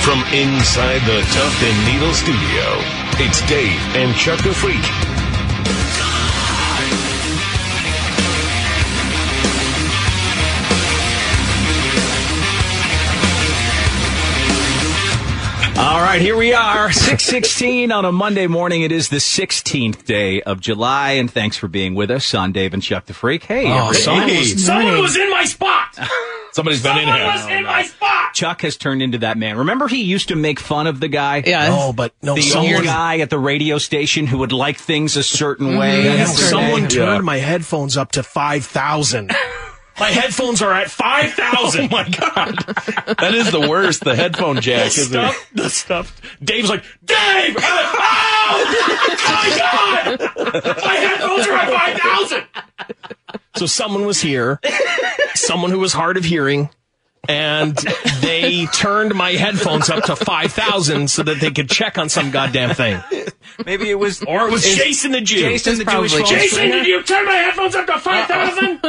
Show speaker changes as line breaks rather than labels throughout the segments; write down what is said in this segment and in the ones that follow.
From inside the Tuft and Needle studio, it's Dave and Chuck the Freak.
All right, here we are, 616 on a Monday morning. It is the 16th day of July, and thanks for being with us on Dave and Chuck the Freak. Hey, everybody.
Oh, someone was,
Someone was in my spot.
somebody's been in
Someone
here.
was in my spot.
Chuck has turned into that man. Remember he used to make fun of the guy?
Yeah.
No, but no,
The
someone,
old guy at the radio station who would like things a
Mm-hmm.
certain way.
no,
yesterday.
someone turned
Yeah.
my headphones up to five thousand. Oh
My headphones are at five thousand.
my god, that is the worst. The headphone jack. Isn't it?
stuff. The stuff. Dave's like, Dave. I'm like, oh! oh my god! My headphones are at five thousand.
So someone was here, someone who was hard of hearing, and they turned my headphones up to five thousand so that they could check on some goddamn thing.
Maybe it was
Or it was Jason the Jew.
Jason the Jewish phone
Jason,
screener.
did you turn my headphones up to five thousand?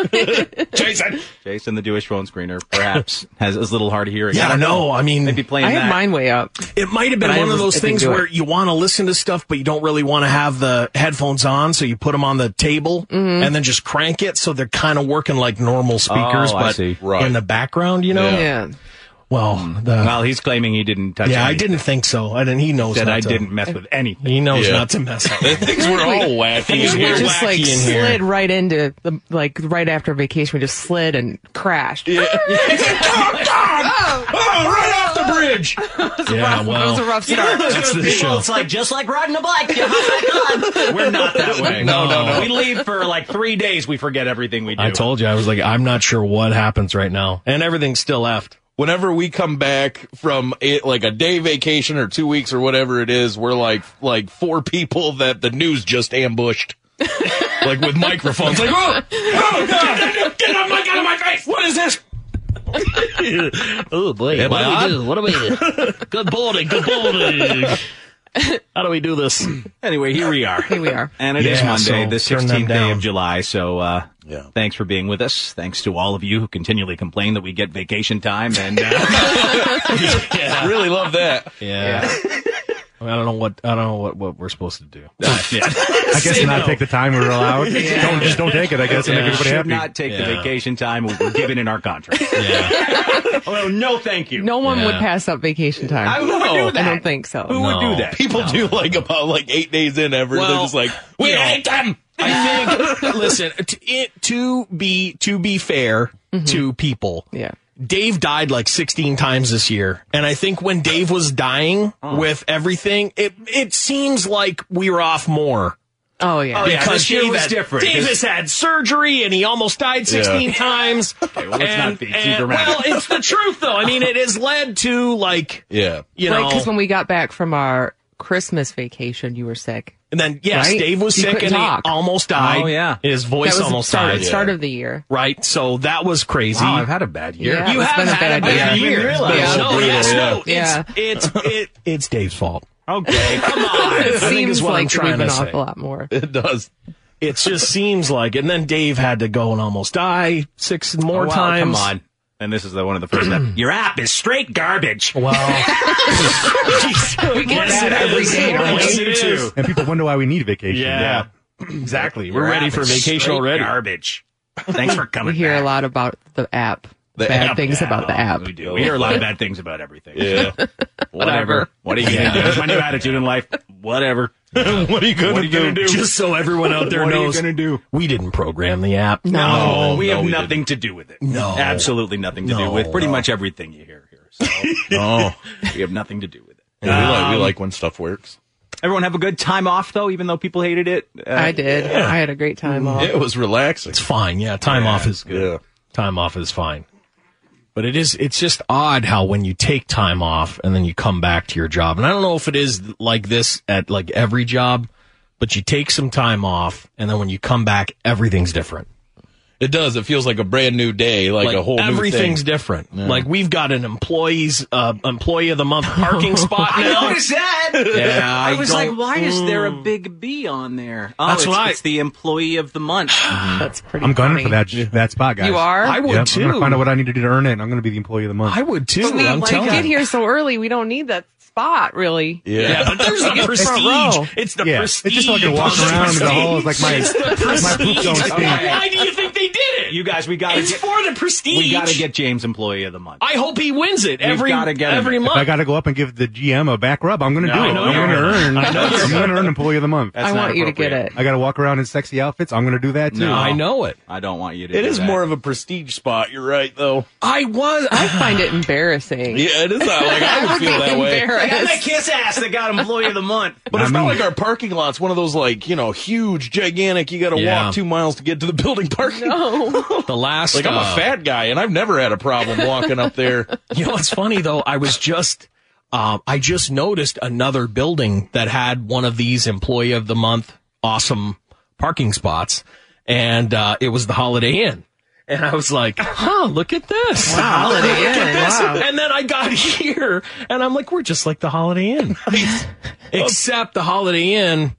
Jason.
Jason the Jewish phone screener, perhaps, has is a little hard of hearing.
Yeah, I don't know. I mean,
Maybe playing
I had
that.
mine way up.
It might have been
But I
one of
was-
those
I didn't
things
do
where
it.
you want to listen to stuff, but you don't really want to have the headphones on, so you put them on the table and then just crank it, so they're kind of working like normal speakers,
Oh, I
but
see.
in the background, you know.
Yeah.
Well, the,
Well, he's claiming he didn't touch
yeah, I
anything.
didn't think so. I didn't. He knows
That
not
I
to-
didn't mess with anything.
He knows
Yeah.
not to mess up.
Things were all wacky
Things
in
were
here.
Just
wacky
like
in here.
slid right into the like right after vacation. We just slid and crashed. Yeah.
oh, right off the bridge. yeah,
It was a
well,
rough start.
that's the show.
It's like just like riding a bike. You hop back on. We're not that way.
No, no, no.
We leave for like three days. We forget everything we do.
I told you, I was like, I'm not sure what happens right now, and everything's still left.
Whenever we come back from it, like a day vacation or two weeks or whatever it is, we're like like four people that the news just ambushed, like with microphones. Like, oh, oh God,
Get that mic out of my face.
what is this?
Oh boy,
Am I on?
What do we do? good morning. Good morning. How do we do this?
Anyway, here we are.
Here we are.
And it is
Yeah,
Monday,
so
the
turn them
16th day
down.
of July. So uh, thanks for being with us. Thanks to all of you who continually complain that we get vacation time. And uh,
Really love that.
Yeah. I, mean, I don't know what I don't know what, what we're supposed to do.
I guess not take the time we were allowed. Don't just don't take it. I guess and make
should
everybody happy.
not take the
Yeah.
vacation time we were given in our contract.
Yeah.
oh, no, thank you.
No one would
Yeah.
pass up vacation time.
I would do that.
I don't think so.
Who would do
No.
that?
People do like about like eight days in ever.
Well,
they're just like, we
you know,
hate them.
I think. Listen to, it, to be to be fair to people.
Mm-hmm. Yeah.
Dave died like 16 times this year. And I think when Dave was dying
Oh.
with everything, it it seems like we were off more.
Oh yeah.
yeah.
because
this year
Dave
was
had,
different.
Dave has had surgery and he almost died 16 times. okay,
well, let's
and,
not be too
and-
dramatic.
Well, it's the truth though. I mean, it has led to like,
Yeah.
you know,
right. Because when we got back from our Christmas vacation, you were sick.
and then yes,
Right?
Dave was
He
sick
couldn't
and
talk.
he almost died.
Oh, yeah.
His
That
voice
was the
almost
start,
died.
start of the year.
Right. So that was crazy.
Wow, I've had a bad year.
Yeah,
you
it's
have
been a
had
bad
a bad
idea.
year.
Yeah.
No, yes, no.
Yeah.
It's, it's, it, it's Dave's fault.
Okay.
Come on.
It
I think is
seems
what I'm
like
trying
we've been
to
off
say.
a lot more.
It does.
It just seems like, and then Dave had to go and almost die six more
Oh,
Well,
times.
Come on. And this is the one of the first ep- Your app is straight garbage.
Well,
We get that every day. don't we?
Yes, it is.
And people wonder why we need vacation.
Yeah.
exactly.
We're ready for vacation already.
Garbage. Thanks for coming.
We hear
back.
a lot about the app.
The
bad
app.
things about the app.
We
Oh.
do. We hear a lot of bad things about everything.
Yeah.
Whatever. What are you gonna do? That's my new attitude in life. Whatever.
what are you going to do?
Just so everyone out there
What are you
knows,
gonna do?
we didn't program the app.
No, we
no,
have
we
nothing to do with it.
No.
absolutely nothing to do
No,
with pretty
no.
much everything you hear here. So
Oh,
we have nothing to do with it.
Um,
we, like, we like when stuff works.
Everyone have a good time off though, even though people hated it. Uh,
I did. I had a great time off.
It was relaxing.
Mm-hmm. It's fine. Yeah, time off is good. Time off is fine. But it is it's just odd how when you take time off and then you come back to your job. And I don't know if it is like this at like every job, but you take some time off and then when you come back everything's different.
It does. It feels like a brand new day, like, a whole
everything's
new thing.
different. Like we've got an employees uh, employee of the month parking spot
I
now.
noticed that.
Yeah,
I, was
don't- Mm.
like, why is there a big B on there? Oh,
That's
it's,
what I-
it's the employee of the month.
That's pretty.
I'm gunning
funny.
for that that spot, guys.
You are.
I would
Yep, I'm
too.
gonna find out what I need to do to earn it. and I'm gonna be the employee of the month.
I would too.
we
I'm
like,
telling
get
you.
here so early. We don't need that spot really.
Yeah, but there's the
row.
prestige. It's the
yeah, it's
prestige.
just like I
of
walk
the
around in the hall. It's like my my poop don't stink.
Why do you think they did it?
You guys, we gotta
it's
get,
for the prestige.
we gotta get James employee of the month.
I hope he wins it every
gotta get him.
every
If
month.
I got to go up and give the GM a back rub. I'm going to do
I
it.
know
I'm
you're
going to
gonna.
earn. I'm going to earn employee of the month.
That's
I
not
want you to get
appropriate.
it.
I got to walk around in sexy outfits. I'm going to do that too.
No, I know it.
I don't want you to.
It
do
is
that.
more of a prestige spot. You're right, though.
I was.
I find it embarrassing.
Yeah, it is not like I would
I'd be
feel that way.
I got
embarrassed.
that kiss ass that got employee of the month.
But it's
I
not
mean-
like our parking lot's one of those like you know huge, gigantic. You got to
Yeah.
walk two miles to get to the building parking.
the last.
Like I'm
uh,
a fat guy, and I've never had a problem walking up there.
You know what's funny though? I was just, um, I just noticed another building that had one of these employee of the month awesome parking spots, and uh, it was the Holiday Inn. And I was like, huh, look at this.
Holiday
Look at
Inn,
this.
wow.
And then I got here and I'm like, we're just like the Holiday Inn. Except the Holiday Inn.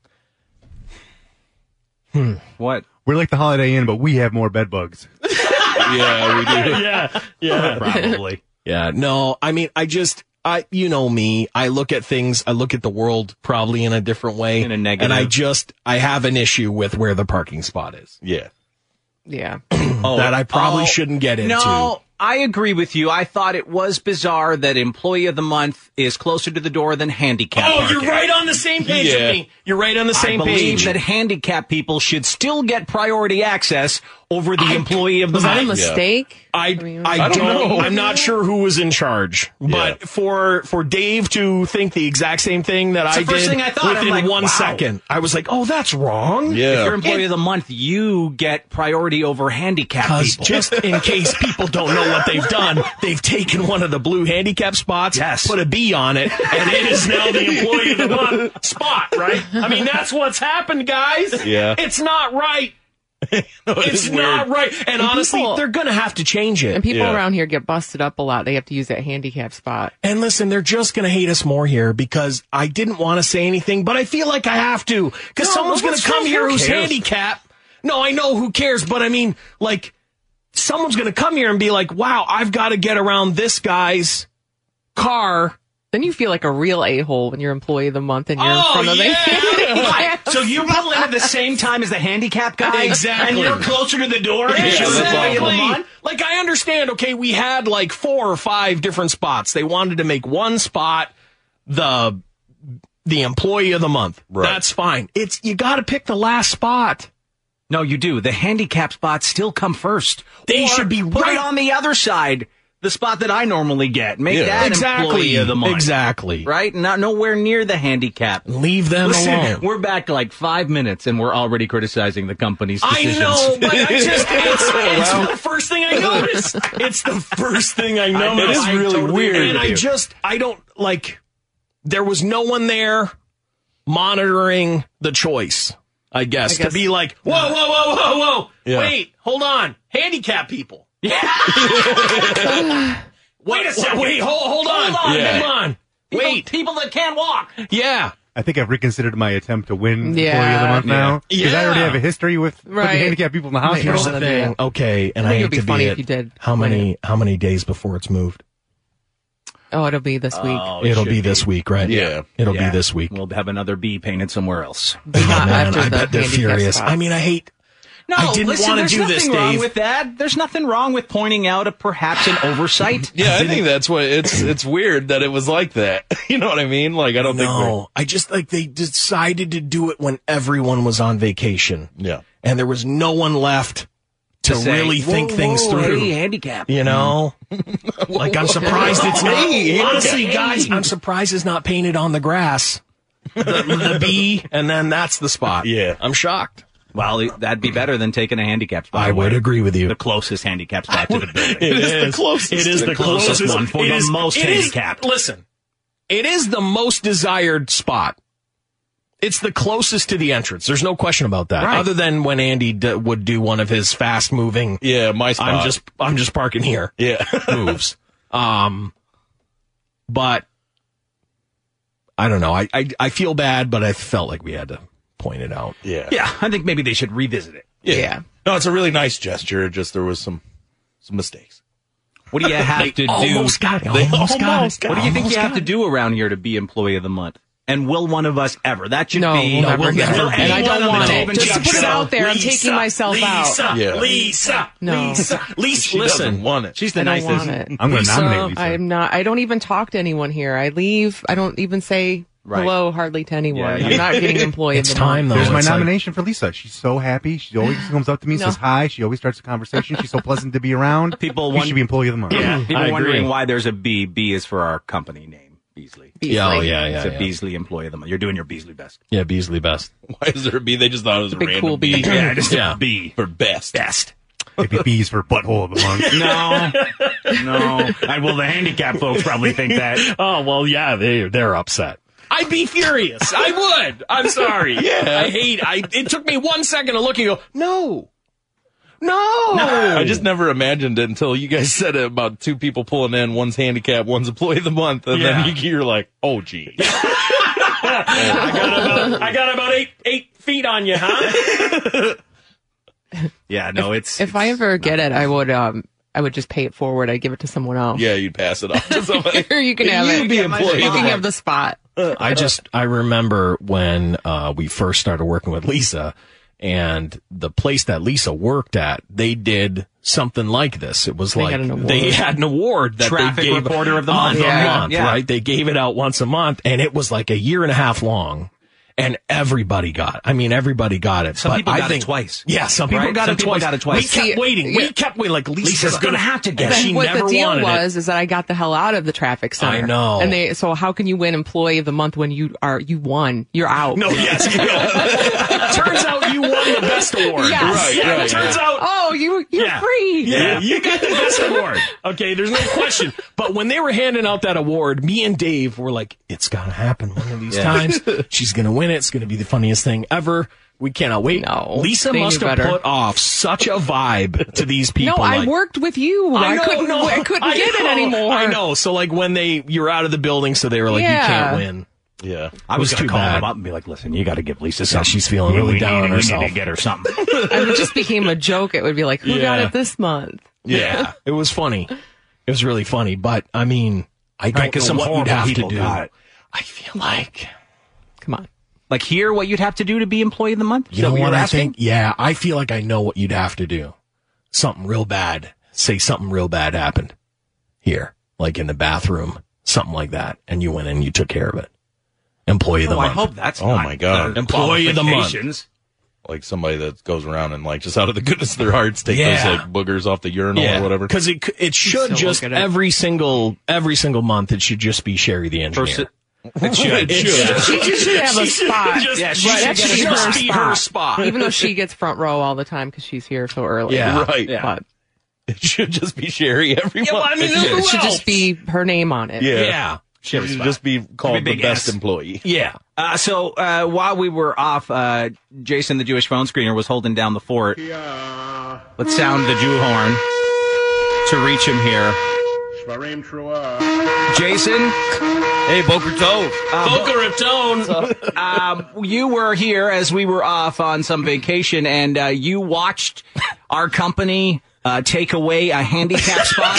Hmm.
What?
We're like the Holiday Inn, but we have more bed bugs.
yeah, we do.
Yeah. Yeah.
Probably.
Yeah, no, I mean, I just, I, you know me, I look at things, I look at the world probably in a different way.
In a negative.
And I just, I have an issue with where the parking spot is
Yeah.
Yeah.
that I probably
oh,
shouldn't get into.
No, I agree with you. I thought it was bizarre that employee of the month is closer to the door than handicap.
Oh,
parking.
you're right on the same page
Yeah.
with me. You're right on the
I
same
believe
page.
that handicapped people should still get priority access over the employee of the
Was that a
month.
mistake?
I, I,
I
don't,
don't know.
I'm not sure who was in charge, but for for Dave to think the exact same thing that I
the first
did
thing I thought. I'm
within
like,
one
wow.
second, I was like, "Oh, that's wrong."
If you're
Yeah.
employee of the month, you get priority over handicapped
Because
people.
just in case people don't know what they've done, they've taken one of the blue handicap spots,
Yes.
put a B on it, and it is now the employee of the month spot, right? I mean, that's what's happened, guys.
Yeah.
It's not right. it's
is
not right. And, honestly,
people-
they're going to have to change
And
it.
people
Yeah.
around here get busted up a lot. They have to use that handicap spot.
And listen, they're just going to hate us more here because I didn't want to say anything, but I feel like I have to because
No,
someone's
but
going to
what's
come
wrong?
here
Who
who's
cares?
handicapped. No, I know who cares, but I mean, like, someone's going to come here and be like, wow, I've got to get around this guy's car.
Then you feel like a real a hole when you're employee of the month and you're in
Oh,
front of
yeah.
the
What? So you pull in at the same time as the handicapped guy,
Exactly.
and you're closer to the door. than
Yeah,
you're
that's
employee of the
Exactly.
month?
Like I understand, okay, we had like four or five different spots. They wanted to make one spot the the employee of the month.
Right.
That's fine. It's you got to pick the last spot.
No, you do. The handicap spots still come first.
They
Or
should be
put
right-
it on the other side, the spot that I normally get. Make
Yeah.
that employee of the month.
Exactly.
Right? Not nowhere near the handicap.
Leave them alone.
Listen, we're back like five minutes, and we're already criticizing the company's
I
decisions.
know, but I just, it's, it's the first thing I noticed. It's the first thing I noticed.
It is
I
really
totally
weird.
And I just, I don't, like, there was no one there monitoring the choice, I guess,
guess
to be like, whoa, whoa, whoa, whoa, whoa.
Yeah.
Wait, hold on. Handicap people. wait a second. Wait, hold, hold on. Hold on.
Yeah.
Come on. Wait.
people that can't walk.
Yeah.
I think I've reconsidered my attempt to win
Yeah.
employee of the month now because I already
Yeah.
have a history with putting
Right.
handicapped people in the hospital.
Here's the
wanna do
thing. Okay, and
I
I,
think
hate
it'd be
to
funny
be
if
it.
you did.
How many how many days before it's moved?
Oh, it'll be this week.
It'll be this week, right?
Yeah.
It'll
Yeah.
be this week. Oh,
We'll have another B painted somewhere else.
Not
Man,
after
I
the
bet they're
handicap
furious.
spot.
I mean, I hate.
No,
I didn't
listen,
wanna
there's
do
nothing
this,
wrong
Dave.
with that. There's nothing wrong with pointing out a perhaps an oversight.
Yeah, I think that's what it's. It's weird that it was like that. You know what I mean? Like I don't think.
No, I just like they decided to do it when everyone was on vacation.
Yeah.
and there was no one left to,
Say,
really
"Whoa,
think things
whoa,
through.
Hey, handicap.
You know, like I'm surprised it's not.
Hey,
honestly,
handicap.
guys, I'm surprised it's not painted on the grass. the, the B, and then that's the spot.
Yeah.
I'm shocked.
Well, that'd be better than taking a handicap spot.
I would
Where-
agree with you.
The closest handicap spot to the building.
It
is the closest.
It is the,
The
closest,
closest one for
It
the
is-
most
it is-
handicapped.
listen, it is the most desired spot. It's the closest to the entrance. There's no question about that.
Right.
Other than when Andy d- would do one of his fast moving,
Yeah, my spot.
I'm just I'm just parking here
yeah.
moves. Um, but I don't know. I, I I feel bad, but I felt like we had to point it out.
yeah,
Yeah, I think maybe they should revisit it.
Yeah.
No, it's a really nice gesture. Just there was some some mistakes.
What do you have to do?
Almost got it. Almost got it.
What do you think you have to do around here to be employee of the month? And will one of us ever? That should
No,
be.
we'll never
get
will anyone
it. And I
don't
on the
want it.
Dave and
Just
Chuck
to put it
show-
out there, I'm taking myself out.
Yeah.
Lisa,
No.
Lisa,
She doesn't want it.
She's the
I don't
nicest.
want it.
I'm going to nominate Lisa.
I'm not. I don't even talk to anyone here. I leave. I don't even say
Right.
hello hardly to anyone.
Yeah,
I'm not getting employee
It's
of the month.
time though.
There's my
It's like-
nomination for Lisa. She's so happy. She always comes up to me,
No.
says hi. She always starts a conversation. She's so pleasant to be around.
People
she
want-
should be employee of the month.
People
I agree.
wondering why there's a B. B is for our company name, Beasley.
Yeah, oh,
Beasley.
yeah, yeah,
it's a
yeah.
Beasley employee of the month. You're doing your Beasley best.
Yeah, Beasley best.
Why is there a B? They just thought it was a
big
random
cool
B.
B.
Yeah, just
Yeah.
B.
for best.
Best.
Maybe B's for butthole of the month.
No, no. And well, the handicap folks probably think that.
Oh well, yeah, they they're upset. I'd be furious. I would. I'm sorry. yeah. I hate. I. It took me one second to look and go. No. No.
I just never imagined it until you guys said it about two people pulling in, one's handicapped, one's employee of the month, and
Yeah.
then you, you're like, oh, gee.
I got about eight eight feet on you, huh?
Yeah, no. It's
If I ever get it, I would. Um, I would just pay it forward. I give it to someone else.
yeah, you'd pass it off to somebody.
Here, you can have it.
You'd be employee.
You
of the
can
month.
have the spot.
I just I remember when uh, we first started working with Lisa, and the place that Lisa worked at, they did something like this. It was like
had an award.
they had an award that
Traffic
they gave
reporter of the month.
a
Yeah.
month,
Yeah.
right? They gave it out once a month, and it was like a year and a half long. And everybody got. it. I mean, everybody got it.
Some
but
people
I
got it
think,
twice.
Yeah, some people,
Right?
got,
Some
it
people
twice.
got it twice.
We kept
See,
waiting.
yeah.
We kept waiting. Like Lisa's,
Lisa's gonna
gonna
have to get
and
it.
She
what
never
the deal
wanted it.
was is that I got the hell out of the traffic center.
I know.
And they so how can you win employee of the month when you are you won? You're out.
No, yes. you know. Turns out you won the best award.
Yes.
Right,
Yeah,
right,
turns out
Oh, you you're
Yeah.
free.
Yeah, you got the best award. Okay, there's no question. But when they were handing out that award, me and Dave were like, "It's gonna happen one of these times. She's gonna win it. It's gonna be the funniest thing ever. We cannot wait."
No,
Lisa
they
must
knew
have
better.
put off such a vibe to these
No,
people.
I
like,
worked with you. I,
know,
couldn't
no,
I couldn't
I
get it
know,
anymore.
I know. So like when they you're out of the building, so they were like,
Yeah.
"You can't win."
Yeah.
I was,
was
gonna
too
call
bad.
him up and be like, "Listen, you got to give Lisa
Yeah,
something.
she's feeling really
we need,
down on
We need
herself.
to get her something."
And it just became a joke. It would be like, who got
Yeah.
it this month?
Yeah, it was funny. It was really funny, but I mean, I don't
Right, 'cause
know
some
what you'd
horrible
have to
people
do.
got it.
I feel like
Come on.
like here, what you'd have to do to be employee of the month?
you know what I think. Yeah, I feel like I know what you'd have to do. Something real bad. Say something real bad happened here, like in the bathroom, something like that, and you went in, you took care of it. Employee of the
Oh, I
month.
hope that's.
Oh,
not
my God.
the
Employee of the month.
qualifications.
Like somebody that goes around and, like, just out of the goodness of their hearts, take
Yeah.
those, like, boogers off the urinal or whatever.
Because it c- it should
still
just
look at it.
every single every single month it should just be Sherry the engineer.
Person-
it should. It should.
She just should have a spot.
Just,
Yeah, she
Right,
should
that
get
should
a
be her
spot.
spot.
spot.
Even though she gets front row all the time because she's here so early.
Yeah.
Right.
Yeah.
But
It should just be Sherry every
well,
month.
I mean,
It
who
it should
else?
just be her name on it.
Yeah.
Yeah.
It should just be called
big
the best
S.
employee.
Yeah.
Uh, so uh, while we were off, uh, Jason, the Jewish phone screener, was holding down the fort. Let's sound the Jew horn to reach him here. Jason, Uh,
Hey, Boker Tov.
um, you were here as we were off on some vacation, and uh, you watched our company uh, take away a handicap spot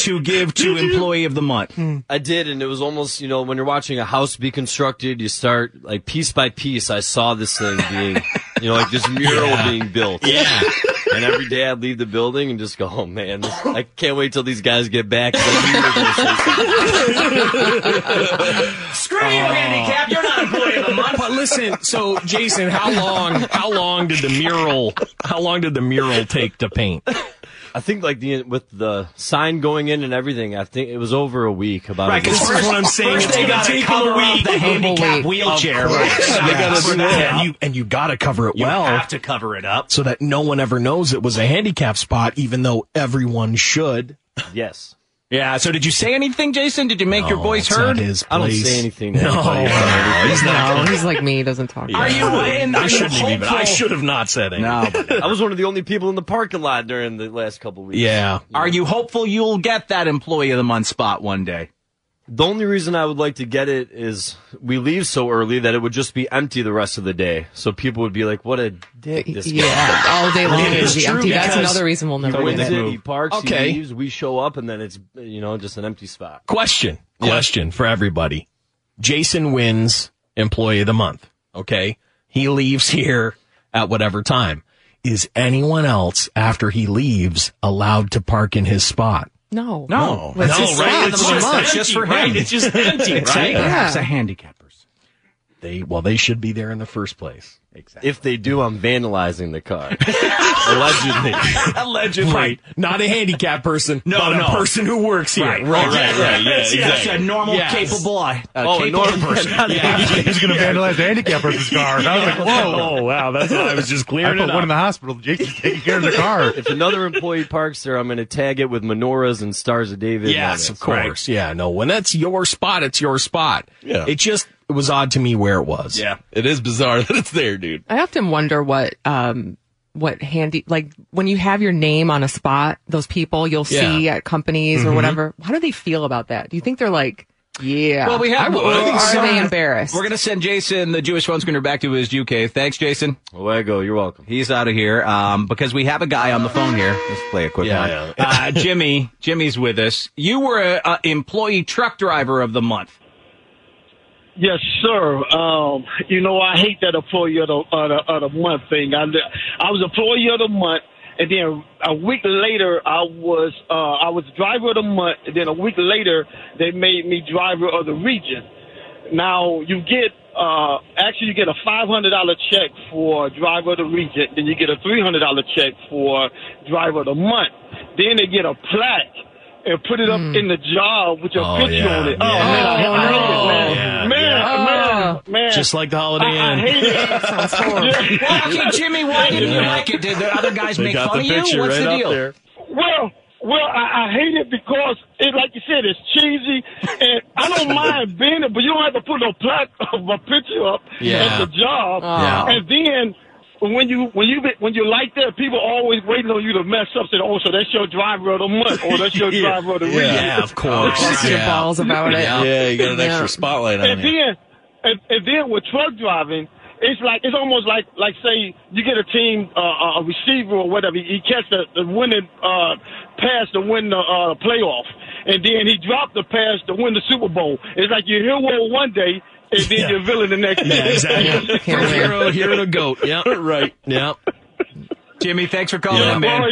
to give to employee of the month.
I did, and it was almost you know when you're watching a house be constructed, you start like piece by piece. I saw this thing being, you know, like this mural being built. Yeah. And every day I'd leave the building and just go, oh man, this, I can't wait till these guys get back. 'cause I knew they were gonna say something.
Screw you,
Oh.
handicap! You're not employee of the month.
But listen, so Jason, how long how long did the mural how long did the mural take to paint?
I think like the with the sign going in and everything, I think it was over a week. About
Right,
a week.
because this is what I'm saying. It's going to take cover up the handicap wheelchair.
Of
Right.
course.
They gotta
Yeah.
do that.
And you and you got to cover it
You
well.
have to cover it up
so that no one ever knows it was a handicap spot, even though everyone should.
Yes.
Yeah. So did you say anything, Jason? Did you make your
No,
voice
Oh, it's
heard?
not his
I don't
place.
say anything. To
No,
anybody.
he's
No,
not.
he's like me. He doesn't talk.
Are you? And
I
are you
shouldn't have even. I
hopeful-
should have not said anything.
No.
I was one of the only people in the parking lot during the last couple weeks.
Yeah.
Are you hopeful you'll get that employee of the month spot one day?
The only reason I would like to get it is we leave so early that it would just be empty the rest of the day. So people would be like, "What a dick this guy."
Yeah, all day long.
It is
it'll be
true
empty. That's
because
another reason we'll never
He
win
wins
it.
it, he parks,
Okay.
he leaves, we show up, and then it's, you know, just an empty spot.
Question. Question for everybody. Jason wins employee of the month. Okay. He leaves here at whatever time. Is anyone else after he leaves allowed to park in his spot?
No,
No.
It's just sad.
It's just- it's just for him.
It's just empty,
It's a,
right?
it's a handicap person.
They well, they should be there in the first place.
If they do, I'm vandalizing the car. Allegedly.
Allegedly, right? Not a handicapped person,
No,
but
no.
a person who works here.
Right, right, right, right.
Yeah,
It's
exactly.
a normal,
Yes.
capable, uh,
Oh,
capable
normal-
person.
He's going to vandalize the handicap person's car. And I was like, whoa.
Oh wow, that's what I was just
I
clearing
put
it
one
up.
in the hospital. Jason's taking care of the car.
if another employee parks there, I'm going to tag it with menorahs and stars of David. and all
Yes,
that.
of course. Yeah, no. When that's your spot, it's your spot.
Yeah.
It just it was odd to me where it was.
Yeah, it is bizarre that it's there, dude.
I often wonder what um what handy like when you have your name on a spot, those people you'll see
Yeah. Mm-hmm.
at companies or whatever. How do they feel about that? Do you think they're like, yeah?
Well, we have-
Or
I think
are
some-
they embarrassed?
We're going to send Jason, the Jewish phone screener, back to his UK. Thanks, Jason.
Wego, you're welcome.
He's out of here um, because we have a guy on the phone here. Let's play a quick
Yeah,
one.
yeah.
Uh, Jimmy, Jimmy's with us. You were a, a employee truck driver of the month.
Yes, sir. Um, you know, I hate that employee of the, of the, of the month thing. I, li- I was employee of the month, and then a week later, I was uh, I was driver of the month. And then a week later, they made me driver of the region. Now you get uh, actually you get a five hundred dollar check for driver of the region, then you get a three hundred dollar check for driver of the month. Then they get a plaque and put it up in the job with your
Oh,
picture
yeah.
on
Yeah.
it. Oh man, I, I hate it, man.
yeah,
man,
yeah.
man, man.
Just like the Holiday
I, I
Inn.
hate it. Sounds
Well, okay, Jimmy, why didn't you
Yeah.
like it? Did the other guys
They
make
got
fun
the
of you?
picture
What's
right
the
up
deal?
there.
Well, well, I, I hate it because it, like you said, it's cheesy, and I don't mind being it, but you don't have to put no plaque of a picture up
Yeah.
at the job.
Oh.
Yeah.
And then when you when you when you like that, people always waiting on you to mess up. Say, oh, so that's your driver of the month, or that's your driver of the week.
Yeah, of course.
Bust your
Yeah.
balls about it.
Yeah, you got an
Yeah.
extra spotlight on
and
you.
then and, and then with truck driving, it's like it's almost like like say you get a team uh, a receiver or whatever he catch the, the winning uh, pass to win the uh, playoff, and then he dropped the pass to win the Super Bowl. It's like you're hero one day and then you're villain the next day.
exactly.
Can't win.
hero, hero to goat. Yeah, right. Yeah.
Jimmy, thanks for calling
Yeah.
in, man.
All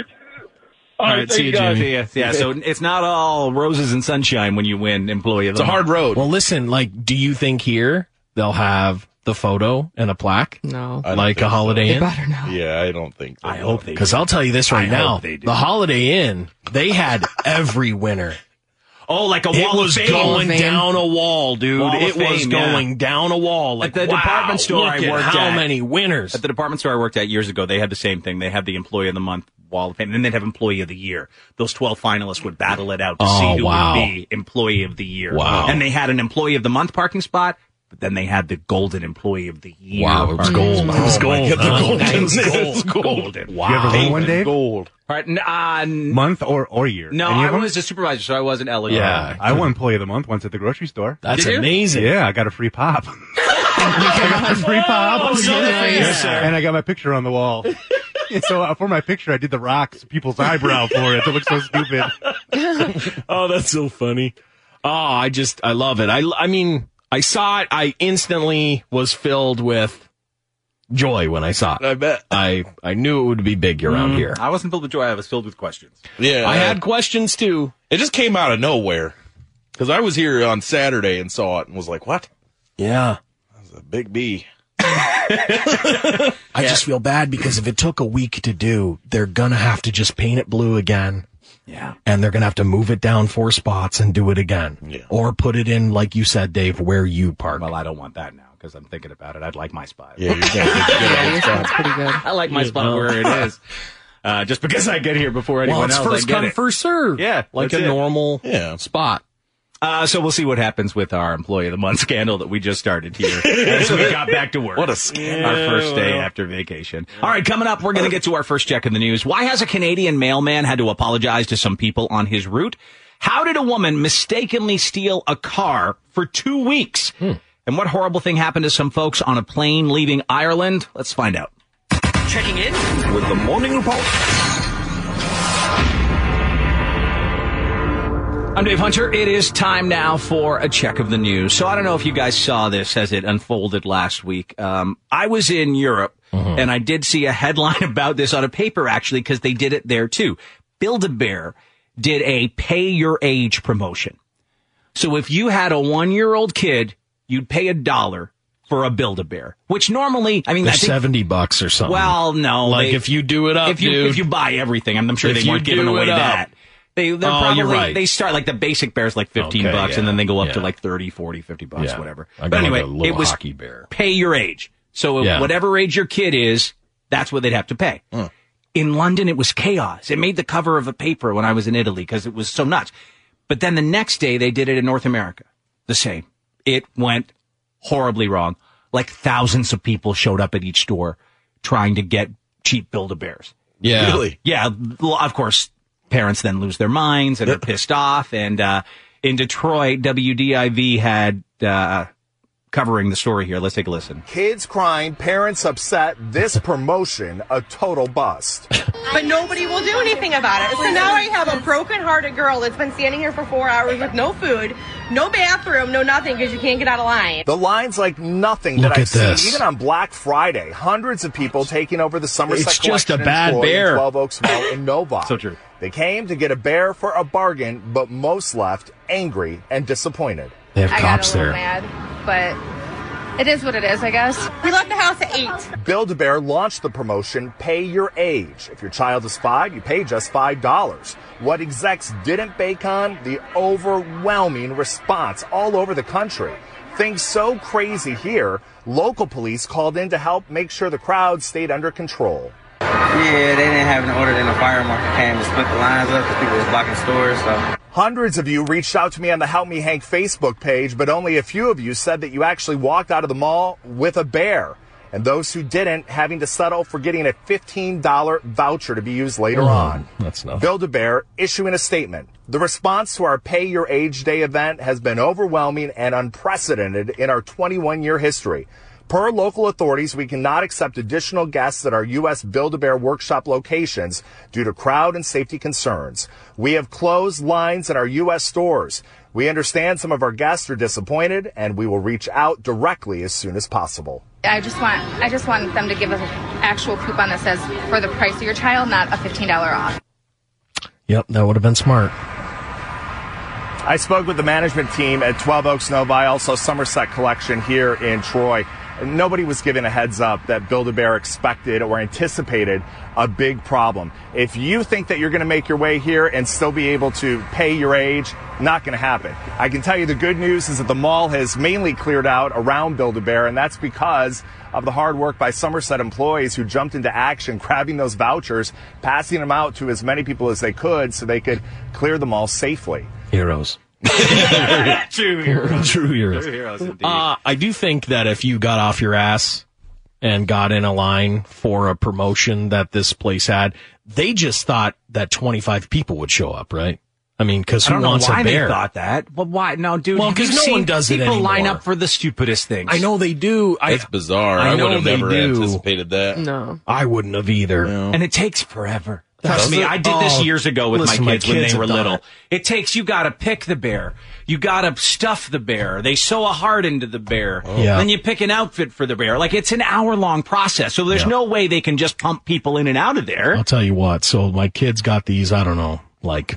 right,
All
right, see you, Jimmy.
See ya. Yeah, so it's not all roses and sunshine when you win employee of
It's
the
a hard
month.
road.
Well, listen. Like, do you think here they'll have the photo and a plaque
no,
don't
like
think
a Holiday
they
Inn?
better not.
Yeah, I don't think. I hope they.
Because I'll tell you this right
I
now:
hope they do.
the Holiday Inn, they had every winner.
Oh, like a
It
wall of
was
fame.
going
Fame.
down a wall, dude.
Wall of
it was
Fame, yeah.
going down a wall. Like
At the
wow,
department store
look
I
at
worked
how
at.
many winners?
At the department store I worked at years ago, they had the same thing. They had the employee of the month wall of fame, and then they'd have employee of the year. Those 12 finalists would battle it out to
Oh,
see who
wow.
would be employee of the year.
Wow.
And they had an employee of the month parking spot, but then they had the golden employee of the year.
wow, it was
parking
gold. It was gold. Oh, it was
Golden.
gold.
Golden.
You ever
Wow.
win one, Dave?
Gold.
All right, n- uh, n-
Month or, or year?
no,
Any
I
of 'em?
was a supervisor, so I wasn't E eligible.
Yeah,
I won Employee of the Month once at the grocery store.
Uh, that's
Did you? Oh,
amazing.
Yeah, I got a free pop. I got a free pop.
nice.
And I got my picture on the wall. so uh, for my picture, I did the rocks, people's eyebrow for it. It looks so stupid.
Oh, that's so funny. Oh, I just I love it. I I mean, I saw it. I instantly was filled with joy when I saw
I
it.
bet.
I I knew it would be big around here.
Mm. I wasn't filled with joy. I was filled with questions.
Yeah,
I had questions too.
It just came out of nowhere. Because I was here on Saturday and saw it and was like, "What?
Yeah.
It's a big B."
I just feel bad because if it took a week to do, they're gonna have to just paint it blue again. Yeah. And they're gonna have to move it down four spots and do it again. Yeah. Or put it in, like you said, Dave, where you park. Well, I don't want that now because I'm thinking about it. I'd like my spot.
Yeah,
you're gonna
yeah, your spot's
pretty good.
I like my spot where it is. Uh, just because I get here before anyone
Well, it's
else, I
first
get
come,
it.
first serve.
Yeah,
Like
that's
a
it.
normal
Yeah.
spot.
Uh, so we'll see what happens with our employee of the month scandal that we just started here as we got back to work. What a scandal! Our first day
well.
after vacation. All right, coming up, we're going to get to our first check in the news. Why has a Canadian mailman had to apologize to some people on his route? How did a woman mistakenly steal a car for two weeks? And what horrible thing happened to some folks on a plane leaving Ireland? Let's find out.
Checking in with the morning report.
I'm Dave Hunter. It is time now for a check of the news. So I don't know if you guys saw this as it unfolded last week. Um, I was in Europe and I did see a headline about this on a paper actually because they did it there too. Build a Bear did a pay your age promotion. So if you had a one year old kid, you'd pay a dollar for a Build a Bear, which normally, I mean,
They're
I think-
70 bucks or something.
Well, no,
Like
they-
if you do it up,
if you
dude.
if you buy everything, I'm, I'm sure
If
they
you
weren't giving
do
away
it up.
that. They they're
Oh,
probably
you're right.
they start like the basic bears like 15
Okay,
bucks
yeah,
and then they go up to
yeah.
like 30, 40, 50 bucks
Yeah.
whatever.
I
but
got like
anyway,
a little
it was
hockey bear.
pay your age. So
Yeah.
whatever age your kid is, that's what they'd have to pay. In London it was chaos. It made the cover of a paper when I was in Italy because it was so nuts. But then the next day they did it in North America. The same. It went horribly wrong. Like thousands of people showed up at each store trying to get cheap Build-A-Bears.
Yeah.
Really? Yeah. l- Of course, parents then lose their minds and are pissed off. And, uh, in Detroit, WDIV had, uh, covering the story here. Let's take a listen.
Kids crying, parents upset. This promotion, a total bust.
But nobody will do anything about it. So now I have a broken-hearted girl that's been standing here for four hours with no food, no bathroom, no nothing because you can't get out of line.
The line's like nothing that
Look
I've
at
seen.
this.
Even on Black Friday, hundreds of people taking over the Somerset
It's just
collection
a bad
in Troy,
bear.
in Twelve Oaks Mall in Nova.
So true.
They came to get a bear for a bargain, but most left angry and disappointed.
They have
I
cops
got a
there.
little mad, but it is what it is, I guess. We left the house at eight.
Build a Bear launched the promotion Pay Your Age. If your child is five, you pay just $5. What execs didn't bake on? The overwhelming response all over the country. Things so crazy here, local police called in to help make sure the crowd stayed under control.
Yeah, they didn't have an order, then the fire marshal came and split the lines up because people was blocking stores, so.
Hundreds of you reached out to me on the Help Me Hank Facebook page, but only a few of you said that you actually walked out of the mall with a bear. And those who didn't, having to settle for getting a $15 voucher to be used later
Mm,
on.
That's not.
Build a Bear issuing a statement. The response to our Pay Your Age Day event has been overwhelming and unprecedented in our 21 year history. Per local authorities, we cannot accept additional guests at our U.S. Build-A-Bear workshop locations due to crowd and safety concerns. We have closed lines in our U.S. stores. We understand some of our guests are disappointed and we will reach out directly as soon as possible.
I just want I just want them to give us an actual coupon that says for the price of your child, not a fifteen dollar off.
Yep, that would have been smart.
I spoke with the management team at 12 Oaks Novi, also Somerset Collection here in Troy. Nobody was given a heads up that Build-A-Bear expected or anticipated a big problem. If you think that you're going to make your way here and still be able to pay your age, not going to happen. I can tell you the good news is that the mall has mainly cleared out around Build-A-Bear, and that's because of the hard work by Somerset employees who jumped into action, grabbing those vouchers, passing them out to as many people as they could so they could clear the mall safely.
Heroes.
True
heroes. True heroes.
True heroes, indeed.
Uh, I do think that if you got off your ass and got in a line for a promotion that this place had, they just thought that 25 people would show up, right? I mean, because
I
who
don't know
wants
why
a
they
bear?
thought that. Well, why? No, dude.
Well,
have
'cause
you
no
seen
one does it
People line
anymore.
up for the stupidest things.
I know they do. I,
That's bizarre.
I
I,
know
would have
they
never
do.
anticipated that.
No.
I wouldn't have either.
And it takes forever. Trust
Does
me,
it?
I did this
Oh,
years ago with
listen,
my
my
kids,
kids
when they
have
were
done
little.
it.
It. takes you got to pick the bear. You got to stuff the bear. They sew a heart into the bear.
Yeah.
Then you pick an outfit for the bear. Like it's an hour long process. So there's no way they can just pump people in and out of there.
I'll tell you what. So my kids got these, I don't know, like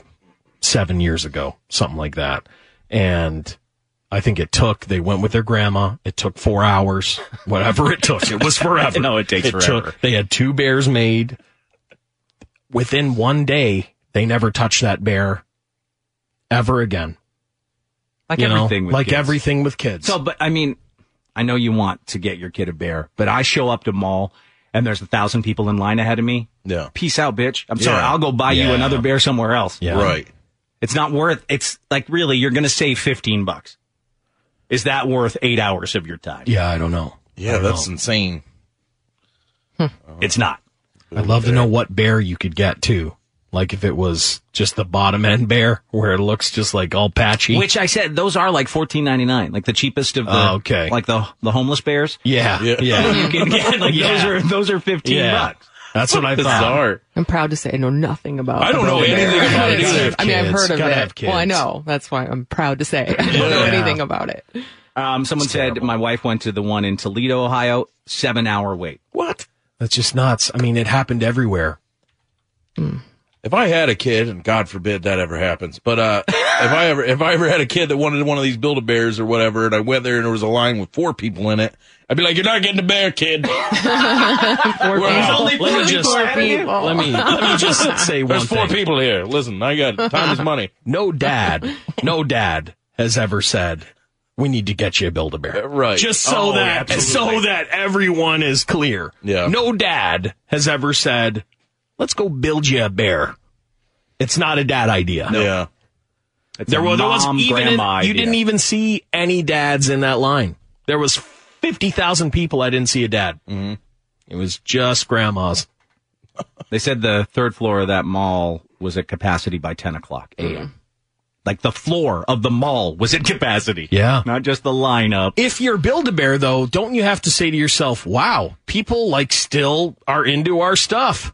seven years ago, something like that. And I think it took. They went with their grandma. It took four hours, whatever it took. It was forever.
No, it takes forever.
they had two bears made. Within one day, they never touched that bear ever again.
Like
You know,
everything with
like
kids.
everything with kids.
So, but I mean, I know you want to get your kid a bear, but I show up to mall and there's a thousand people in line ahead of me. Yeah. Peace out, bitch. I'm sorry.
Yeah.
I'll go buy you
Yeah.
another bear somewhere else.
Yeah. Right.
It's not worth, it's like really, you're going to save 15 bucks. Is that worth eight hours of your time?
Yeah, I don't know. Hmm.
Yeah, that's insane.
It's not.
I'd love to know what bear you could get too. Like if it was just the bottom end bear where it looks just like all patchy.
Which I said, those are like fourteen ninety nine, like the cheapest of the,
Oh, okay.
like the the homeless bears.
Yeah, yeah.
you can get like
Yeah.
those are those are fifteen
Yeah.
bucks.
That's what I thought.
I'm proud to say I know nothing about.
I don't
the
know
Build-A-Bear.
anything about it either.
I mean, I've
Kids.
heard of
Gotta have
it.
kids.
Well, I know. That's why I'm proud to say I don't know
Yeah.
anything about it.
Um, someone said my wife went to the one in Toledo, Ohio, seven hour wait.
What? That's just nuts. I mean, it happened everywhere.
If I had a kid, and God forbid that ever happens, but uh, if I ever if I ever had a kid that wanted one of these Build a Bears or whatever, and I went there and there was a line with four people in it, I'd be like, "You're not getting a bear, kid."
Poor
Well,
people.
let me just-
Poor people.
Let me let me just say one
There's four
thing.
people here. Listen, I got time is money.
No dad, no dad has ever said we need to get you a build a bear.
right.
Just so
Oh,
that so
absolutely.
that everyone is clear.
Yeah.
No dad has ever said let's go build you a bear. It's not a dad idea.
Yeah.
It's
There
a
was, there was
mom,
even in-
grandma
you
idea.
didn't even see any dads in that line. There was fifty thousand people. I didn't see a dad.
Mm-hmm.
It was just grandmas.
They said the third floor of that mall was at capacity by ten o'clock a.m. Like the floor of the mall was at capacity.
Yeah.
not just the lineup.
If you're Build a Bear, though, don't you have to say to yourself, "Wow, people like still are into our stuff."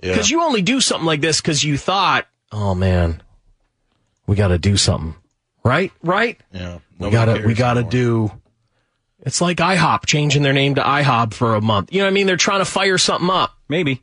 Because you only do something like this because you thought, "Oh man, we got to do something." Right? Right?
Yeah.
we gotta we gotta do. It's like IHOP changing their name to IHOP for a month. You know what I mean? They're trying to fire something up.
Maybe.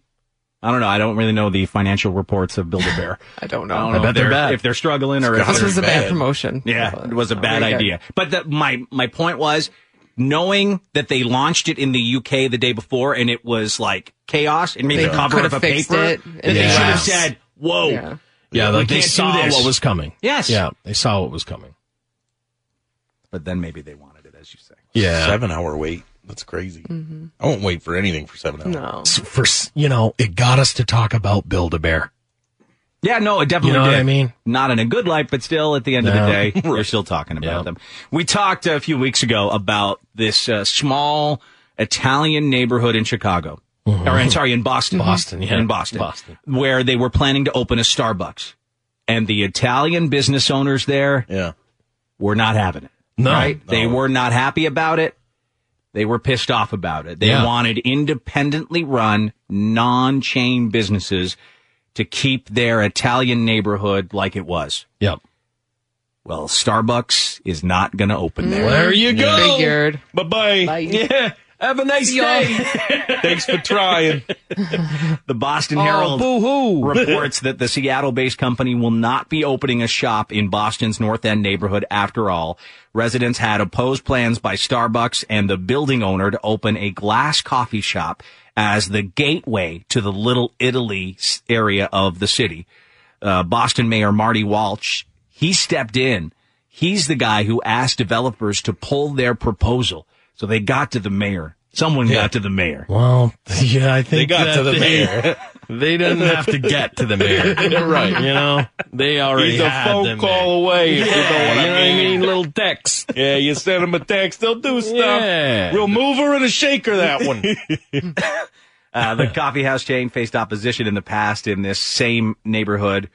I don't know. I don't really know the financial reports of Build a Bear.
I don't
I
know.
don't know if, they're, if they're struggling or if
this
they're
was a bad, promotion.
Yeah, it was a bad
very good.
idea. But the, my my point was knowing that they launched it in the UK the day before and it was like chaos and made
They
the cover
could've
of a
fixed
paper.
it.
They
Yeah.
should have
Yes.
said, "Whoa,
Yeah.
Yeah,
we
like they
can't do
saw
this."
what was coming.
Yes.
Yeah, they saw what was coming.
But then maybe they wanted it, as you say.
Yeah.
Seven hour wait. That's crazy.
Mm-hmm.
I won't wait for anything for seven hours.
No.
S- For s- you know, it got us to talk about Build a Bear.
Yeah, no, it definitely
You know
did.
what I mean?
Not in a good light, but still, at the end of
No.
the day, we're still talking about them. We talked a few weeks ago about this uh, small Italian neighborhood in Chicago.
Mm-hmm.
Or, I'm sorry, in Boston.
Boston, yeah.
In Boston.
Boston.
Where they were planning to open a Starbucks. And the Italian business owners there
yeah.
were not having it.
No.
Right? They
No.
were not happy about it. They were pissed off about it. They
Yeah.
wanted independently run, non chain businesses to keep their Italian neighborhood like it was.
Yep.
Well, Starbucks is not going to open there.
There you go.
Figured.
Bye bye.
Yeah. Have a nice day.
Thanks for trying. Oh,
The Boston Herald
boo-hoo.
reports that the Seattle-based company will not be opening a shop in Boston's North End neighborhood after all. Residents had opposed plans by Starbucks and the building owner to open a glass coffee shop as the gateway to the Little Italy s- area of the city. Uh, Boston Mayor Marty Walsh, he stepped in. He's the guy who asked developers to pull their proposal. So they got to the mayor. Someone got to the mayor.
Well, yeah, I think
They got
that
to the
they,
mayor.
They didn't have to get to the mayor,
right.
You know, they already
He's a
had
phone
them
call away. If you know
there.
what
You know what
I
I
mean.
mean? Little text.
Yeah, you send him a text, they'll do stuff.
Yeah.
Real mover and a shaker, that one.
Uh, the coffee house chain faced opposition in the past in this same neighborhood,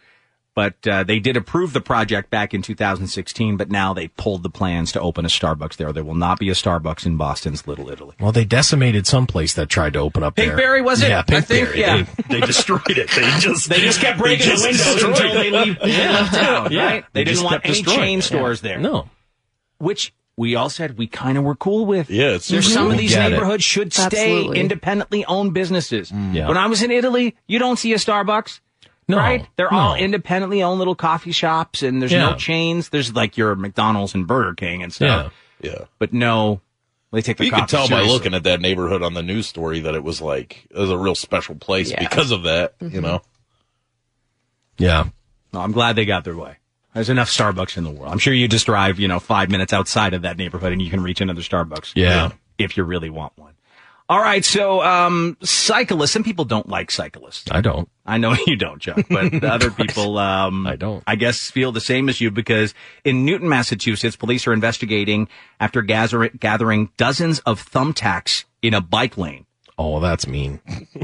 but uh, they did approve the project back in 2016. But now they pulled the plans to open a Starbucks there. There will not be a Starbucks in Boston's Little Italy.
Well, they decimated someplace that tried to open up there.
Pinkberry, was it?
Yeah,
I think,
Pinkberry.
yeah.
They, they destroyed it. They just
They just kept breaking
just
the windows
destroyed
until they
it.
leave, they left town.
Yeah.
Right? They,
They
didn't
just
want
kept
any
destroying
chain
it.
stores there.
No.
which we all said we kind of were cool with.
Yeah, it's
There's
super
some
cool.
of these
Get it.
neighborhoods should stay
Absolutely.
independently owned businesses.
Mm. Yeah.
When I was in Italy, you don't see a Starbucks. No,
right?
They're all independently owned little coffee shops, and there's
Yeah.
no chains. There's like your McDonald's and Burger King and stuff.
Yeah,
but no, they take the.
You could
cops
tell by
seriously.
looking at that neighborhood on the news story that it was like it was a real special place
Yeah.
because of that. You
Mhm.
know,
Yeah.
No, I'm glad they got their way. There's enough Starbucks in the world. I'm sure you just drive, you know, five minutes outside of that neighborhood and you can reach another Starbucks.
Yeah.
If you really want one. All right. So, um, cyclists, some people don't like cyclists.
I don't.
I know you don't, Chuck, but the other people, um, I don't. I guess feel the same as you because in Newton, Massachusetts, police are investigating after gather- gathering dozens of thumbtacks in a bike lane.
Oh, that's mean.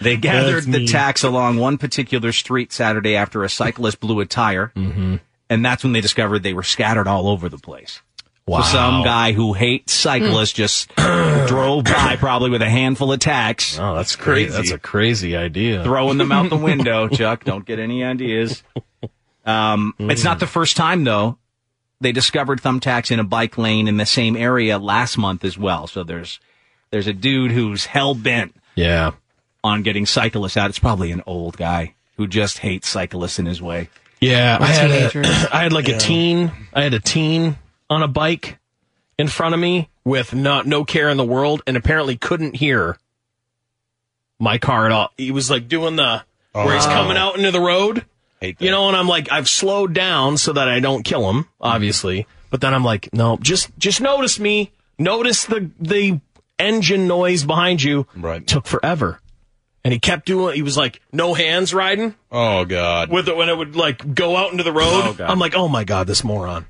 They gathered
That's
the
mean.
tacks along one particular street Saturday after a cyclist blew a tire.
Mm-hmm.
and that's when they discovered they were scattered all over the place.
Wow.
So some guy who hates cyclists just drove by probably with a handful of tacks.
Oh, that's crazy. That's a crazy idea.
Throwing them out the window, Chuck. Don't get any ideas. Um, It's not the
Mm.
first time, though. They discovered thumbtacks in a bike lane in the same area last month as well. So there's there's a dude who's hell bent
Yeah.
on getting cyclists out. It's probably an old guy who just hates cyclists in his way.
Yeah,
Or
I had
teenagers.
a, I had like
Yeah.
a teen. I had a teen on a bike in front of me with not no care in the world, and apparently couldn't hear my car at all. He was like doing the where he's
Oh.
coming out into the road, you know, and I'm like I've slowed down so that I don't kill him, obviously. But then I'm like, no, just just notice me, notice the the engine noise behind you. Right, took forever. And he kept doing. He was like, "No hands riding."
Oh God!
With it when it would like go out into the road,
Oh, God.
I'm like, "Oh my God, this moron."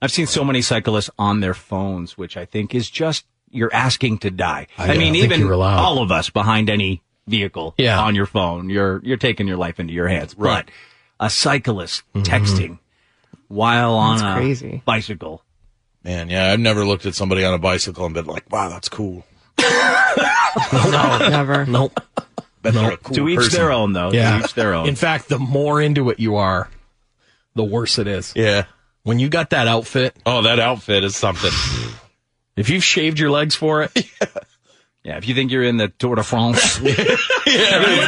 I've seen so many cyclists on their phones, which I think is just you're asking to die. I,
I
mean,
think
even
you're allowed.
all of us behind any vehicle on your phone, you're you're taking your life into your hands. But a cyclist
Mm-hmm.
texting while on
That's
a
crazy.
bicycle,
man, yeah, I've never looked at somebody on a bicycle and been like, "Wow, that's cool."
no, never. Nope.
Bet they're a
Nope.
cool person.
Yeah. In
In fact,
fact, the more into it you are, the worse it is.
Yeah.
When you got that outfit,
oh, that outfit is something.
if you've shaved your legs for it,
yeah. If you think you're in the Tour de France,
Unless-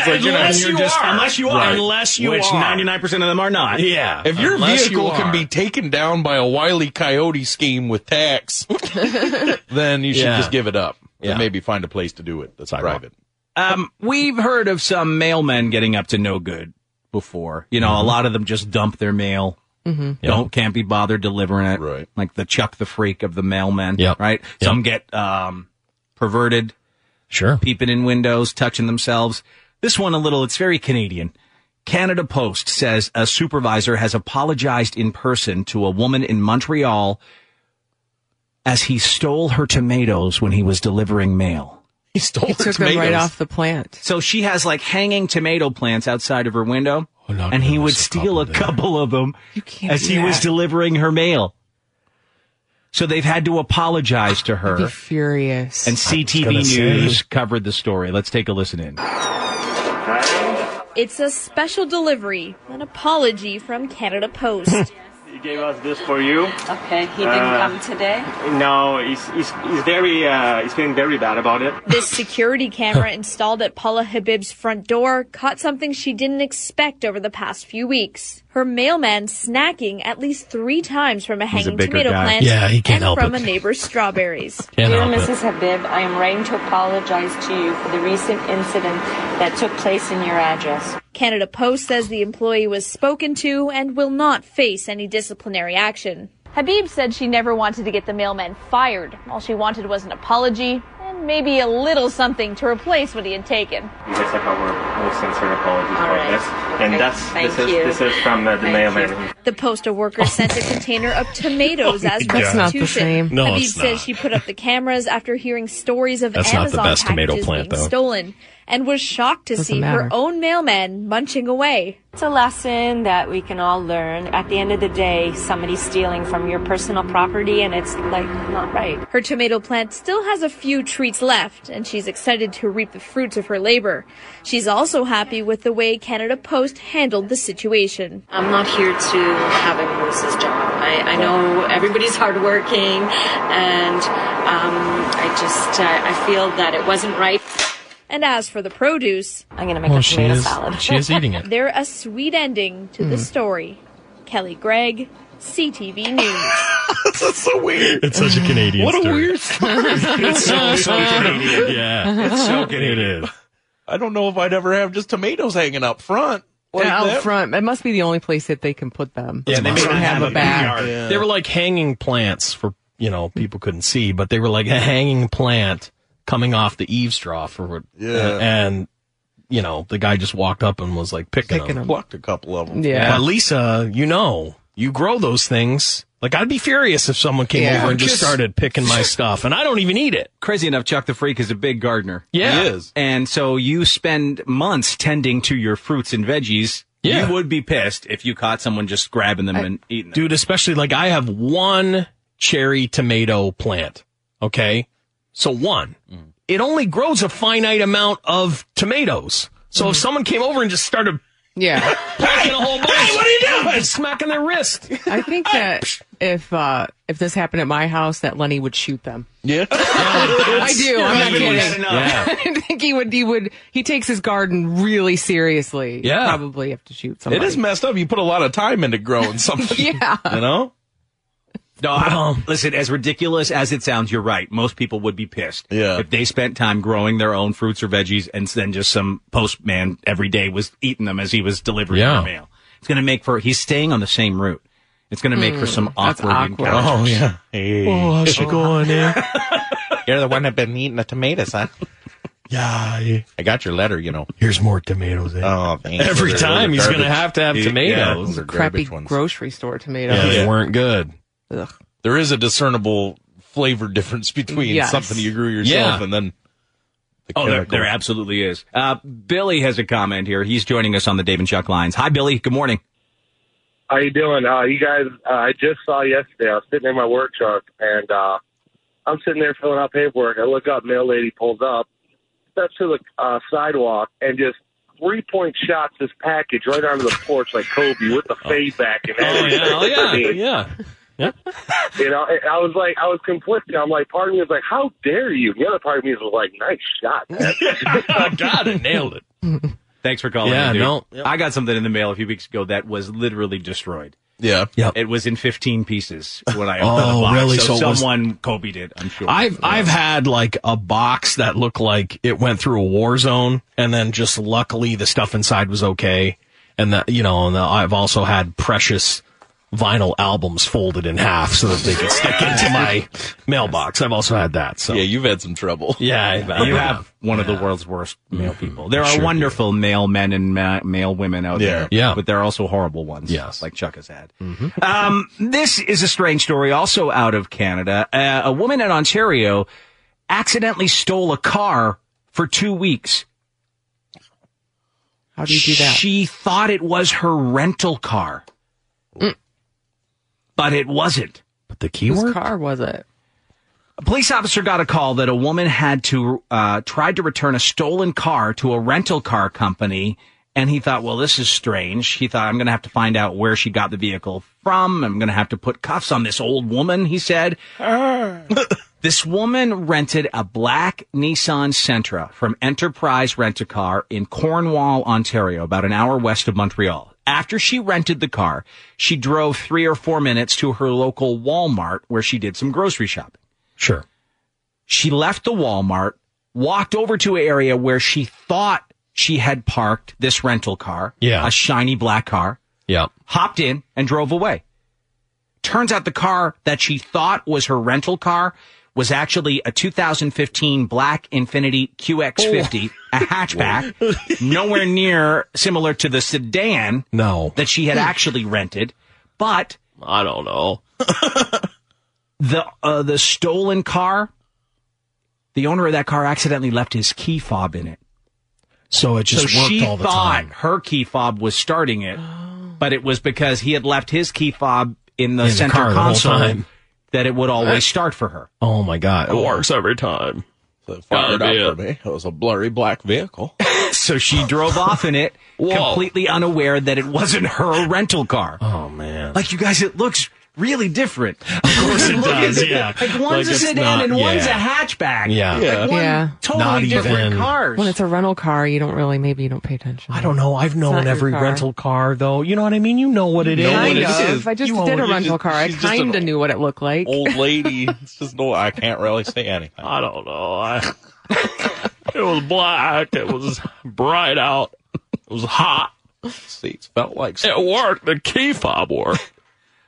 unless you are.
unless you are,
Right.
unless you
Which
are, ninety nine percent of them are not.
Yeah.
If your
Unless you
vehicle can
are.
be taken down by a wily coyote scheme with tax, then you should
Yeah.
just give it up.
Yeah.
And maybe find a place to do it that's private.
Um, we've heard of some mailmen getting up to no good before. You know,
Mm-hmm.
a lot of them just dump their mail.
Mm-hmm.
Don't can't be bothered delivering it. Right. Like the Chuck the Freak of the mailmen. Yeah. Right. Some get um perverted.
Sure.
Peeping in windows, touching themselves. This one a little. It's very Canadian. Canada Post says a supervisor has apologized in person to a woman in Montreal as he stole her tomatoes when he was delivering mail.
He stole
He took them right off the plant.
So she has like hanging tomato plants outside of her window, and he would steal a couple of them
can't
as
do
he was
that.
delivering her mail. So they've had to apologize to
I'd be
her.
furious.
And CTV News covered the story. Let's take a listen in.
It's a special delivery, an apology from Canada Post.
He gave us this for you.
Okay, he didn't
Uh,
come today.
No, he's, he's, he's very, uh, he's feeling very bad about it.
This security camera installed at Paula Habib's front door caught something she didn't expect over the past few weeks. Her mailman snacking at least three times from a
He's a
hanging
bigger
tomato
guy.
plant
Yeah, he can't
and
help
from
it.
a neighbor's strawberries.
Can't
Dear
help it.
Mrs. Habib, I am writing to apologize to you for the recent incident that took place in your address.
Canada Post says the employee was spoken to and will not face any disciplinary action. Habib said she never wanted to get the mailman fired. All she wanted was an apology and maybe a little something to replace what he had taken.
You guys have our most sincere apologies
All
about
right.
this. And
Okay,
that's,
thank
this is,
you.
this is from uh, the
Thank
mailman.
The postal worker sent a container of tomatoes as
God. That's
restitution.
not the same. No,
Habib
it's
says
not.
she put up the cameras after hearing stories of
That's not the
Amazon
best tomato
packages
plant,
being
though.
stolen and was shocked to
Doesn't
see
matter.
her own mailman munching away.
It's a lesson that we can all learn. At the end of the day, somebody's stealing from your personal property and it's like not right.
Her tomato plant still has a few treats left, and she's excited to reap the fruits of her labor. She's also happy with the way Canada Post handled the situation.
I'm not here to have anyone else's job. I, I know everybody's hardworking, and um, I just uh, I feel that it wasn't right.
And as for the produce, I'm going to
make Well, a she tomato is- salad. she is eating it.
They're a sweet ending to the
Hmm.
story. Kelly Gregg, CTV News.
That's so weird. It's such a Canadian
What a
story.
weird story.
It's so- so Canadian. Yeah.
It's so
It
Canadian.
is.
I don't know if I'd ever have just tomatoes hanging up front. Like
Yeah,
that.
out front. It must be the only place that they can put them.
Yeah, they
they
may
don't
not
have,
have
a
a
back.
Yeah.
They were like hanging plants for you know people couldn't see, but they were like a hanging plant coming off the eavesdrop or what.
Yeah.
And, and, you know the guy just walked up and was like picking,
Picking 'em. Plucked a couple of 'em.
Yeah.
Yeah.
But Lisa, you know, you grow those things. Like I'd be furious if someone came
Yeah.
over and just
Just-
started picking my stuff, and I don't even eat it.
Crazy enough, Chuck the Freak is a big gardener.
Yeah. He is.
And so you spend months tending to your fruits and veggies.
Yeah.
You would be pissed if you caught someone just grabbing them and eating them.
Dude, especially like I have one cherry tomato plant. Okay. So one, it only grows a finite amount of tomatoes. So if someone came over and just started
Yeah.
packing a whole bunch, hey, what are you doing? Smacking their wrist.
I think that if uh, if this happened at my house, that Lenny would shoot them.
Yeah.
I do. I'm not kidding.
Yeah.
I think he would. He would. He takes his garden really seriously.
Yeah.
Probably have to shoot somebody.
It is messed up. You put a lot of time into growing something.
Yeah.
You know?
No, I- listen, as ridiculous as it sounds, you're right. Most people would be pissed yeah. if they spent time growing their own fruits or veggies and then just some postman every day was eating them as he was delivering
Yeah.
their mail. It's going to make for, he's staying on the same route. It's going to make for
Mm,
some
that's
awkward,
awkward.
encounters.
Oh, yeah. Oh, how's it going there?
You're the one that been eating the tomatoes, huh?
Yeah.
I got your letter, you know.
Here's more tomatoes.
Oh, thanks.
eh? Every
Those are-
time
those
he's
are
gonna
garbage.
have to have
Yeah,
tomatoes.
those are
Crappy
garbage ones.
grocery store tomatoes.
Yeah, they weren't good.
There is a discernible flavor difference between
Yes.
something you grew yourself
Yeah.
and then. the
Oh, there,
chemical.
there absolutely is. Uh, Billy has a comment here. He's joining us on the Dave and Chuck lines. Hi, Billy. Good morning.
How you doing? Uh, you guys, uh, I just saw yesterday. I was sitting in my work truck, and uh, I'm sitting there filling out paperwork. I look up, mail lady pulls up, steps to the uh, sidewalk, and just three point shots this package right onto the porch like Kobe with the fade back and everything.
Oh, yeah.
I mean,
Yeah.
You know, and I was like, I was conflicted. I'm like, part of me was like, how dare you? The other part of me was like, nice shot. man.
Got it. Nailed it.
Thanks for calling.
Yeah,
in, dude.
no.
I got something in the mail a few weeks ago that was literally destroyed.
Yeah.
Yep. It was in 15 pieces when I opened
Oh,
the box.
really?
So,
So it was-
someone Kobe did, I'm sure.
I've I've had like a box that looked like it went through a war zone, and then just luckily the stuff inside was okay, and that you know, and I've also had precious vinyl albums folded in half so that they could stick into my mailbox. I've also had that. So
Yeah, you've had some trouble.
Yeah, I've had
you
that.
have one of the world's worst male
Mm-hmm.
people. There are
Sure do.
wonderful male men and ma- male women out
Yeah.
there.
Yeah.
But there are also horrible ones. Yes. Like Chuck has had. Um, this is a strange story also out of Canada. Uh, a woman in Ontario accidentally stole a car for two weeks.
How do you do that?
She thought it was her rental car, but it wasn't.
But the key
Mm. Whose car was it?
A police officer got a call that a woman had to uh, tried to return a stolen car to a rental car company, and he thought, "Well, this is strange." He thought, "I'm going to have to find out where she got the vehicle from. I'm going to have to put cuffs on this old woman." He said. This woman rented a black Nissan Sentra from Enterprise Rent a Car in Cornwall, Ontario, about an hour west of Montreal. After she rented the car, she drove three or four minutes to her local Walmart where she did some grocery shopping.
Sure.
She left the Walmart, walked over to an area where she thought she had parked this rental car,
Yeah.
a shiny black car,
Yeah.
hopped in and drove away. Turns out the car that she thought was her rental car was actually a 2015 black Infinity QX50, a hatchback, nowhere near similar to the sedan
no.
that she had actually rented, but
I don't know.
the uh, the stolen car, the owner of that car accidentally left his key fob in it.
So it just
so
worked
she
all the
thought
time.
her key fob was starting it, but it was because he had left his key fob in the
In the
center
car the whole
console
time.
that it would always start for her.
Oh my god. It works every time. God
Fired
damn.
up for me. It was a blurry black vehicle.
so she drove off in it, completely unaware that it wasn't her rental car.
Oh man!
Like you guys, it looks really different. Of
course it
Look at
does,
the-
yeah.
Like one's
Like
a
it's
sedan
not-
and one's
yeah.
a hatchback.
Yeah.
Like one
yeah.
Totally different cars.
When it's a rental car, you don't really, maybe you don't pay attention.
I don't know. I've known
not your
every
car.
rental car, though. You know what I mean? You know what it is.
kind of. If I just
You own
did a
it.
rental car, I
she's just an
kind of knew what it looked like.
Old lady. It's just no. I can't really say anything. I don't know. I,
It was black. It was bright out. It was hot.
Seats felt like
it worked. The key fob worked.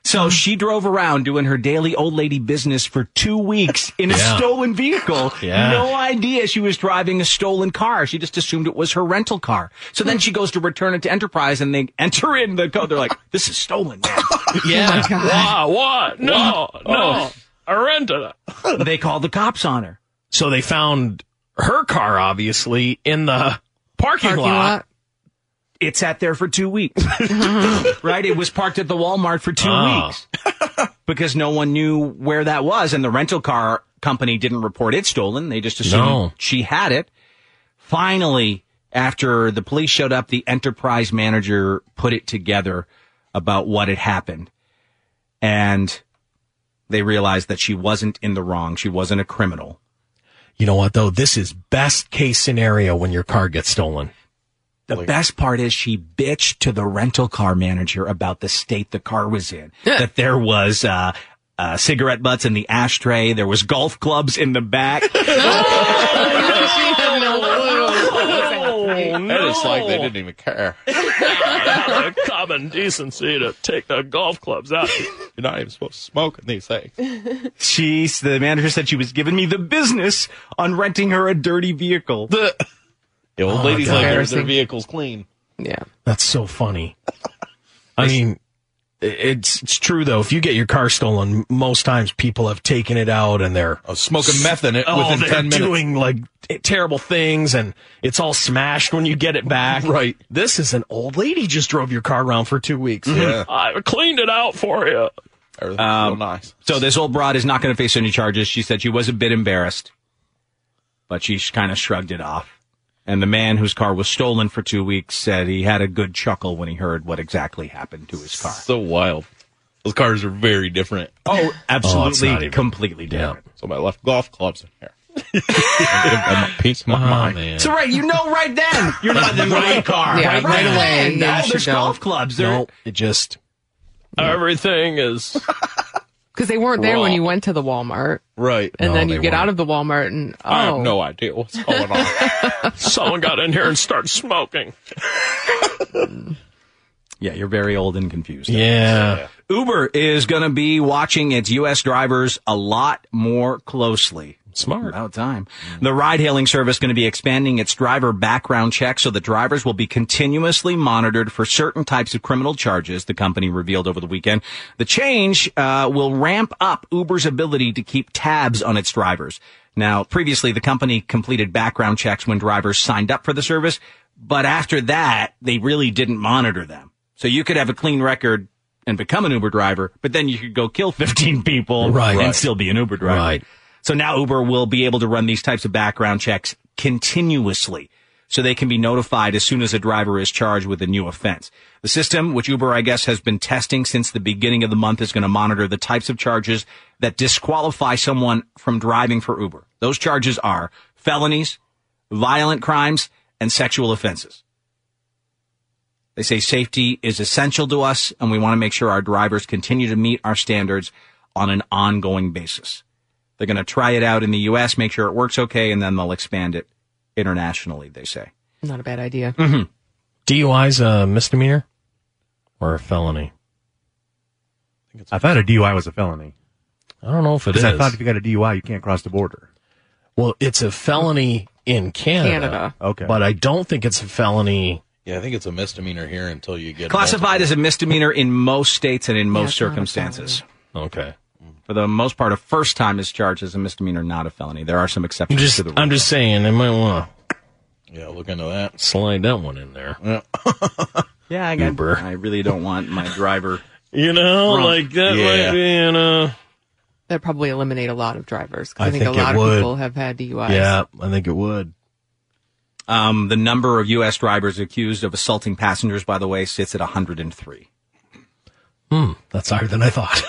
So she drove around doing her daily old lady business for two weeks in a
Yeah.
stolen vehicle.
Yeah.
No idea she was driving a stolen car. She just assumed it was her rental car. So then she goes to return it to Enterprise and they enter in the code. They're like, this is stolen, man. Oh
Yeah. Why? What? No.
What?
Oh.
No. I rented it.
they called the cops on her.
So they found her car, obviously, in the parking,
Parking
lot.
lot. It sat there for two weeks. right? It was parked at the Walmart for two
Oh.
weeks because no one knew where that was. And the rental car company didn't report it stolen. They just assumed
No.
she had it. Finally, after the police showed up, the enterprise manager put it together about what had happened. And they realized that she wasn't in the wrong. She wasn't a criminal.
You know what, though? This is best case scenario when your car gets stolen.
The best part is she bitched to the rental car manager about the state the car was in. that there was uh, uh, cigarette butts in the ashtray. There was golf clubs in the back.
Oh, That is like they didn't even care.
It's a common decency to take the golf clubs out.
You're not even supposed to smoke in these things.
She, the manager said she was giving me the business on renting her a dirty vehicle. The,
old
Oh, ladies God. like their- their Embarrassing.
vehicles clean.
Yeah.
That's so funny. I mean, i- it's it's true though. If you get your car stolen, most times people have taken it out and they're
smoking meth in it
Oh,
within
they're
10 minutes.
doing like t- terrible things, and it's all smashed when you get it back. Right. This is an old lady just drove your car around for two weeks.
I cleaned it out for you.
Um, So this old broad is not going to face any charges. She said she was a bit embarrassed, but she kind of shrugged it off. And the man whose car was stolen for two weeks said he had a good chuckle when he heard what exactly happened to his car.
So wild. Those cars are very different.
Oh, absolutely,
not even-
completely different.
So I left golf clubs in here. Give them a piece of
Oh,
my mind.
So right, you know right then you're not in the right car.
Yeah, right away,
then.
they
No,
should
there's
know.
golf clubs. There,
Nope, it just
Everything is
Because they weren't there when
Wrong.
you went to the Walmart.
Right.
And then you get out of the Walmart and, oh.
I have
no idea what's going on.
Someone got in here and started smoking.
Yeah, you're very old and confused.
Yeah.
Uber is going to be watching its U.S. drivers a lot more closely.
Smart.
About time. The ride hailing service going to be expanding its driver background check so the drivers will be continuously monitored for certain types of criminal charges, the company revealed over the weekend. The change uh, will ramp up Uber's ability to keep tabs on its drivers. Now, previously, the company completed background checks when drivers signed up for the service, but after that, they really didn't monitor them. So you could have a clean record and become an Uber driver, but then you could go kill 15 people
Right.
and still be an Uber driver.
Right.
So now Uber will be able to run these types of background checks continuously so they can be notified as soon as a driver is charged with a new offense. The system, which Uber, I guess, has been testing since the beginning of the month, is going to monitor the types of charges that disqualify someone from driving for Uber. Those charges are felonies, violent crimes, and sexual offenses. They say safety is essential to us, and we want to make sure our drivers continue to meet our standards on an ongoing basis. They're going to try it out in the U.S., make sure it works okay, and then they'll expand it internationally, they say.
Not a bad idea.
Mm-hmm. DUI's a uh, misdemeanor or a felony.
I thought a DUI was a felony.
I don't know if it is.
Because I thought if you got a DUI, you can't cross the border.
Well, it's a felony in Canada.
Canada. Okay.
But I don't think it's a felony.
Yeah, I think it's a misdemeanor here until you get
Classified as a misdemeanor in most states and in most circumstances.
Okay.
For the most part, a first time is charged as a misdemeanor, not a felony. There are some
I'm
exceptions
just,
to the rule.
I'm just saying, I might want
Yeah, look into that.
to slide that one in there.
yeah, I got Uber. I really don't want my driver.
You know, Oh, like that might be in a.
That'd probably eliminate a lot of drivers. 'cause
I
I think,
think
a
it
lot of
would.
people have had DUIs.
Yeah, I think it would.
Um, the number of U.S. drivers accused of assaulting passengers, by the way, sits at 103.
Hmm, that's higher than I thought.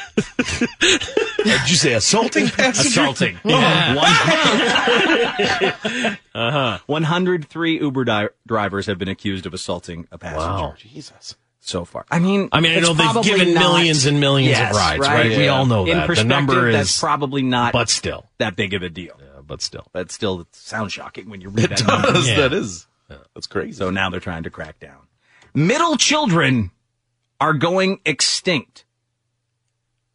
Did you say assaulting passenger?
Assaulting.
Yeah.
Oh, Uh-huh. 103 Uber di- drivers have been accused of assaulting a passenger.
Wow.
Jesus.
So far. I mean,
I mean, I
it's
know they've
probably
given
not-
millions and millions
Yes,
of rides, right? We all know
In
that. The
perspective,
number
that's
is-
probably not
but still.
that big of a deal. Yeah,
but still.
But still, it sounds shocking when you read
It
that. number.
does. That is. That's crazy.
So now they're trying to crack down. Middle children are going extinct.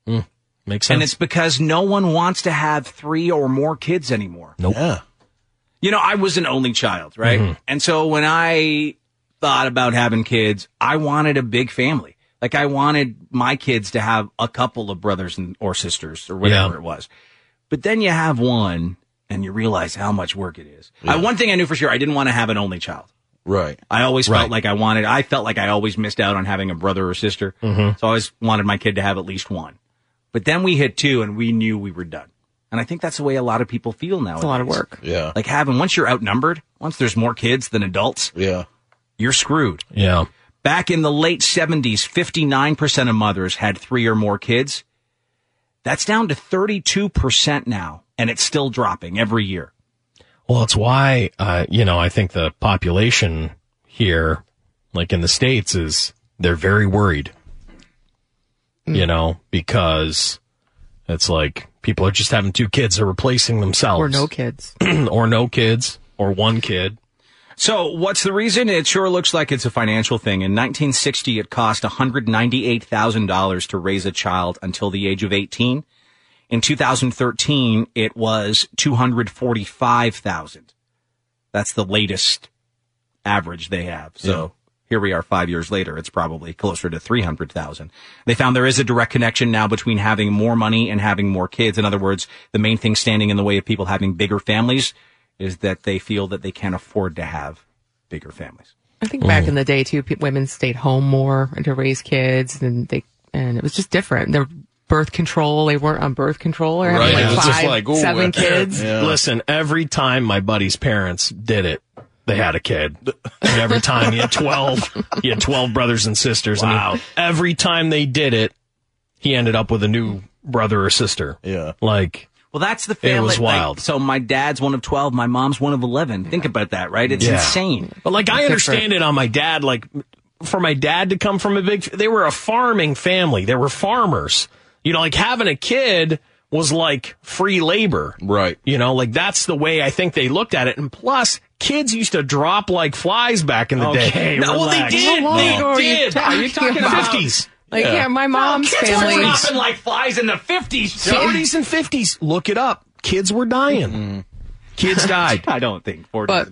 Hmm. Makes
And
sense.
it's because no one wants to have three or more kids anymore.
Nope.
You know, I was an only child, right?
Mhm.
And so when I thought about having kids, I wanted a big family. Like I wanted my kids to have a couple of brothers and or sisters or whatever
Yeah.
it was. But then you have one and you realize how much work it is. I, one thing I knew for sure, I didn't want to have an only child.
Right.
I always
Right.
felt like I wanted, I felt like I always missed out on having a brother or sister.
Mhm.
So I always wanted my kid to have at least one. But then we hit two and we knew we were done. And I think that's the way a lot of people feel now.
It's a lot of work.
Yeah.
Like having, once you're outnumbered, once there's more kids than adults,
yeah.
you're screwed.
Yeah.
Back in the late 70s, 59% of mothers had three or more kids. That's down to 32% now, and it's still dropping every year.
Well, it's why, uh, you know, I think the population here, like in the States, is they're very worried,
Mm.
you know, because it's like people are just having two kids, they're replacing themselves.
Or no kids.
or no kids, or one kid.
So, what's the reason? It sure looks like it's a financial thing. In 1960, it cost $198,000 to raise a child until the age of 18. In 2013, it was 245,000. That's the latest average they have. So, here we are 5 years later, it's probably closer to 300,000. They found there is a direct connection now between having more money and having more kids. In other words, the main thing standing in the way of people having bigger families is that they feel that they can't afford to have bigger families.
I think back in the day too, pe- women stayed home more to raise kids, and they and it was just different. Their birth control, they weren't on birth control, or having like five, seven kids.
Listen, every time my buddy's parents did it, they had a kid. And every time you had 12, you had 12 brothers and sisters. I mean, every time they did it, he ended up with a new brother or sister. Yeah. Like,
Well, that's the family.
It was
like,
wild.
so my dad's one of 12, my mom's one of 11. Think about that, right? It's
Yeah.
insane.
But like, I understand it on my dad. Like, for my dad to come from a big, they were a farming family. They were farmers. You know, like having a kid was like free labor.
Right.
You know, like that's the way I think they looked at it. And plus, kids used to drop like flies back in the
Okay,
day. No, well, they
relax.
did.
How long
They
ago are you
did.
ta- are you talking about?
50s?
Like, yeah, my mom's
kids were
family.
dropping like flies in the 50s. Joe.
40s and 50s. Look it up. Kids were dying. Kids died.
Mm-hmm.
I don't think 40s.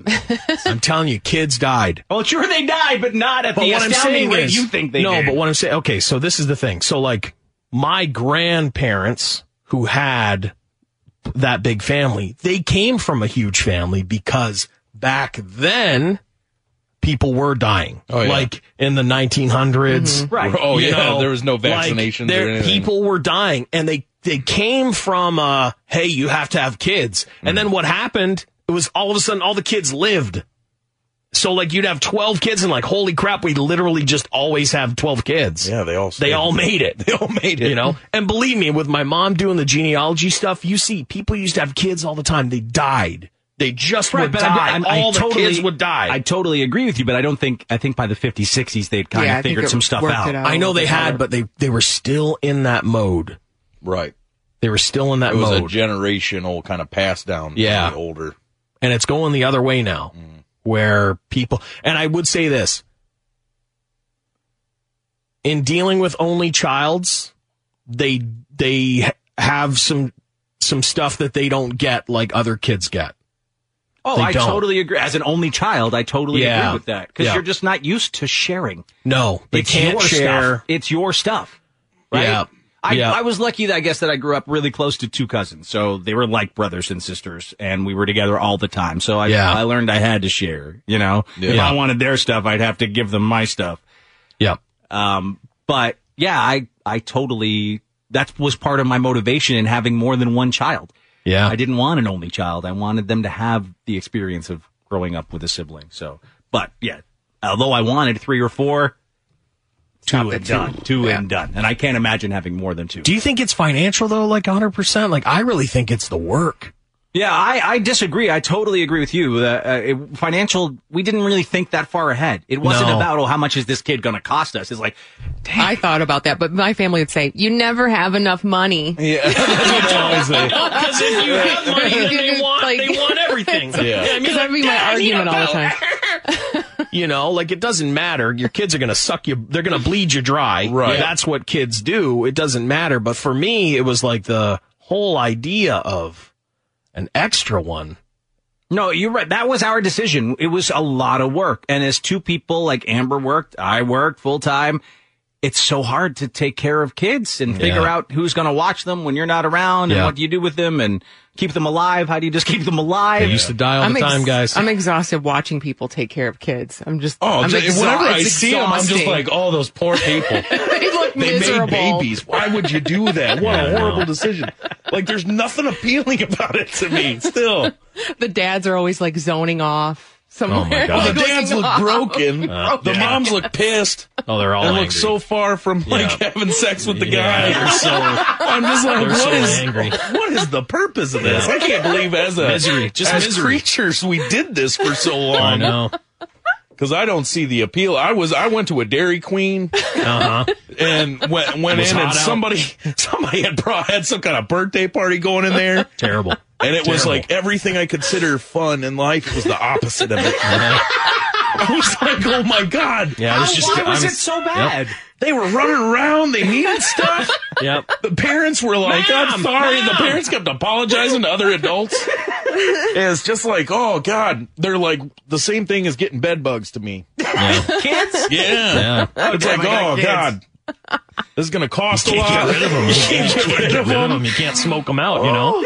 I'm telling you, kids died.
Well, Oh, sure they died, but not at the astounding rate you think they
no.
did.
But what I'm saying, okay, so this is the thing. So like my grandparents who had that big family, they came from a huge family because back then people were dying.
Oh, yeah.
Like in the 1900s,
Mm-hmm.
Mhm. Right. Oh,
You
yeah, there was no
like,
vaccinations or
there-
anything.
People were dying, and they they came from uh, hey, you have to have kids, and
Mm.
then what happened? It was all of a sudden all the kids lived. So like you'd have twelve kids and like holy crap, we literally just always have twelve kids. Yeah, they all they all made it. They all made it. You know, and believe me, with my mom doing the genealogy stuff, you see people used to have kids all the time. They died. They just
Right,
would
but
die.
I, I'm- I
all the
totally,
kids would die.
I totally agree with you, but I don't think I think by the 50s, 60s they'd kind
Yeah, I
of
think
figured
it
some stuff
worked
out.
it out I know a little they bit had, better. but they they were still in that mode.
Right.
They were still in that
it was
mode.
a generational kind of pass down. from
Yeah.
the older.
and it's going the other way now
Mm.
where people and i would say this in dealing with only childs they they have some some stuff that they don't get like other kids get
Oh,
They
I
don't.
totally agree. As an only child, I totally
Yeah.
agree with that because
Yeah.
you're just not used to sharing.
no they
it's
can't
your
share
Stuff. It's your stuff, right?
Yeah.
I,
Yeah.
I was lucky, I guess, that I grew up really close to two cousins, so they were like brothers and sisters, and we were together all the time. So I,
Yeah.
I learned I had to share. You know, if
Yeah.
I wanted their stuff, I'd have to give them my stuff.
Yeah.
Um. But yeah, I, I totally. That was part of my motivation in having more than one child.
Yeah.
I didn't want an only child. I wanted them to have the experience of growing up with a sibling. So, but yeah, although I wanted three or four, Two and done. Two and done. And I can't imagine having more than two.
Do you think it's financial though? Like 100. percent Like I really think it's the work.
Yeah, I, I disagree. I totally agree with you. Uh, uh, it, financial, we didn't really think that far ahead. It wasn't
No.
about, oh, how much is this kid going to cost us? It's like,
I thought about that, but my family would say, "You never have enough money."
Because if you have money, then they want, they want everything.
Yeah.
I mean,
Because that'd be my
"Dad, I need
argument
a
all the
pillow."
time.
you know, like it doesn't matter. Your kids are going to suck you. They're going to bleed you dry. Right. That's what kids do. It doesn't matter. But for me, it was like the whole idea of an extra one.
No, you're right. That was our decision. It was a lot of work. And as two people like Amber worked, I worked full time. It's so hard to take care of kids and figure
Yeah.
out who's going to watch them when you're not around and
Yeah.
what do you do with them and keep them alive. How do you just keep them alive?
They used to die all the time, guys.
I'm exhausted watching people take care of kids. I'm just.
Oh,
I'm
th-
exha-
whenever I
it's
see them, I'm just
exhausting.
like, oh, those poor people.
they look
They
miserable.
made babies. Why would you do that? What
Yeah, I
a
know.
horrible decision. Like, there's nothing appealing about it to me still.
the dads are always like zoning off somewhere.
Well, Oh the
like,
dads
looking
look
off.
broken.
Uh,
the
yeah.
moms look pissed.
Oh, they're all
They
angry.
look so far from like having sex with the
Yeah,
guy.
they're so-
I'm just like,
they're
what is
so angry.
What is the purpose of this?
Yeah.
I can't believe as a
Misery, just
as
misery.
creatures we did this for so long.
I know.
Because I don't see the appeal. I was I went to a Dairy Queen,
uh-huh.
and went went
It was
in, and
hot out.
somebody somebody had brought had some kind of birthday party going in there.
Terrible.
And it was
Terrible.
like everything I consider fun in life was the opposite of it. I was like, oh my god!
Yeah, I was How- just- why I was was- it so bad? Yep.
They were running around. They needed stuff.
Yep.
The parents were like, I'm
Mom,
sorry. The
Mom.
parents kept apologizing to other adults. it's just like, oh god, they're like the same thing as getting bed bugs to me.
Kids?
Yeah.
Oh,
It's like,
damn, I got
oh,
kids.
God. This is going to cost
You
a
can't
lot.
get rid of 'em.
You can't
You
get rid of them. Oh.
You can't smoke them out, you know?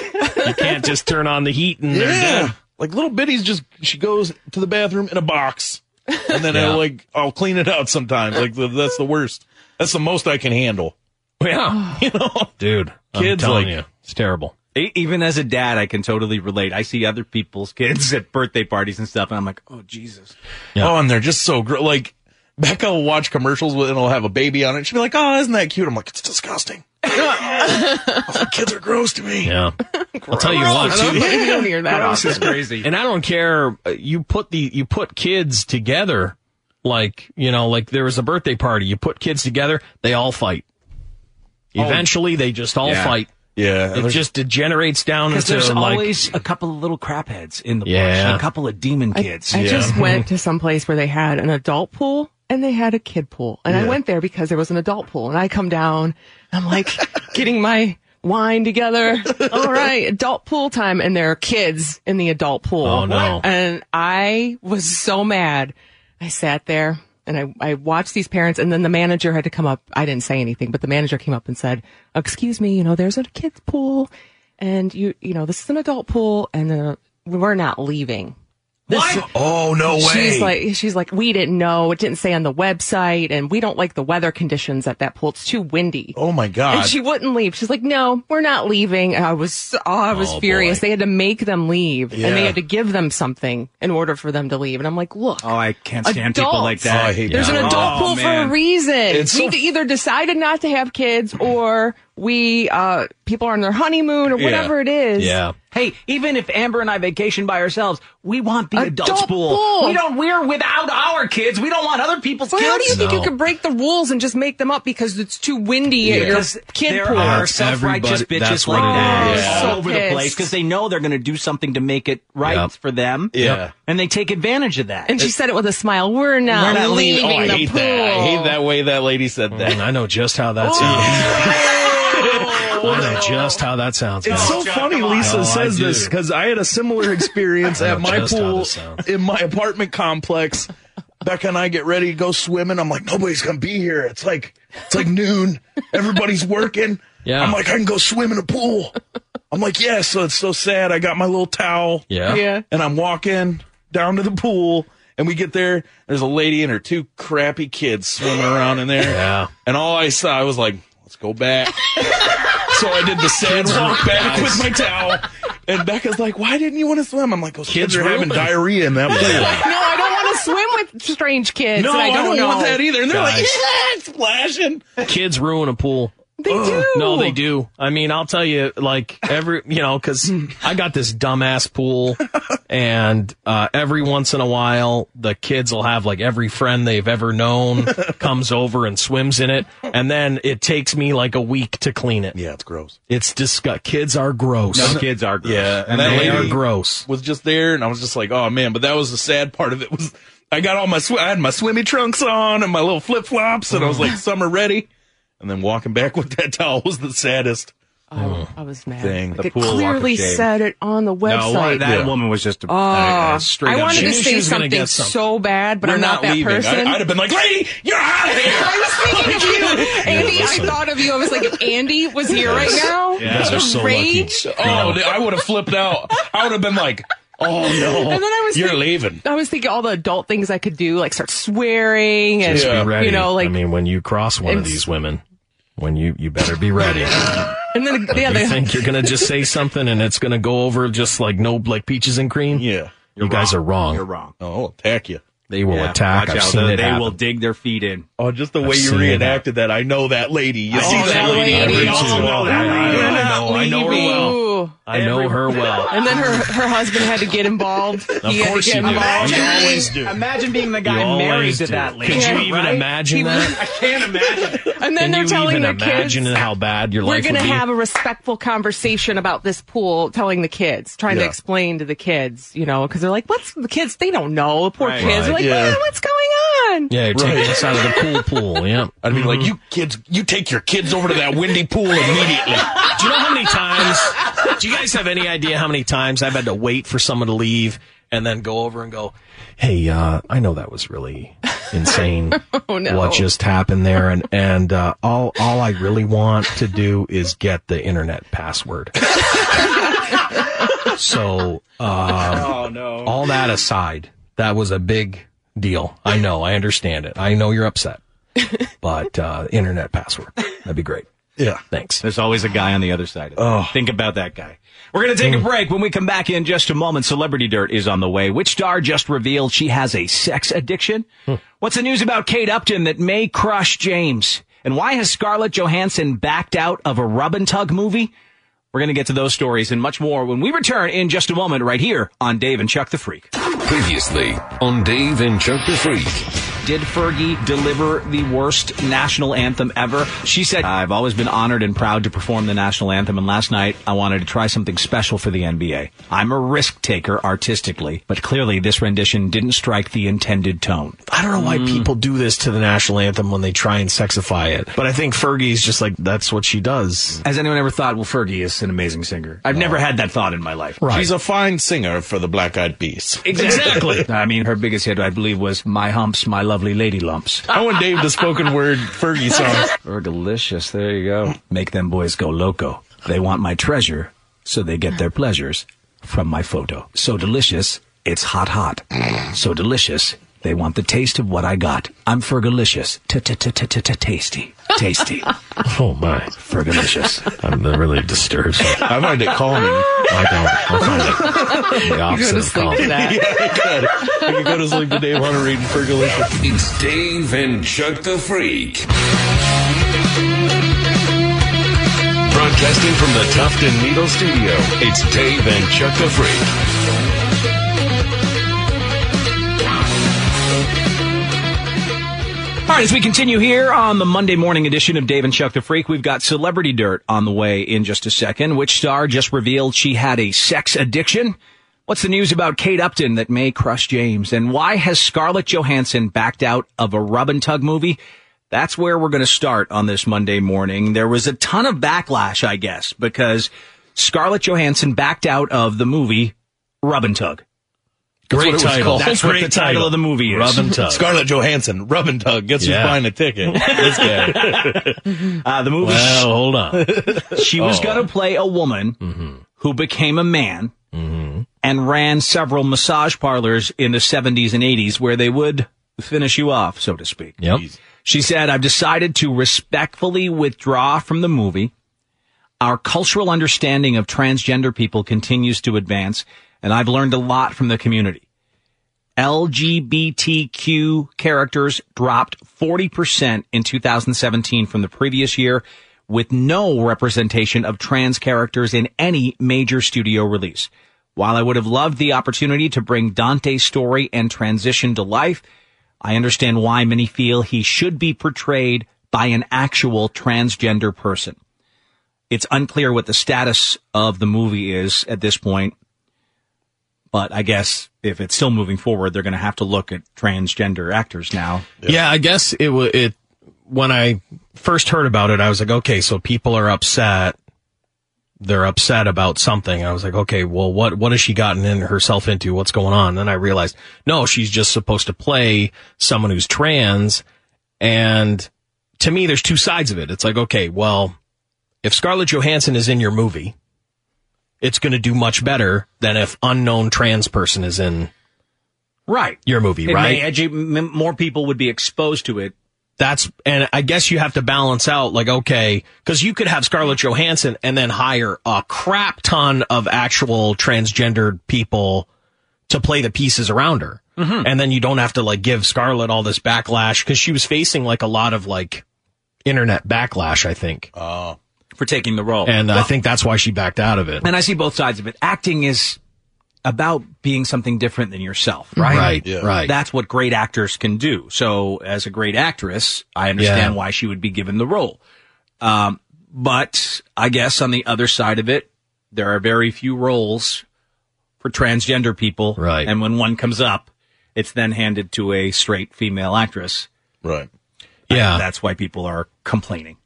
You can't just turn on the heat and they're
Yeah.
dead.
Like little Biddy's just, she goes to the bathroom in a box. And then
Yeah.
I like, I'll clean it out sometimes. Like the, that's the worst. That's the most I can handle.
Yeah.
You know?
Dude, I'm
Kids
telling
like-
you, it's terrible.
E- Even as a dad, I can totally relate. I see other people's kids at birthday parties and stuff, and I'm like, oh, Jesus.
Oh, and they're just so gr- like Becca will watch commercials with, and it'll have a baby on it. She'll be like, "Oh, isn't that cute?" I'm like, "It's disgusting." oh, kids are gross to me.
Yeah. I'll tell you what.
Gross. I don't
too.
believe you don't hear that
Gross
often. crazy.
And I don't care. uh, You put the you put kids together, like you know, like there was a birthday party. You put kids together, they all fight.
Oh.
Eventually, they just all
Yeah.
fight.
Yeah,
it
there's-
just degenerates down
Because
into
there's
like
always a couple of little crap heads in the
Yeah.
bush, and a couple of demon
I,
kids.
I just went to some place where they had an adult pool and they had a kid pool. And I
Yeah.
went there because there was an adult pool. And I come down, I'm like getting my wine together. All right, adult pool time. And there are kids in the adult pool.
Oh, no.
And I was so mad. I sat there and I, I watched these parents and then the manager had to come up. I didn't say anything, but the manager came up and said, excuse me, you know, there's a kid's pool and you, you know, this is an adult pool and uh, we're not leaving.
What? Oh no way!
She's like, she's like, we didn't know. It didn't say on the website, and we don't like the weather conditions at that pool. It's too windy.
Oh my god!
And she wouldn't leave. She's like, no, we're not leaving. And I was, oh, I was
Oh,
furious.
boy.
They had to make them leave, and they
Yeah.
had to give them something in order for them to leave. And I'm like, look,
Oh, I can't stand people like
Adults.
that.
Oh, I hate There's an adult pool for a reason.
It's
we
so-
either decided not to have kids, or we, uh, people are on their honeymoon, or whatever it is.
Hey, even if Amber and I vacation by ourselves, we want the adult,
Adult
pool.
pool.
We don't. We're without our kids. We don't want other people's
Well,
kids.
how do you think you could break the rules and just make them up because it's too windy at your
Because
kid
there
pool?
are self-righteous
everybody- that's
bitches
what
like
it
that
is.
all
Yeah.
over
So
the place
pissed.
because they know they're going to do something to make it right
Yep.
for them.
Yeah.
and they take advantage of that.
And she said it with a smile. We're not,
We're not leaving-
leaving
oh, I
the
hate
pool.
that.
I hate that way that lady said that.
Mm, I know just how
Oh.
that sounds. I know just how that sounds.
It's
man.
so funny Lisa
No, I
says
do.
this because I had a similar experience
I know
at my
just how
pool
this sounds.
in my apartment complex. Becca and I get ready to go swimming. I'm like, nobody's gonna be here. It's like it's like noon. Everybody's working.
Yeah.
I'm like, I can go swim in a pool. I'm like, yeah. So it's so sad. I got my little towel.
Yeah. Yeah.
And I'm walking down to the pool, and we get there. There's a lady and her two crappy kids swimming around in there.
Yeah.
And all I saw, I was like, let's go back. So I did the sad
Kids
walk
ruin
back
lives.
with my towel. And Becca's like, why didn't you want to swim? I'm like, those kids,
Kids
are
ruin.
having diarrhea in that pool.
No, I don't want don't swim with strange kids.
No,
and
I
I don't,
don't
know.
want that either. And they're like,
Guys.
"Yeah,
it's splashing.
Kids ruin a pool.
They do.
No, they do. I mean, I'll tell you, like every, you know, because I got this dumbass pool, and uh, every once in a while, the kids will have like every friend they've ever known comes over and swims in it, and then it takes me like a week to clean it.
Yeah, it's gross.
It's disgust. Kids are gross.
No, kids
are
gross. Yeah,
and
that
they are
lady
gross.
Was just there, and I was just like, oh man. But that was the sad part of it was I got all my sw- I had my swimmy trunks on and my little flip flops, and I was like summer ready. And then walking back with that towel was the saddest.
Oh, I was mad.
Thing.
Like, it clearly said it on the website.
why- that Yeah. woman
was just
Oh, I wanted to say something so bad, but
We're
I'm not,
not
that
leaving.
person.
I- I'd have been like, lady, you're out of here.
I was thinking of you, Andy.
Yeah,
I
listen.
thought of you. I was like, if Andy was here right now, the rage.
Oh, dude, I would have flipped out. I would have been like, oh no,
And then I was
you're
think-
leaving.
I was thinking all the adult things I could do, like start swearing and
Just be ready.
you know, like,
I mean, when you cross one of
It's-
these women, when you you better be ready.
and then yeah,
you
they,
think you're gonna just say something and it's gonna go over just like no like peaches and cream?
Yeah,
you guys are wrong. You're
wrong.
Oh, I'll attack you.
They will attack.
Watch
I've
out.
seen
they
it
they
happen.
will dig their feet in.
Oh, just the
I've
way
seen
you
that.
reenacted that. I know that lady. You
Oh,
see that lady. every once in a while. I know, I know her well.
Ooh.
I know her well.
And then her her husband had to get involved.
Of course you do.
involved.
You always do.
Imagine being the
You
guy
always
married to
do.
that lady.
Could you even
right?
imagine
He
that?
was- I can't imagine.
And then
Can
they're
you
telling
even
the kids,
imagine how bad your
we're
life
gonna
would be?
have a respectful conversation about this pool, telling the kids, trying to
Yeah.
explain to the kids, you know, because they're like, what's the kids? They don't know. The poor
Right.
kids are
Right,
like,
yeah.
"What- what's going on?
yeah, you're
Right.
taking us out of the pool pool. Yeah, Mm-hmm.
I mean, like you kids, you take your kids over to that windy pool immediately.
Do you know how many times? Do you guys have any idea how many times I've had to wait for someone to leave and then go over and go, "Hey, uh, I know that was really insane.
Oh, no.
What just happened there? And and uh, all all I really want to do is get the internet password." so, um,
Oh, no.
all that aside, that was a big deal. I know, I understand it. I know you're upset, but uh, internet password that'd be great.
Yeah.
Thanks.
There's always a guy on the other side of it. Think about that guy. We're going to take a break. When we come back in just a moment, Celebrity Dirt is on the way. Which star just revealed she has a sex addiction? What's the news about Kate Upton that may crush James? And why has Scarlett Johansson backed out of a rub and tug movie? We're going to get to those stories and much more when we return in just a moment right here on Dave and Chuck the Freak.
Previously on Dave and Chuck the Freak.
Did Fergie deliver the worst national anthem ever? She said, I've always been honored and proud to perform the national anthem, and last night I wanted to try something special for the NBA. I'm a risk taker artistically, but clearly this rendition didn't strike the intended tone.
I don't know
Hmm.
why people do this to the national anthem when they try and sexify it. But I think Fergie's just like that's what she does.
Has anyone ever thought, well, Fergie is an amazing singer? I've never had that thought in my life.
She's a fine singer for the Black Eyed Peas.
Exactly. I mean, her biggest hit, I believe, was My Humps, My Lovely Lady Lumps.
I want Dave to spoken word Fergie songs.
Fergalicious. There you go. Make them boys go loco. They want my treasure, so they get their pleasures from my photo. So delicious, it's hot, hot. So delicious, they want the taste of what I got. I'm Fergalicious. Tasty. Tasty.
Oh my,
Fergalicious.
I'm really disturbed.
I find it calming.
I don't. The opposite of calm.
I could go to sleep to Dave Hunter reading Fergalicious.
It's Dave and Chuck the Freak. Broadcasting from the Tuft and Needle Studio, it's Dave and Chuck the Freak.
All right, as we continue here on the Monday morning edition of Dave and Chuck the Freak, we've got celebrity dirt on the way in just a second. Which star just revealed she had a sex addiction? What's the news about Kate Upton that may crush James? And why has Scarlett Johansson backed out of a rub and tug movie? That's where we're going to start on this Monday morning. There was a ton of backlash, I guess, because Scarlett Johansson backed out of the movie Rub and Tug. That's what it was called. That's what the title of the movie is.
Scarlett Johansson, Rub and Tug. Guess
Yeah.
who's buying a ticket? This guy.
Uh, the movie.
Well,
hold on.
she was
Oh.
going to play a woman who became a man and ran several massage parlors in the 70s and 80s where they would finish you off, so to speak.
Yep.
She said, I've decided to respectfully withdraw from the movie. Our cultural understanding of transgender people continues to advance, and I've learned a lot from the community. LGBTQ characters dropped 40% in 2017 from the previous year, with no representation of trans characters in any major studio release. While I would have loved the opportunity to bring Dante's story and transition to life, I understand why many feel he should be portrayed by an actual transgender person. It's unclear what the status of the movie is at this point, but I guess if it's still moving forward, they're going to have to look at transgender actors now.
Yeah, I guess it was it when I first heard about it, I was like, okay, so people are upset. They're upset about something. I was like, okay, well, what what has she gotten in herself into? What's going on? Then I realized, no, she's just supposed to play someone who's trans. And to me, there's two sides of it. It's like, okay, well, if Scarlett Johansson is in your movie, it's going to do much better than if unknown trans person is in
Right.
your movie,
It
right?
may edu- m- more people would be exposed to it.
That's and I guess you have to balance out like okay, because you could have Scarlett Johansson and then hire a crap ton of actual transgendered people to play the pieces around her,
Mm-hmm.
and then you don't have to like give Scarlett all this backlash because she was facing like a lot of like internet backlash, I think.
Oh. For taking the role.
And I
Well-
think that's why she backed out of it.
And I see both sides of it. Acting is about being something different than yourself, right?
Right, Yeah. right.
That's what great actors can do. So, as a great actress, I understand
Yeah.
why she would be given the role. Um, but I guess on the other side of it, there are very few roles for transgender people, right? And when one comes up, it's then handed to a straight female actress, right?
Yeah, Hmm.
that's why people are complaining,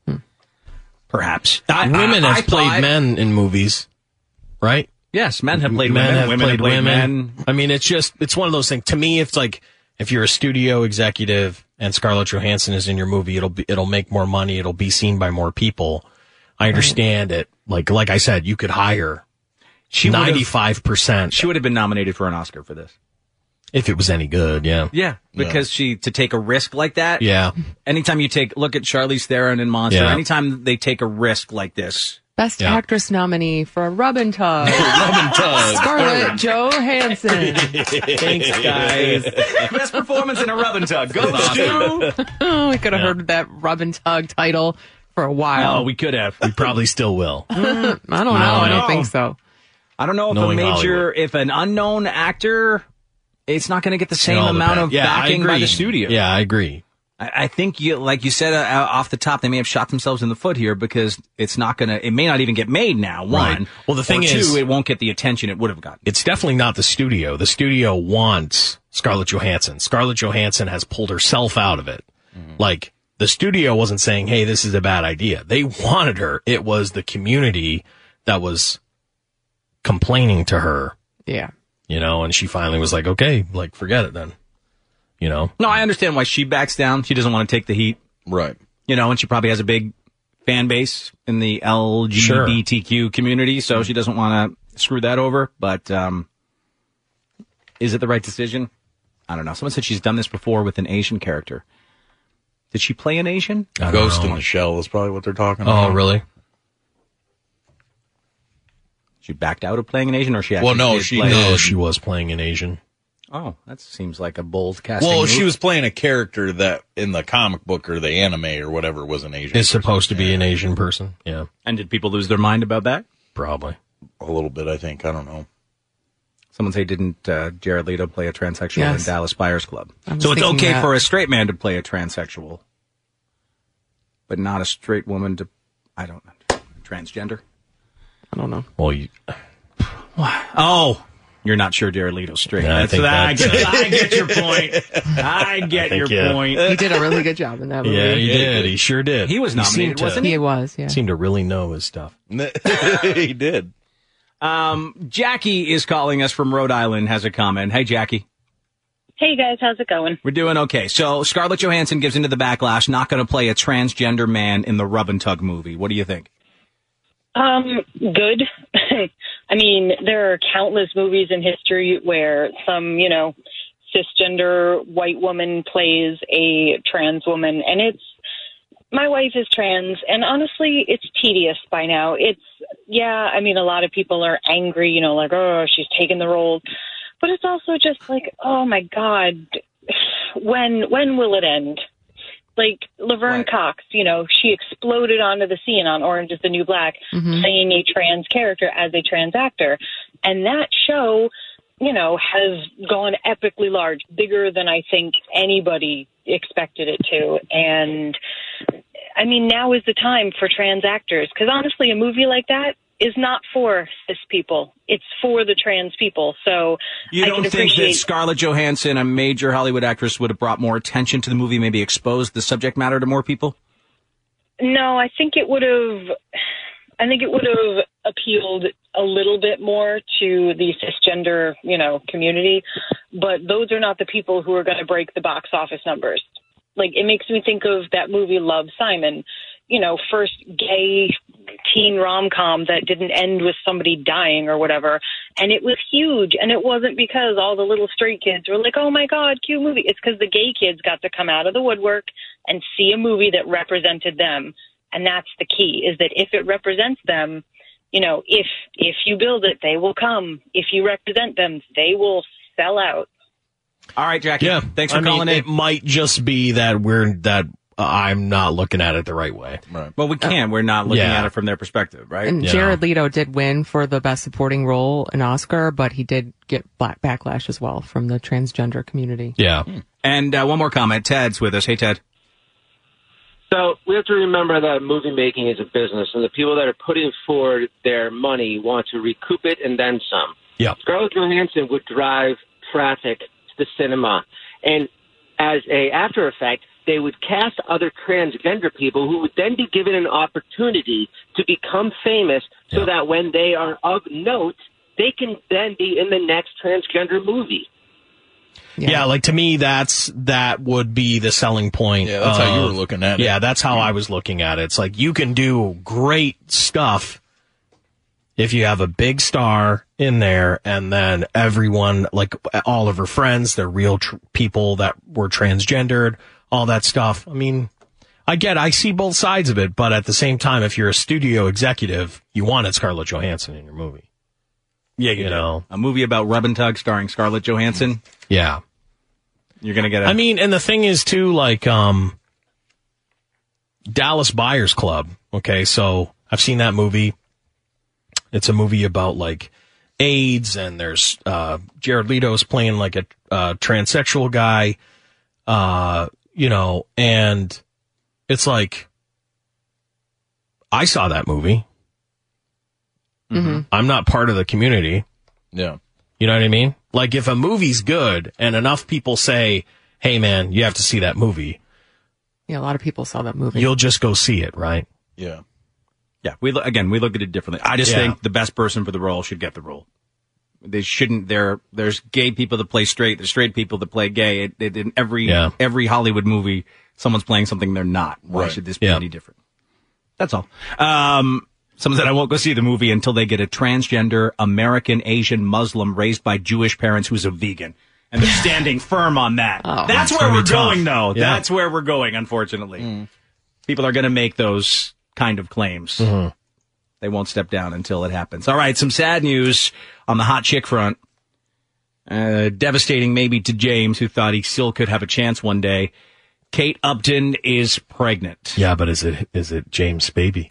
perhaps. I-
Women
I-
have
I
played
thought-
men in movies, right?
Yes, men have played women, women have played men.
I mean, it's just it's one of those things. To me, it's like if you're a studio executive and Scarlett Johansson is in your movie, it'll be it'll make more money. It'll be seen by more people. I understand it. Like like I said, you could hire
She would've-
ninety five percent. She
would have been nominated for an Oscar for this
if it was any good. Yeah,
Yeah, because she to take a risk like that.
Yeah.
Anytime you take look at Charlize Theron and Monster,
Yeah.
anytime they take a risk like this,
Best
Yeah.
actress nominee for a rub and tug. Scarlett Johansson.
Thanks, guys. Best performance in a rub and tug. Go Bobby.
oh, we could have heard that rub and tug title for a while.
Oh, we could have.
We probably still will.
I don't know. I don't think so.
I don't know if
Knowing
a major,
Hollywood.
if an unknown actor, it's not going to get the same
It all
amount
depends.
of
Yeah, I
backing by
agree.
the studio.
Yeah, I agree.
I, I think you, like you said uh, uh, off the top, they may have shot themselves in the foot here because it's not going to. It may not even get made now. One.
Right. Well, the
Or
thing is-
two, it won't get the attention it would have gotten.
It's definitely not the studio. The studio wants Scarlett Johansson. Scarlett Johansson has pulled herself out of it.
Mm-hmm.
Like the studio wasn't saying, "Hey, this is a bad idea." They wanted her. It was the community that was complaining to her.
Yeah.
You know, and she finally was like, "Okay, like forget it then." You know.
No, I understand why she backs down. She doesn't want to take the heat.
Right.
You know, and she probably has a big fan base in the LGBTQ community, so she doesn't want to screw that over. But um, is it the right decision? I don't know. Someone said she's done this before with an Asian character. Did she play an Asian?
Ghost in the Shell is probably what they're talking
Oh,
about.
really?
She backed out of playing an Asian, or she actually
Well, no,
did
she
play-
did.
She was playing an Asian.
Oh, that seems like a bold casting.
Well,
move.
she was playing a character that in the comic book or the anime or whatever was an Asian.
Is supposed to be an Asian person. Yeah.
And did people lose their mind about that?
Probably.
A little bit, I think. I don't know.
Someone say, didn't uh, Jared Leto play a transsexual
Yes.
in Dallas Buyers Club?
I was
So it's
thinking
okay
that.
for a straight man to play a transsexual, but not a straight woman to, I don't know, transgender?
I don't know.
Well, you.
Oh. You're not sure Jared Leto's straight.
No, I
That's-
think
I,
that's-
get, I get your point. I get
think,
your
yeah.
point.
He did a really good job in that movie.
Yeah, he did. He sure did.
He was nominated,
seemed to-
wasn't he? He
was, yeah.
Seemed to really know his stuff.
he did.
Um, Jackie is calling us from Rhode Island, has a comment. Hey, Jackie.
Hey guys, how's it going?
We're doing okay. So Scarlett Johansson gives into the backlash, not going to play a transgender man in the Rub and Tug movie. What do you think?
Um, good. I mean, there are countless movies in history where some, you know, cisgender white woman plays a trans woman and it's my wife is trans and honestly it's tedious by now. It's yeah, I mean a lot of people are angry, you know, like, oh, she's taking the role. But it's also just like, oh my god, when when will it end? Like Laverne Cox, you know, she exploded onto the scene on Orange is the New Black,
Mhm.
playing a trans character as a trans actor, and that show, you know, has gone epically large, bigger than I think anybody expected it to, and I mean, now is the time for trans actors because honestly, a movie like that is not for cis people. It's for the trans people. So
You
I
don't
can
think that
appreciate-
Scarlett Johansson, a major Hollywood actress, would have brought more attention to the movie, maybe exposed the subject matter to more people?
No, I think it would have. I think it would have appealed a little bit more to the cisgender, you know, community, but those are not the people who are going to break the box office numbers. Like it makes me think of that movie Love Simon, you know, first gay teen rom-com that didn't end with somebody dying or whatever, and it was huge and it wasn't because all the little straight kids were like, "Oh my god, cute movie." It's cuz the gay kids got to come out of the woodwork and see a movie that represented them and that's the key is that if it represents them you know if if you build it they will come if you represent them they will sell out
All right, Jackie.
Yeah,
Thanks for
I mean,
calling in.
It might just be that we're that I'm not looking at it the right way.
Right. Well, we can. We're not looking
Yeah.
at it from their perspective, right?
And Jared Leto did win for the best supporting role in Oscar, but he did get black backlash as well from the transgender community.
Yeah.
And uh, one more comment. Ted's with us. Hey, Ted.
So we have to remember that movie making is a business, and the people that are putting forward their money want to recoup it and then some.
Yeah.
Scarlett Johansson would drive traffic to the cinema, and as a after effect, they would cast other transgender people who would then be given an opportunity to become famous, so that when they are of note, they can then be in the next transgender movie.
Yeah. like to me, that's that would be the selling point. Yeah,
that's how you were looking at it.
Yeah, that's how I was looking at it. It's like you can do great stuff if you have a big star in there, and then everyone, like all of her friends, they're real tr- people that were transgendered, all that stuff. I mean, I get, I see both sides of it, but at the same time, if you're a studio executive, you wanted Scarlett Johansson in your movie.
Yeah, you, know. A movie about Rub and Tug starring Scarlett Johansson.
Yeah.
You're going to get a.
I mean, and the thing is too, like, um, Dallas Buyers Club. Okay. So I've seen that movie. It's a movie about like AIDS and there's, uh, Jared Leto's playing like a, uh, transsexual guy, uh, you know, and it's like, I saw that movie.
Mm-hmm.
I'm not part of the community.
Yeah.
You know what I mean? Like if a movie's good and enough people say, "Hey man, you have to see that movie."
Yeah, a lot of people saw that movie.
You'll just go see it, right?
Yeah.
Yeah, we lo- again we look at it differently. I just
Yeah.
think the best person for the role should get the role. They shouldn't. There, there's gay people that play straight. There's straight people that play gay. It, it, in every
Yeah.
every Hollywood movie, someone's playing something they're not. Why
Right.
should this be
Yeah.
any different? That's all. Um, someone said I won't go see the movie until they get a transgender American Asian Muslim raised by Jewish parents who's a vegan, and they're standing firm on that. that's,
that's
where
gonna
we're
be tough.
going, though.
Yeah.
That's where we're going. Unfortunately, people are going to make those kind of claims.
Mm-hmm.
They won't step down until it happens. All right, some sad news on the hot chick front. Uh, devastating maybe to James, who thought he still could have a chance one day. Kate Upton is pregnant.
Yeah, but is it is it James' baby?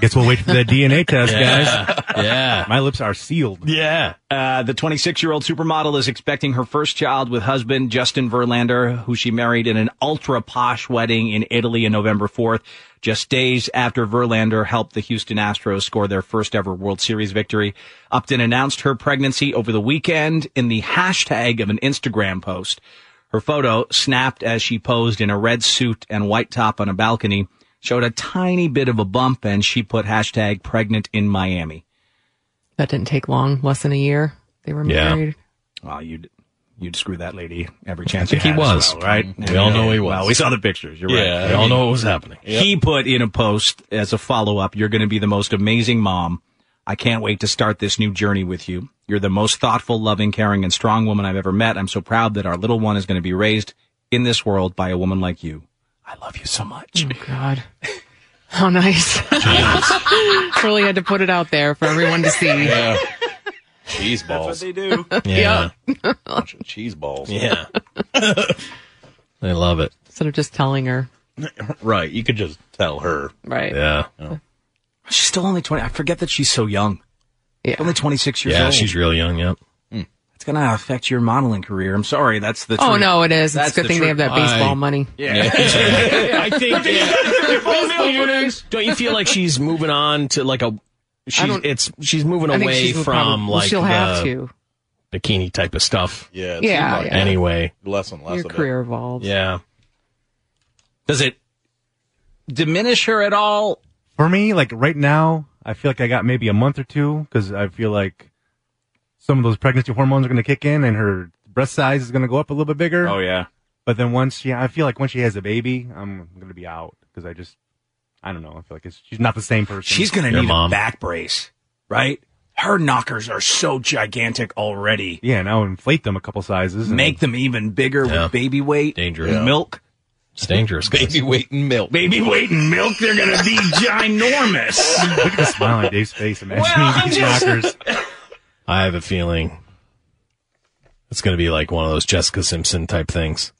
Guess we'll wait for that DNA test,
Yeah.
guys.
Yeah.
My lips are sealed.
Yeah.
Uh, the 26 year old supermodel is expecting her first child with husband Justin Verlander, who she married in an ultra posh wedding in Italy on November 4th, just days after Verlander helped the Houston Astros score their first ever World Series victory. Upton announced her pregnancy over the weekend in the hashtag of an Instagram post. Her photo, snapped as she posed in a red suit and white top on a balcony, showed a tiny bit of a bump and she put hashtag pregnant in Miami.
That didn't take long, less than a year. They were
Yeah.
married.
Well, you'd you'd screw that lady every chance.
I think
you
he
had as
was.
well, right.
We all know he was.
Well, we saw the pictures. You're
Yeah,
right.
we all know what was happening.
He put in a post as a follow up. You're going to be the most amazing mom. I can't wait to start this new journey with you. You're the most thoughtful, loving, caring, and strong woman I've ever met. I'm so proud that our little one is going to be raised in this world by a woman like you. I love you so much.
Oh, God. How nice. really had to put it out there for everyone to see.
Cheese balls.
they do.
Yeah. Bunch of cheese balls.
Yeah. I love it.
Instead of just telling her.
Right. You could just tell her.
Right.
Yeah.
She's still only 20. I forget that she's so young. Only 26 years
yeah,
old. Hmm.
she's real young. Yep.
It's going to affect your modeling career. I'm sorry. That's the
oh
truth.
no, it is. It's
That's
a good
the
thing they have
truth.
that baseball money.
I think. Yeah. Don't you feel like she's moving on to like a? She's,
don't-
it's she's moving
I think
away
she's
from
probably-
like
she'll have
the
to.
bikini type of stuff.
Yeah.
it Yeah, seemed like yeah.
Anyway,
less and
Your career evolves.
Yeah. Does it
diminish her at all?
For me, like right now, I feel like I got maybe a month or two because I feel like some of those pregnancy hormones are going to kick in and her breast size is going to go up a little bit bigger.
Oh, yeah.
But then once she, I feel like once she has a baby, I'm going to be out because I just, I don't know. I feel like it's, she's not the same person.
She's going to need a back brace, right? Her knockers are so gigantic already.
Yeah, and I'll inflate them a couple sizes. and-
Make them even bigger with baby weight.
Dangerous.
Milk.
It's dangerous.
Baby weight and milk.
Baby weight and milk. They're going to be ginormous.
Look at the smile on Dave's face. Imagine
I'm
these
just-
knockers.
I have a feeling it's going to be like one of those Jessica Simpson type things.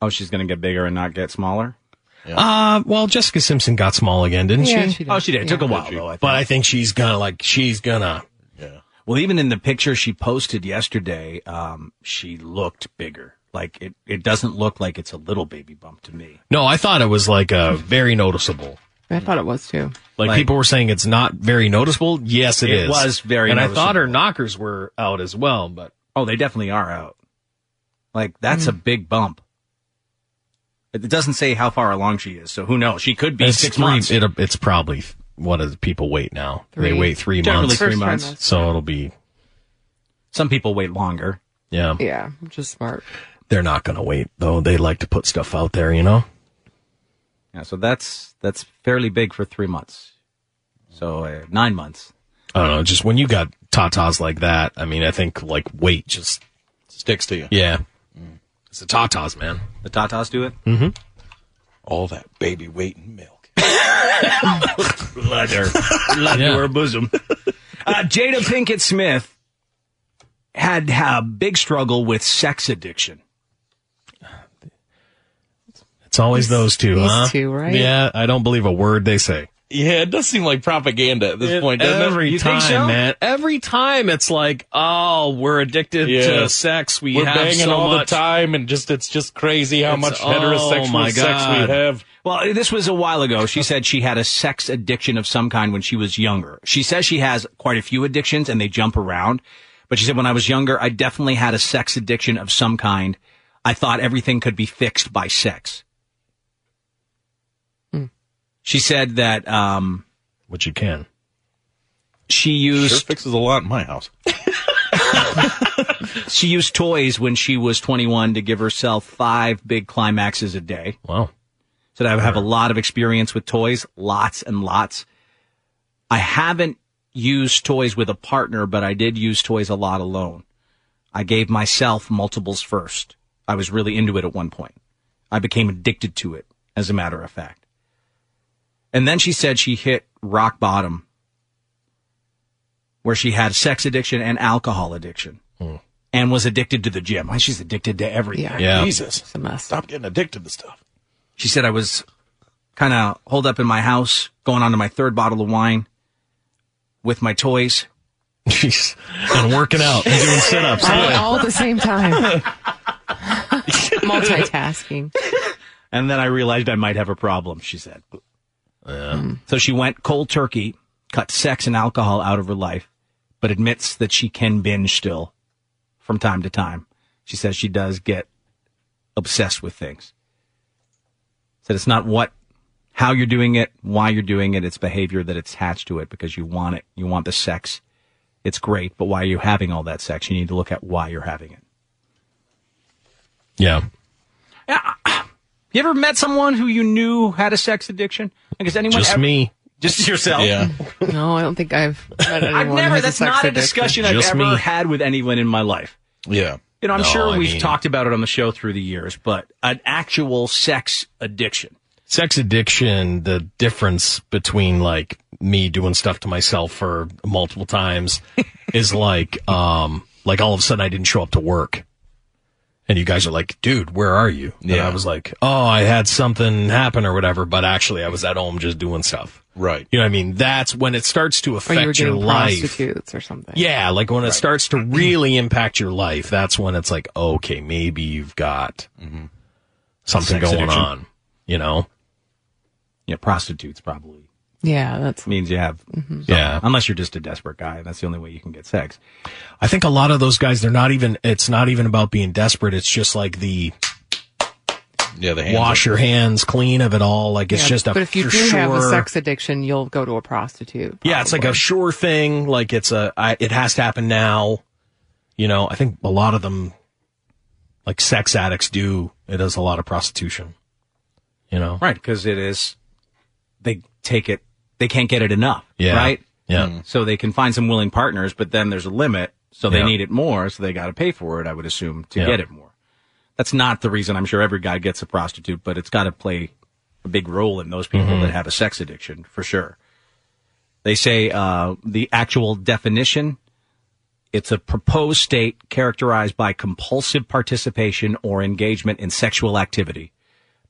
Oh, she's going to get bigger and not get smaller?
Uh, well, Jessica Simpson got small again, didn't
Yeah,
she?
she did. Oh, she did. It took a Yeah. while, though, I think.
but I think she's gonna like she's gonna.
Well, even in the picture she posted yesterday, um, she looked bigger. Like it, it doesn't look like it's a little baby bump to me.
No, I thought it was like a very noticeable.
I thought it was too.
Like,
Like-
people were saying it's not very noticeable. Yes, it
It
is.
was very
And I
noticeable.
thought her knockers were out as well, but Mm.
Oh, they definitely are out. Like that's a big bump. It doesn't say how far along she is, so who knows? She could be
it's
six
three-
months.
It, it's probably th- what is people wait now. They
Three.
wait three
Generally
months.
three First months. trimester.
So it'll be.
Some people wait longer.
Yeah.
Yeah, which is smart.
They're not going to wait though. They like to put stuff out there, you know.
Yeah, so that's that's fairly big for three months. So uh, nine months.
I don't know. Just when you got tatas like that, I mean, I think like weight just
sticks to you.
Yeah. It's the tatas, man.
The tatas do it.
Mm-hmm.
All that baby weight and milk.
Leather. Leather
Yeah.
to her bosom. Uh, Jada Pinkett Smith had a big struggle with sex addiction.
It's always those two,
these
huh?
two, right?
Yeah, I don't believe a word they say.
Yeah, it does seem like propaganda at this point, doesn't
Every
it?
time, man. Every time it's like, oh, we're addicted
Yeah.
to uh, sex. We
We're
have
banging
so
all
much.
the time, and just it's just crazy how
It's-
much
oh,
heterosexual
my
sex we
God.
have.
Well, this was a while ago. She said she had a sex addiction of some kind when she was younger. She says she has quite a few addictions and they jump around. But she said, when I was younger, I definitely had a sex addiction of some kind. I thought everything could be fixed by sex.
Hmm.
She said that, um,
which you can.
She used
sure fixes a lot in my house.
she used toys when she was 21 to give herself five big climaxes a day.
Wow.
So I have a lot of experience with toys, lots and lots. I haven't used toys with a partner, but I did use toys a lot alone. I gave myself multiples first. I was really into it at one point. I became addicted to it, as a matter of fact. And then she said she hit rock bottom where she had sex addiction and alcohol addiction
Hmm.
and was addicted to the gym. Why, She's addicted to everything.
Jesus. Stop getting addicted to stuff.
She said I was kind of holed up in my house, going on to my third bottle of wine with my toys.
Jeez. And working out and doing sit ups.
All, all at the same time. Multitasking.
And then I realized I might have a problem, she said. So she went cold turkey, cut sex and alcohol out of her life, but admits that she can binge still from time to time. She says she does get obsessed with things. Said it's not what, how you're doing it, why you're doing it, it's behavior that it's attached to it because you want it. You want the sex. It's great, but why are you having all that sex? You need to look at why you're having it.
Yeah.
You ever met someone who you knew had a sex addiction? Like, has anyone
Just
ever-
me.
Just yourself. Yeah.
No, I don't think I've met anyone.
I've
who
never.
has
That's
sex
not a
addiction.
discussion I've
Just
ever
me.
had with anyone in my life.
Yeah.
You know, I'm
No,
sure
I
we've
mean-
talked about it on the show through the years, but an actual sex addiction.
sex addiction, the difference between like me doing stuff to myself for multiple times is like, um, like all of a sudden I didn't show up to work. And you guys are like, dude, where are you? And I was like, oh, I had something happen or whatever, but actually I was at home just doing stuff.
Right.
You know what I mean? That's when it starts to
or you were
affect your
doing
life.
prostitutes or something.
Yeah, like when it starts to really impact your life, that's when it's like, okay, maybe you've got something
Sex
going
addiction.
on, you know?
Yeah, prostitutes probably
Yeah, that's Mm-hmm.
means you have.
Yeah.
unless you're just a desperate guy, that's the only way you can get sex.
I think a lot of those guys, they're not even, it's not even about being desperate. It's just like the
yeah, the
wash your hands clean of it all. Like it's
Yeah,
just a
But if you
for
do have a
sure-
sex addiction, you'll go to a prostitute.
Yeah, it's like a sure thing. Like it's a, I, it has to happen now. You know, I think a lot of them, like sex addicts do, it is a lot of prostitution. You know?
Right, because it is. They take it. They can't get it enough.
Yeah.
Right.
Yeah.
So they can find some willing partners, but then there's a limit. So they
Yeah.
need it more. So they got to pay for it. I would assume to
Yeah.
get it more. That's not the reason. I'm sure every guy gets a prostitute, but it's got to play a big role in those people
Mhm.
that have a sex addiction for sure. They say uh, the actual definition it's a proposed state characterized by compulsive participation or engagement in sexual activity,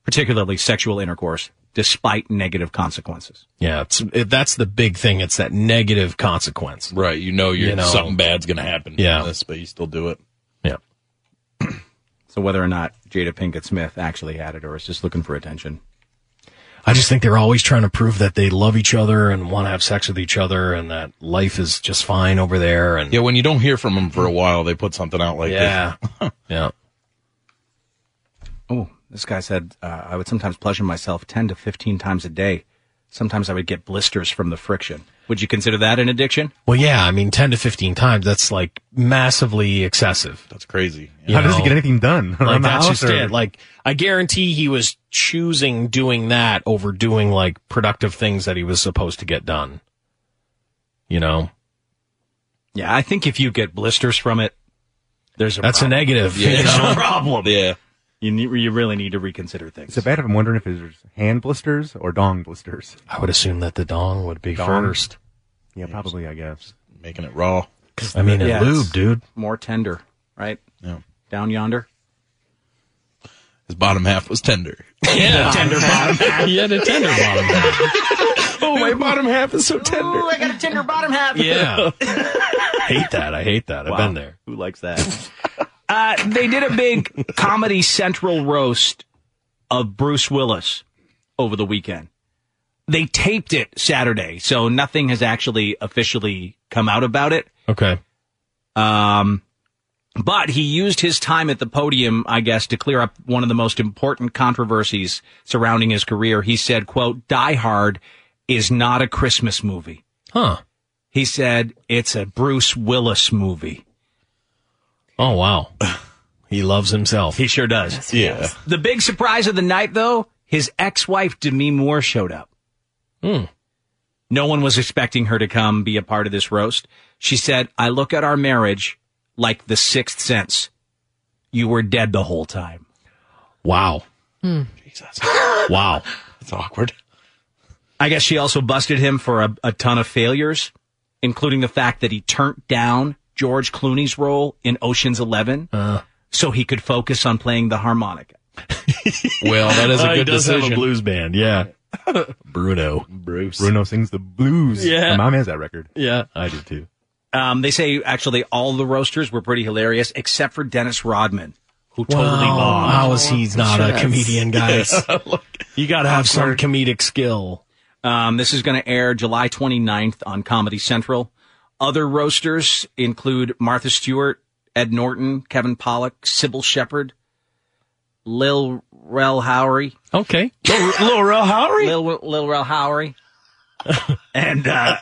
particularly sexual intercourse, despite negative consequences.
Yeah, it's it, that's the big thing. It's that negative consequence.
Right. You know, you're,
You know.
something bad's going to happen.
Yeah.
This, but you still do it.
So whether or not Jada Pinkett Smith actually had it or is just looking for attention.
I just think they're always trying to prove that they love each other and want to have sex with each other and that life is just fine over there. And
Yeah, when you don't hear from them for a while, they put something out like
yeah,
this.
yeah.
Oh, this guy said, uh, I would sometimes pleasure myself 10 to 15 times a day. Sometimes I would get blisters from the friction. Would you consider that an addiction?
Well, yeah. I mean, ten to fifteen times—that's like massively excessive.
That's crazy.
How does he get anything done? Around
Like
the
that's
house
just
or-
it. Like I guarantee he was choosing doing that over doing like productive things that he was supposed to get done. You know,
Yeah, I think if you get blisters from it, there's a
That's a
problem.
negative,
Yeah,
you
there's
know?
a problem.
Yeah,
you need, you really need to reconsider things.
Is it bad if I'm wondering if it's hand blisters or dong blisters?
I would assume that the dong would be
Dong?
first.
Yeah, probably. I guess
making it raw.
I mean, it lube, dude.
More tender, right?
Yeah.
Down yonder.
His bottom half was tender.
Yeah, tender bottom.
Um, He had a tender bottom
half. oh, my bottom half is so tender.
Ooh, I got a tender bottom half.
Yeah. hate that. I hate that. I've
Wow.
been there.
Who likes that? uh, they did a big Comedy Central roast of Bruce Willis over the weekend. They taped it Saturday, so nothing has actually officially come out about it.
Okay.
Um, but he used his time at the podium, I guess, to clear up one of the most important controversies surrounding his career. He said, quote, Die Hard is not a Christmas movie.
Huh.
He said, it's a Bruce Willis movie.
Oh, wow. He loves himself.
He sure does.
yeah.
The big surprise of the night, though, his ex-wife Demi Moore showed up. No one was expecting her to come be a part of this roast. She said, "I look at our marriage like the sixth sense. You were dead the whole time."
Wow.
Hmm.
Wow.
That's awkward.
I guess she also busted him for a, a ton of failures, including the fact that he turned down George Clooney's role in Ocean's Eleven
Uh.
so he could focus on playing the harmonica.
Well, that is a
he
good
does have
decision.
a blues band. Yeah. Bruno.
Bruce.
Bruno sings the blues.
Yeah.
my mom has that record.
Yeah, I do too.
Um, they say actually all the roasters were pretty hilarious except for Dennis Rodman, who totally
Wow.
bombed.
How is he not a comedian, guys?
Yeah.
You got to have some comedic skill.
Um, this is going to air July 29th on Comedy Central. Other roasters include Martha Stewart, Ed Norton, Kevin Pollock, Sybil Shepherd, Lil Rel Howery.
Okay.
Lil, Lil Rel Howery? Lil, Lil Rel Howery. and uh,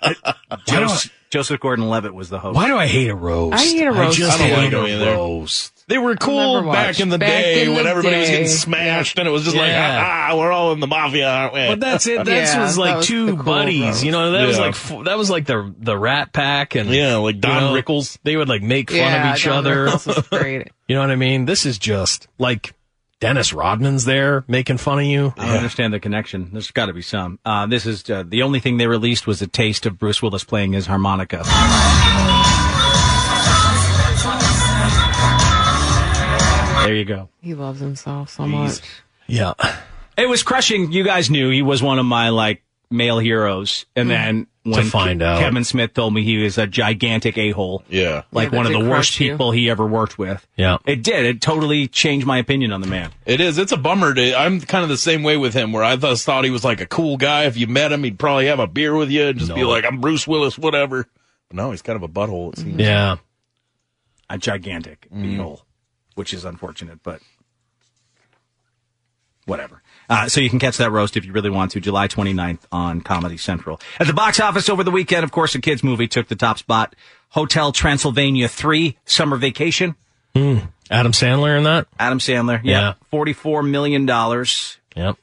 Joseph, Joseph Gordon Levitt was the host.
Why do I hate a roast?
I hate a roast,
I just
too. I don't
hate
like
a
them either.
roast.
They were cool
never
back
watched.
in the
Back
day
in
when
the
everybody was
day.
getting smashed and it was just like,
Yeah.
ah, ah, we're all in the mafia, aren't we?
But that's it. That was like two buddies. You know, that was
Yeah.
like f- that was like the the Rat Pack and
Yeah, like Don
Rickles. They would like make fun
Yeah,
of each
Don
other.
Rickles was great.
you know what I mean? This is just like Dennis Rodman's there making fun of you.
I don't understand the connection. There's got to be some. Uh, this is uh, the only thing they released was a taste of Bruce Willis playing his harmonica. There you go.
He loves himself so
Jeez.
much.
Yeah.
It was crushing. You guys knew he was one of my like male heroes, and
Mm.
then
To
when
find
Ke-
out.
Kevin Smith told me he was a gigantic a hole.
Yeah,
like
Yeah,
one of
that
the
did
worst
crush you.
people he ever worked with.
Yeah.
It did. It totally changed my opinion on the man.
It is. It's a bummer. To, I'm kind of the same way with him, where I just thought he was like a cool guy. If you met him, he'd probably have a beer with you and just be like, "I'm Bruce Willis," whatever. But no, he's kind of a butthole. It seems. Mm.
Yeah.
A gigantic beetle, which is unfortunate, but whatever. Uh, so you can catch that roast if you really want to, July 29th on Comedy Central. At the box office over the weekend, of course, a kids movie took the top spot. Hotel Transylvania 3, Summer Vacation.
Hmm. Adam Sandler in that?
Adam Sandler. Yeah.
Yeah.
$44 million. Yep.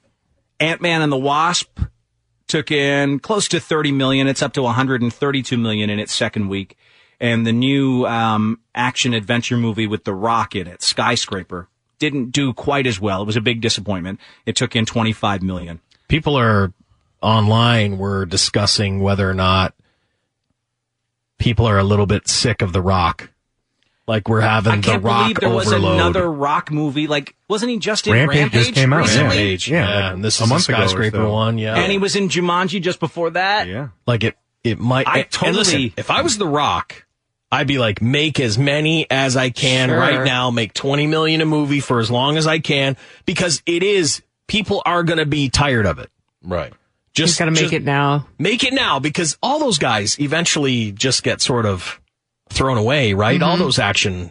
Ant-Man and the Wasp took in close to 30 million. It's up to 132 million in its second week. And the new um, action adventure movie with The Rock in it, Skyscraper, didn't do quite as well. It was a big disappointment. It took in 25 million.
People are online were discussing whether or not people are a little bit sick of The Rock. Like we're having
I
The
can't
Rock
believe there was
overload.
another Rock movie. Like, wasn't he just in
Rampage
Rampage?
just came out, yeah.
recently?
Rampage, yeah, Yeah, like and this a is the month ago or skyscraper so. one, yeah.
And he was in Jumanji just before that.
Yeah.
Like it, it might.
I
and- and listen,
totally-
if I was The Rock, I'd be like, make as many as I can
Sure.
right now. Make twenty million a movie for as long as I can because it is people are going to be tired of it.
Right.
Just
gotta make
just
it now.
Make it now because all those guys eventually just get sort of thrown away, right? All
Mm-hmm.
those action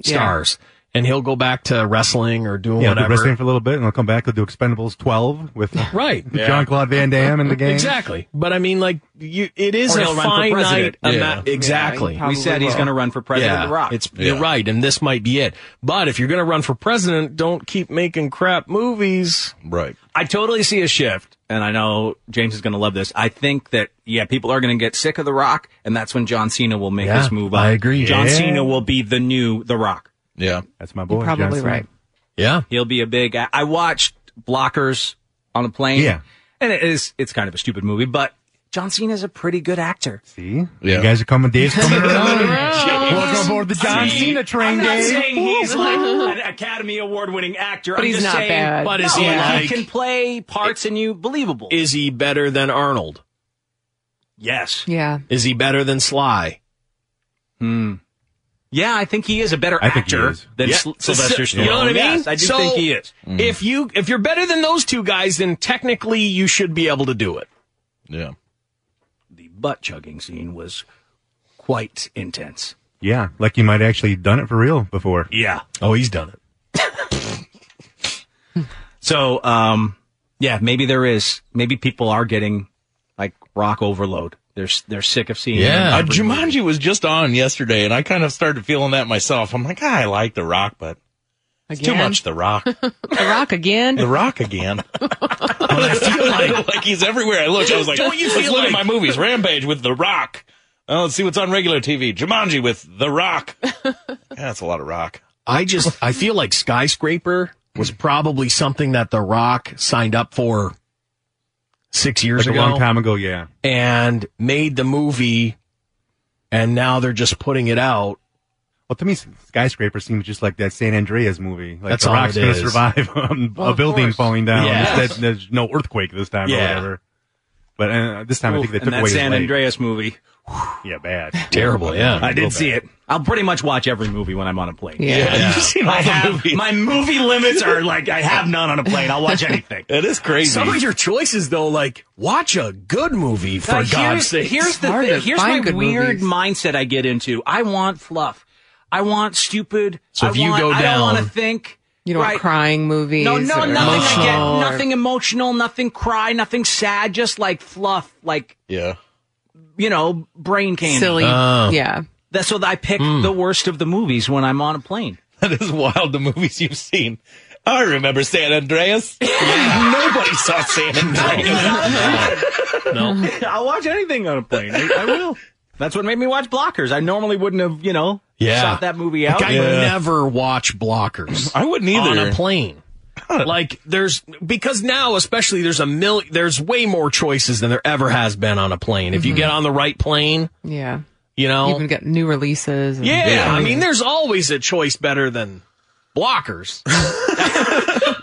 Yeah.
stars. And he'll go back to wrestling or doing
Yeah, do
whatever.
wrestling for a little bit, and I'll come back. I'll do Expendables 12 with uh,
Right. Yeah.
John Claude Van Damme in the game.
Exactly. But I mean, like, you, it is
Or
a
he'll run for
finite
president.
amount.
Yeah.
Exactly.
Yeah, he We said probably he's will. gonna run for president of The Rock.
It's,
Yeah.
You're right. And this might be it. But if you're going to run for president, don't keep making crap movies.
Right.
I totally see a shift, and I know James is going to love this. I think that yeah, people are going to get sick of The Rock, and that's when John Cena will make
Yeah,
this move.
I
up.
agree.
John
Yeah.
Cena will be the new The Rock.
Yeah,
that's my
boy, You're probably John Cena. right.
Yeah,
he'll be a big. I- I watched Blockers on a plane.
Yeah.
and it is it's kind of a stupid movie, but John Cena's a pretty good actor.
See? You guys are coming, Dave's coming around. Welcome aboard the John
See,
Cena train,
I'm not
Dave.
saying he's like an Academy Award winning actor.
But
I'm
he's
just
not
saying,
bad.
But is he
No,
like-
can play parts and you believable?
Is he better than Arnold?
Yes.
Yeah.
Is he better than Sly?
Hmm. Yeah, I think he is a better
I think he
actor
is.
than
Yeah.
Syl- Sylvester
So-
Stallone.
You know what I mean?
Yes, I do
So, Mm.
think he is.
If you if you're better than those two guys, then technically you should be able to do it.
Yeah.
The butt chugging scene was quite intense.
Yeah, like you might actually done it for real before.
Yeah.
Oh, he's done it.
So, um, yeah, maybe there is. Maybe people are getting like rock overload. They're s- they're sick of seeing.
Uh,
him.
Jumanji was just on yesterday, and I kind of started feeling that myself. I'm like, ah, I like The Rock, but it's too
Again?
much The Rock.
The Rock again.
The Rock again. like, he's everywhere I looked. I was like,
Don't you
let's
feel
look at
like-
my movies. Rampage with The Rock. Oh, let's see what's on regular TV. Jumanji with The Rock. Yeah, that's a lot of rock.
I just I feel like skyscraper was probably something that The Rock signed up for six years
Like a
ago,
long time ago, yeah.
and made the movie, and now they're just putting it out.
Well, to me, skyscraper seems just like that San Andreas movie. Like
That's
the
all
rock's
it
gonna
is.
survive um,
Well,
a
of
building
course.
falling down.
Yeah.
Instead, there's no earthquake this time or
Yeah.
whatever. But uh, this time, I think they
Oof,
took
and
away
that
his
San
leg.
Andreas movie.
Yeah, bad.
Terrible, yeah.
I
Real
did see it. I'll pretty much watch every movie when I'm on a plane.
Yeah. Yeah.
You've seen all
I
the
have-
movies.
My movie limits are like I have none on a plane. I'll watch anything.
It is crazy.
Some of your choices, though, like watch a good movie for
Now,
God's sake.
Here's the thing. Here's my weird mindset I get into. I want fluff. I want stupid.
So
I
if you
want-
go
I don't want to
down-
think.
You don't
Right.
want crying movies.
No, no,
or
nothing. I get
emotional or-
nothing emotional, nothing cry, nothing sad. Just like fluff, like
Yeah.
you know, brain candy.
Silly. Oh. Yeah.
That's what I pick the worst of the movies when I'm on a plane.
Hmm. That is wild, the movies you've seen. I remember San Andreas. Nobody saw San Andreas.
No.
I'll watch anything on a plane. I, I will. That's what made me watch Blockers. I normally wouldn't have, you know,
Yeah.
shot that movie out.
Like, I never watch blockers.
I wouldn't either.
On a plane. Like there's because now especially there's a mil there's way more choices than there ever has been on a plane. If
Mm-hmm.
you
Mhm.
get on the right plane,
Yeah.
you know,
Even get new releases. and-
yeah, I mean, there's always a choice better than blockers.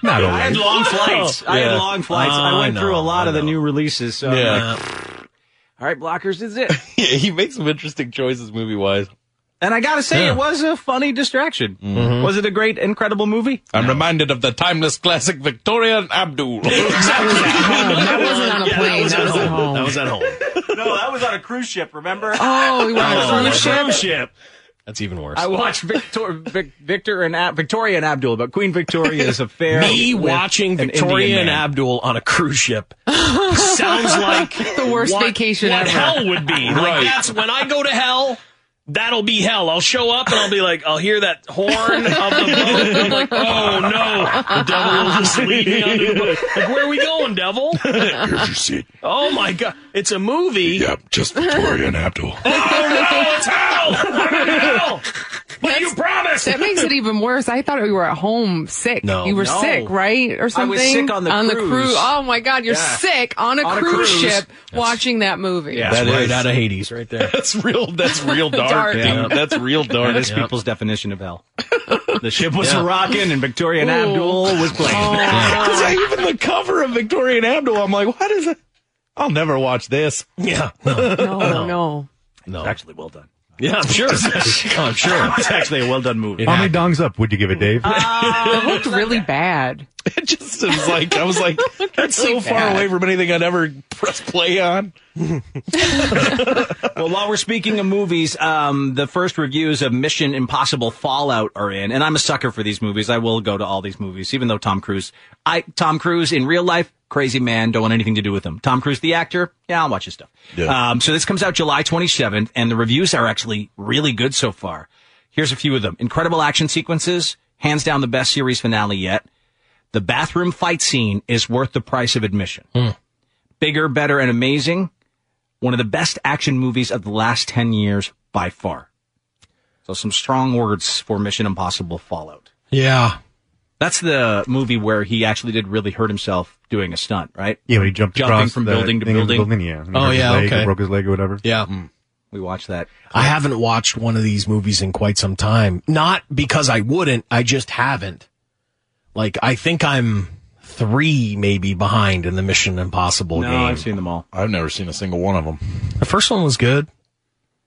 Not
I had long flights. I had long flights.
Oh,
I went through a lot of the new releases. So I'm
Yeah.
like, all right, blockers is it.
yeah, he makes some interesting choices movie wise.
And I gotta say,
Yeah.
it was a funny distraction.
Mm-hmm.
Mhm.
Was it a great, incredible movie?
I'm reminded of the timeless classic Victoria and Abdul.
That wasn't on a plane. That was at home.
That was at home.
No, that was on a cruise ship, remember?
Oh, we were on a
Oh,
cruise ship?
cruise ship. That's even worse.
I watched Victor, Vic, Victor and Ab- Victoria and Abdul, but Queen Victoria is a fair.
Me
with
watching
an
Victoria
Indian
and
man.
Abdul on a cruise ship sounds like
the worst
what-
vacation
what
ever.
hell would be. Like,
Right.
that's when I go to hell. That'll be hell. I'll show up and I'll be like, I'll hear that horn of the boat. I'm like, oh no, the devil will just lead me onto the boat. Like, where are we going, devil?
Here's your seat.
Oh my god, it's a movie. Yep,
just Victoria and Abdul.
But you promised. That makes it even worse. I thought you were at home sick.
No.
you were
No.
sick, right,
I
or
was
something?
sick on the
cruise.
cruise.
Oh my God, you're
Yeah.
sick on a,
On a
cruise,
cruise.
ship watching that movie.
Yeah, that's
That
right
is-
out of Hades, right there.
That's real. That's real dark,
Dark.
dude.
Yeah.
That's real dark.
That is
Yeah.
people's definition of hell. The ship was
Yeah.
rocking, and Victoria and
Ooh.
Abdul was playing.
Oh,
Because even the cover of Victoria and Abdul, I'm like, what is it? I'll never watch this.
Yeah.
no, no.
No.
actually well done.
Yeah, I'm sure. I'm sure.
It's actually a well done movie.
How many dongs up would you give it, Dave?
it looked really bad.
It just was like I was like that's so
really
far
bad.
away from anything I'd ever press play on.
well, while we're speaking of movies, um, the first reviews of Mission Impossible Fallout are in, and I'm a sucker for these movies. I will go to all these movies, even though Tom Cruise, I Tom Cruise in real life, crazy man, don't want anything to do with him. Tom Cruise, the actor, yeah, I'll watch his stuff. Um, so this comes out July 27th, and the reviews are actually really good so far. Here's a few of them: incredible action sequences, hands down the best series finale yet. The bathroom fight scene is worth the price of admission.
Hmm.
Bigger, better, and amazing one of the best action movies of the last 10 years by far. So some strong words for Mission Impossible Fallout.
Yeah.
That's the movie where he actually did really hurt himself doing a stunt, right?
Yeah, but he jumped
jumping
across
from
the
building to
thing in the
building.
building, yeah. And he Oh, hurt his yeah, leg, okay. broke his leg or whatever.
Yeah.
Mm. We watched that.
I haven't watched one of these movies in quite some time. Not because I wouldn't, I just haven't. Like, I think I'm three maybe behind in the Mission Impossible game.
seen them all.
I've never seen a single one of them.
The first one was good.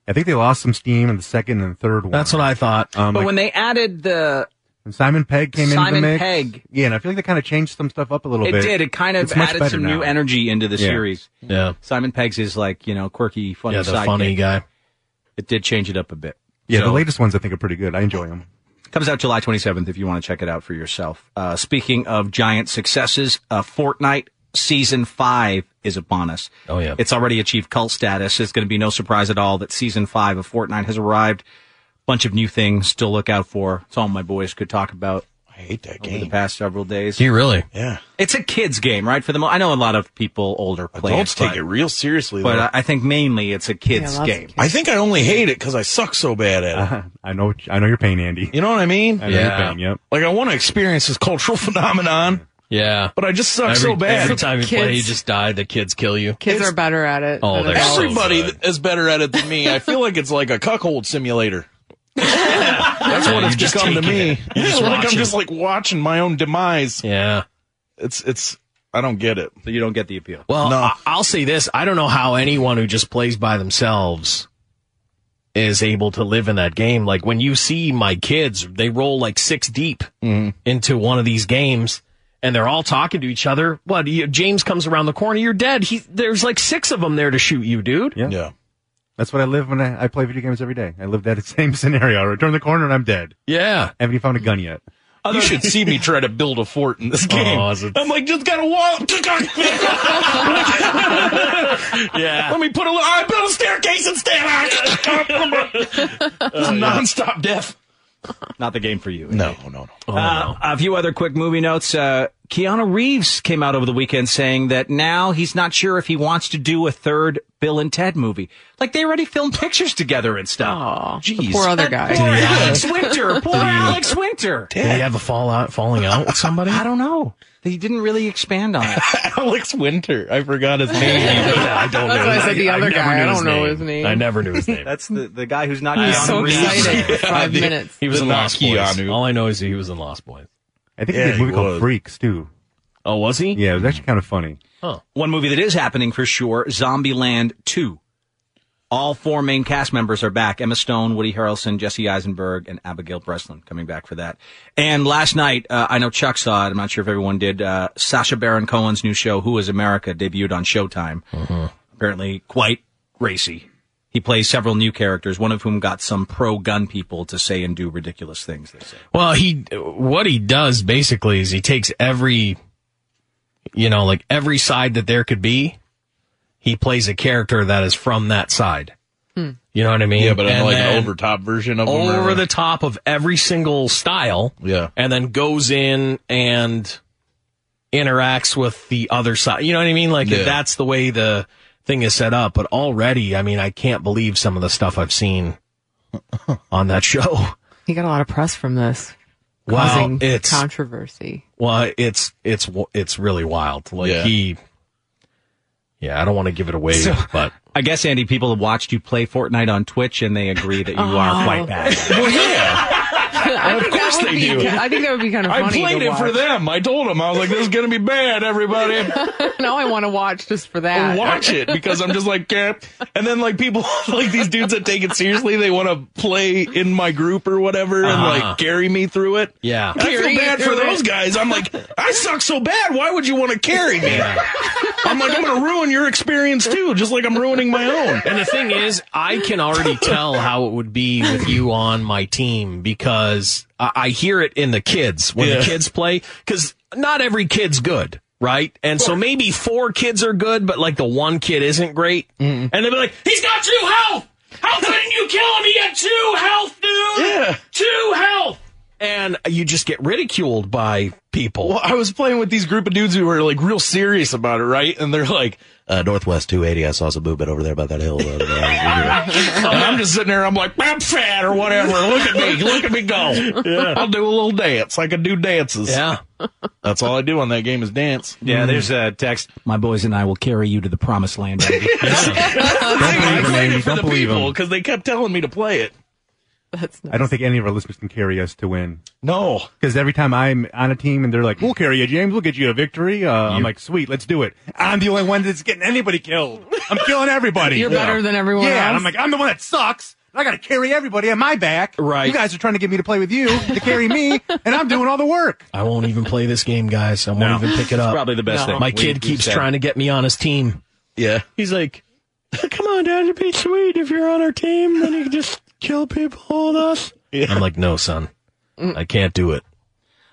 I think they lost some steam in the second and third one. That's
what I thought.
Um,
But
like,
when they added the
when Simon Pegg came into the
Simon
mix,
Pegg.
yeah, and I feel like they kind of changed some stuff up a little
it
bit.
did. It kind of
It's much
added
better
some
now.
new energy into the
Yeah.
series.
Yeah.
Simon Pegg's is like, you know, quirky, funny
Yeah, the
sidekick.
funny guy.
It did change it up a bit.
Yeah,
So-
the latest ones I think are pretty good. I enjoy them.
Comes out July 27th if you want to check it out for yourself. Uh, speaking of giant successes, uh, Fortnite Season 5 is upon us.
Oh, yeah.
It's already achieved cult status. It's going to be no surprise at all that Season 5 of Fortnite has arrived. Bunch of new things to look out for. It's all my boys could talk about. I
hate that
game. Over the past several days.
Do you really?
Yeah.
It's a kid's game, right? For the mo- I know a lot of people older play
Adults
it,
take
but-
it real seriously,
But
though.
I I think mainly it's a kid's game.
I think I only hate it because I suck so bad at it.
I know. what you- I know your pain, Andy.
You know what I mean?
I know your pain. Yep.
Like I want to experience this cultural phenomenon.
Yeah.
But I just suck
Every-
so bad.
Every time you play, you
Kids.
just die. The kids kill you.
Kids are better at it.
Oh,
than
they're
adults.
so
Everybody is better at it than me. I feel like it's like a cuckold simulator. That's
Yeah,
what it's
you're just
become to
taking
me.
it. You're
Yeah,
just
like I'm
watching.
just like watching my own demise.
Yeah.
It's it's I don't get it.
So you don't get the appeal.
Well, I- I'll say this. I don't know how anyone who just plays by themselves is able to live in that game. Like when you see my kids, they roll like six deep into one of these games and they're all talking to each other. What? You, James comes around the corner. You're dead. He, there's like six of them there to shoot you, dude.
Yeah. That's what I live when I, I play video games every day. I live that same scenario. I turn the corner and I'm dead.
Yeah.
Haven't you found a gun yet?
You should see me try to build a fort in this game.
Oh, is it-
I'm like, just got a wall.
yeah.
Let me put a. li- I built a staircase instead.
Oh,
It's nonstop death.
Not the game for you.
No, no, no.
Oh,
uh, A few other quick movie notes. Uh, Keanu Reeves came out over the weekend saying that now he's not sure if he wants to do a third Bill and Ted movie. Like they already filmed pictures together and stuff. Jeez.
poor other guy.
Poor
Did he-
Alex Winter. Poor
Did he-
Alex Winter.
Did he have a fallout, falling out with somebody? I
don't know. He didn't really expand on it.
Alex Winter. I forgot his name. I don't
That's
know.
why I said the other
never
guy.
knew
I don't know
name.
his name.
I never knew his name.
That's the, the guy who's not
He's
Keanu
so
Reeves.
excited for five
Yeah,
minutes.
He was in
Not
Lost Boys.
Keanu.
All I know is he was in Lost Boys.
I think he did a movie called Freaks too.
Oh, was he?
Yeah, it was actually kind of funny.
One movie that is happening for sure, Zombieland 2. All four main cast members are back. Emma Stone, Woody Harrelson, Jesse Eisenberg, and Abigail Breslin coming back for that. And last night, uh, I know Chuck saw it. I'm not sure if everyone did. Uh, Sasha Baron Cohen's new show, Who is America, debuted on Showtime. Apparently quite racy. He plays several new characters, one of whom got some pro-gun people to say and do ridiculous things, they say.
Well, he what he does basically is he takes every you know, like every side that there could be, he plays a character that is from that side.
Hmm.
You know what I mean?
Yeah, but
And
like an
then
over top version of them or-
over the top of every single style.
Yeah.
And then goes in and interacts with the other side. You know what I mean? Like
Yeah.
that's the way the thing is set up. But already, I mean, I can't believe some of the stuff I've seen on that show.
He got a lot of press from this,
Wow,
causing
it's-
controversy.
Well, it's it's w- it's really wild. Like
Yeah.
he, yeah, I don't want to give it away,
So-
but
I guess, Andy, people have watched you play Fortnite on Twitch and they agree that you are
Oh.
quite bad.
I
Of
think that
course
would
they
be
do.
ki- I think that would be kind of
I
funny.
played
to
it for
watch.
them. I told them I was like, "This is gonna be bad, everybody."
now I want to watch just for that.
watch it because I'm just like, eh. and then like people like these dudes that take it seriously, they want to play in my group or whatever and
Uh-huh.
like carry me through it.
yeah,
And I feel bad for those guys. I'm like, I suck so bad. Why would you want to carry me? I'm like, I'm going to ruin your experience too, just like I'm ruining my own.
And the thing is, I can already tell how it would be with you on my team because I, I hear it in the kids when
Yeah.
the kids play because not every kid's good. Right. And so maybe four kids are good, but like the one kid isn't great. And they'll be like,
He's got two health. How couldn't you kill him? He had two health, dude.
Yeah.
Two health.
and you just get ridiculed by people.
Well, I was playing with these group of dudes who were like real serious about it, right? And they're like,
Uh, Northwest 280. I saw some movement over there by that hill. Uh,
and I'm just sitting there, I'm like, I'm fat or whatever. Look at me, look at me go.
Yeah.
I'll do a little dance. I can do dances.
Yeah.
That's all I do on that game is dance. Mm.
Yeah, there's a text. My boys and I will carry you to the promised land. Andy.
I
believe him,
played
Andy.
it for
Don't
the
believe him.
people because they kept telling me to play it.
I don't think any of our listeners can carry us to win.
No,
because every time I'm on a team and they're like, "We'll carry you, James. We'll get you a victory," uh, I'm like, "Sweet, let's do it." I'm the only one that's getting anybody killed. I'm killing everybody.
You're better than everyone
Yeah, and
else.
I'm like, I'm the one that sucks. I got to carry everybody on my back.
Right.
You guys are trying to get me to play with you to carry me, and I'm doing all the work.
I won't even play this game, guys. I won't even pick it up.
probably the best No. thing.
My
We-
kid
we
keeps
said-
trying to get me on his team.
Yeah.
He's like,
Come on, Dad. It'd be sweet if you're on our team. Then you can just kill people with us.
I'm like, no, son, I can't do it.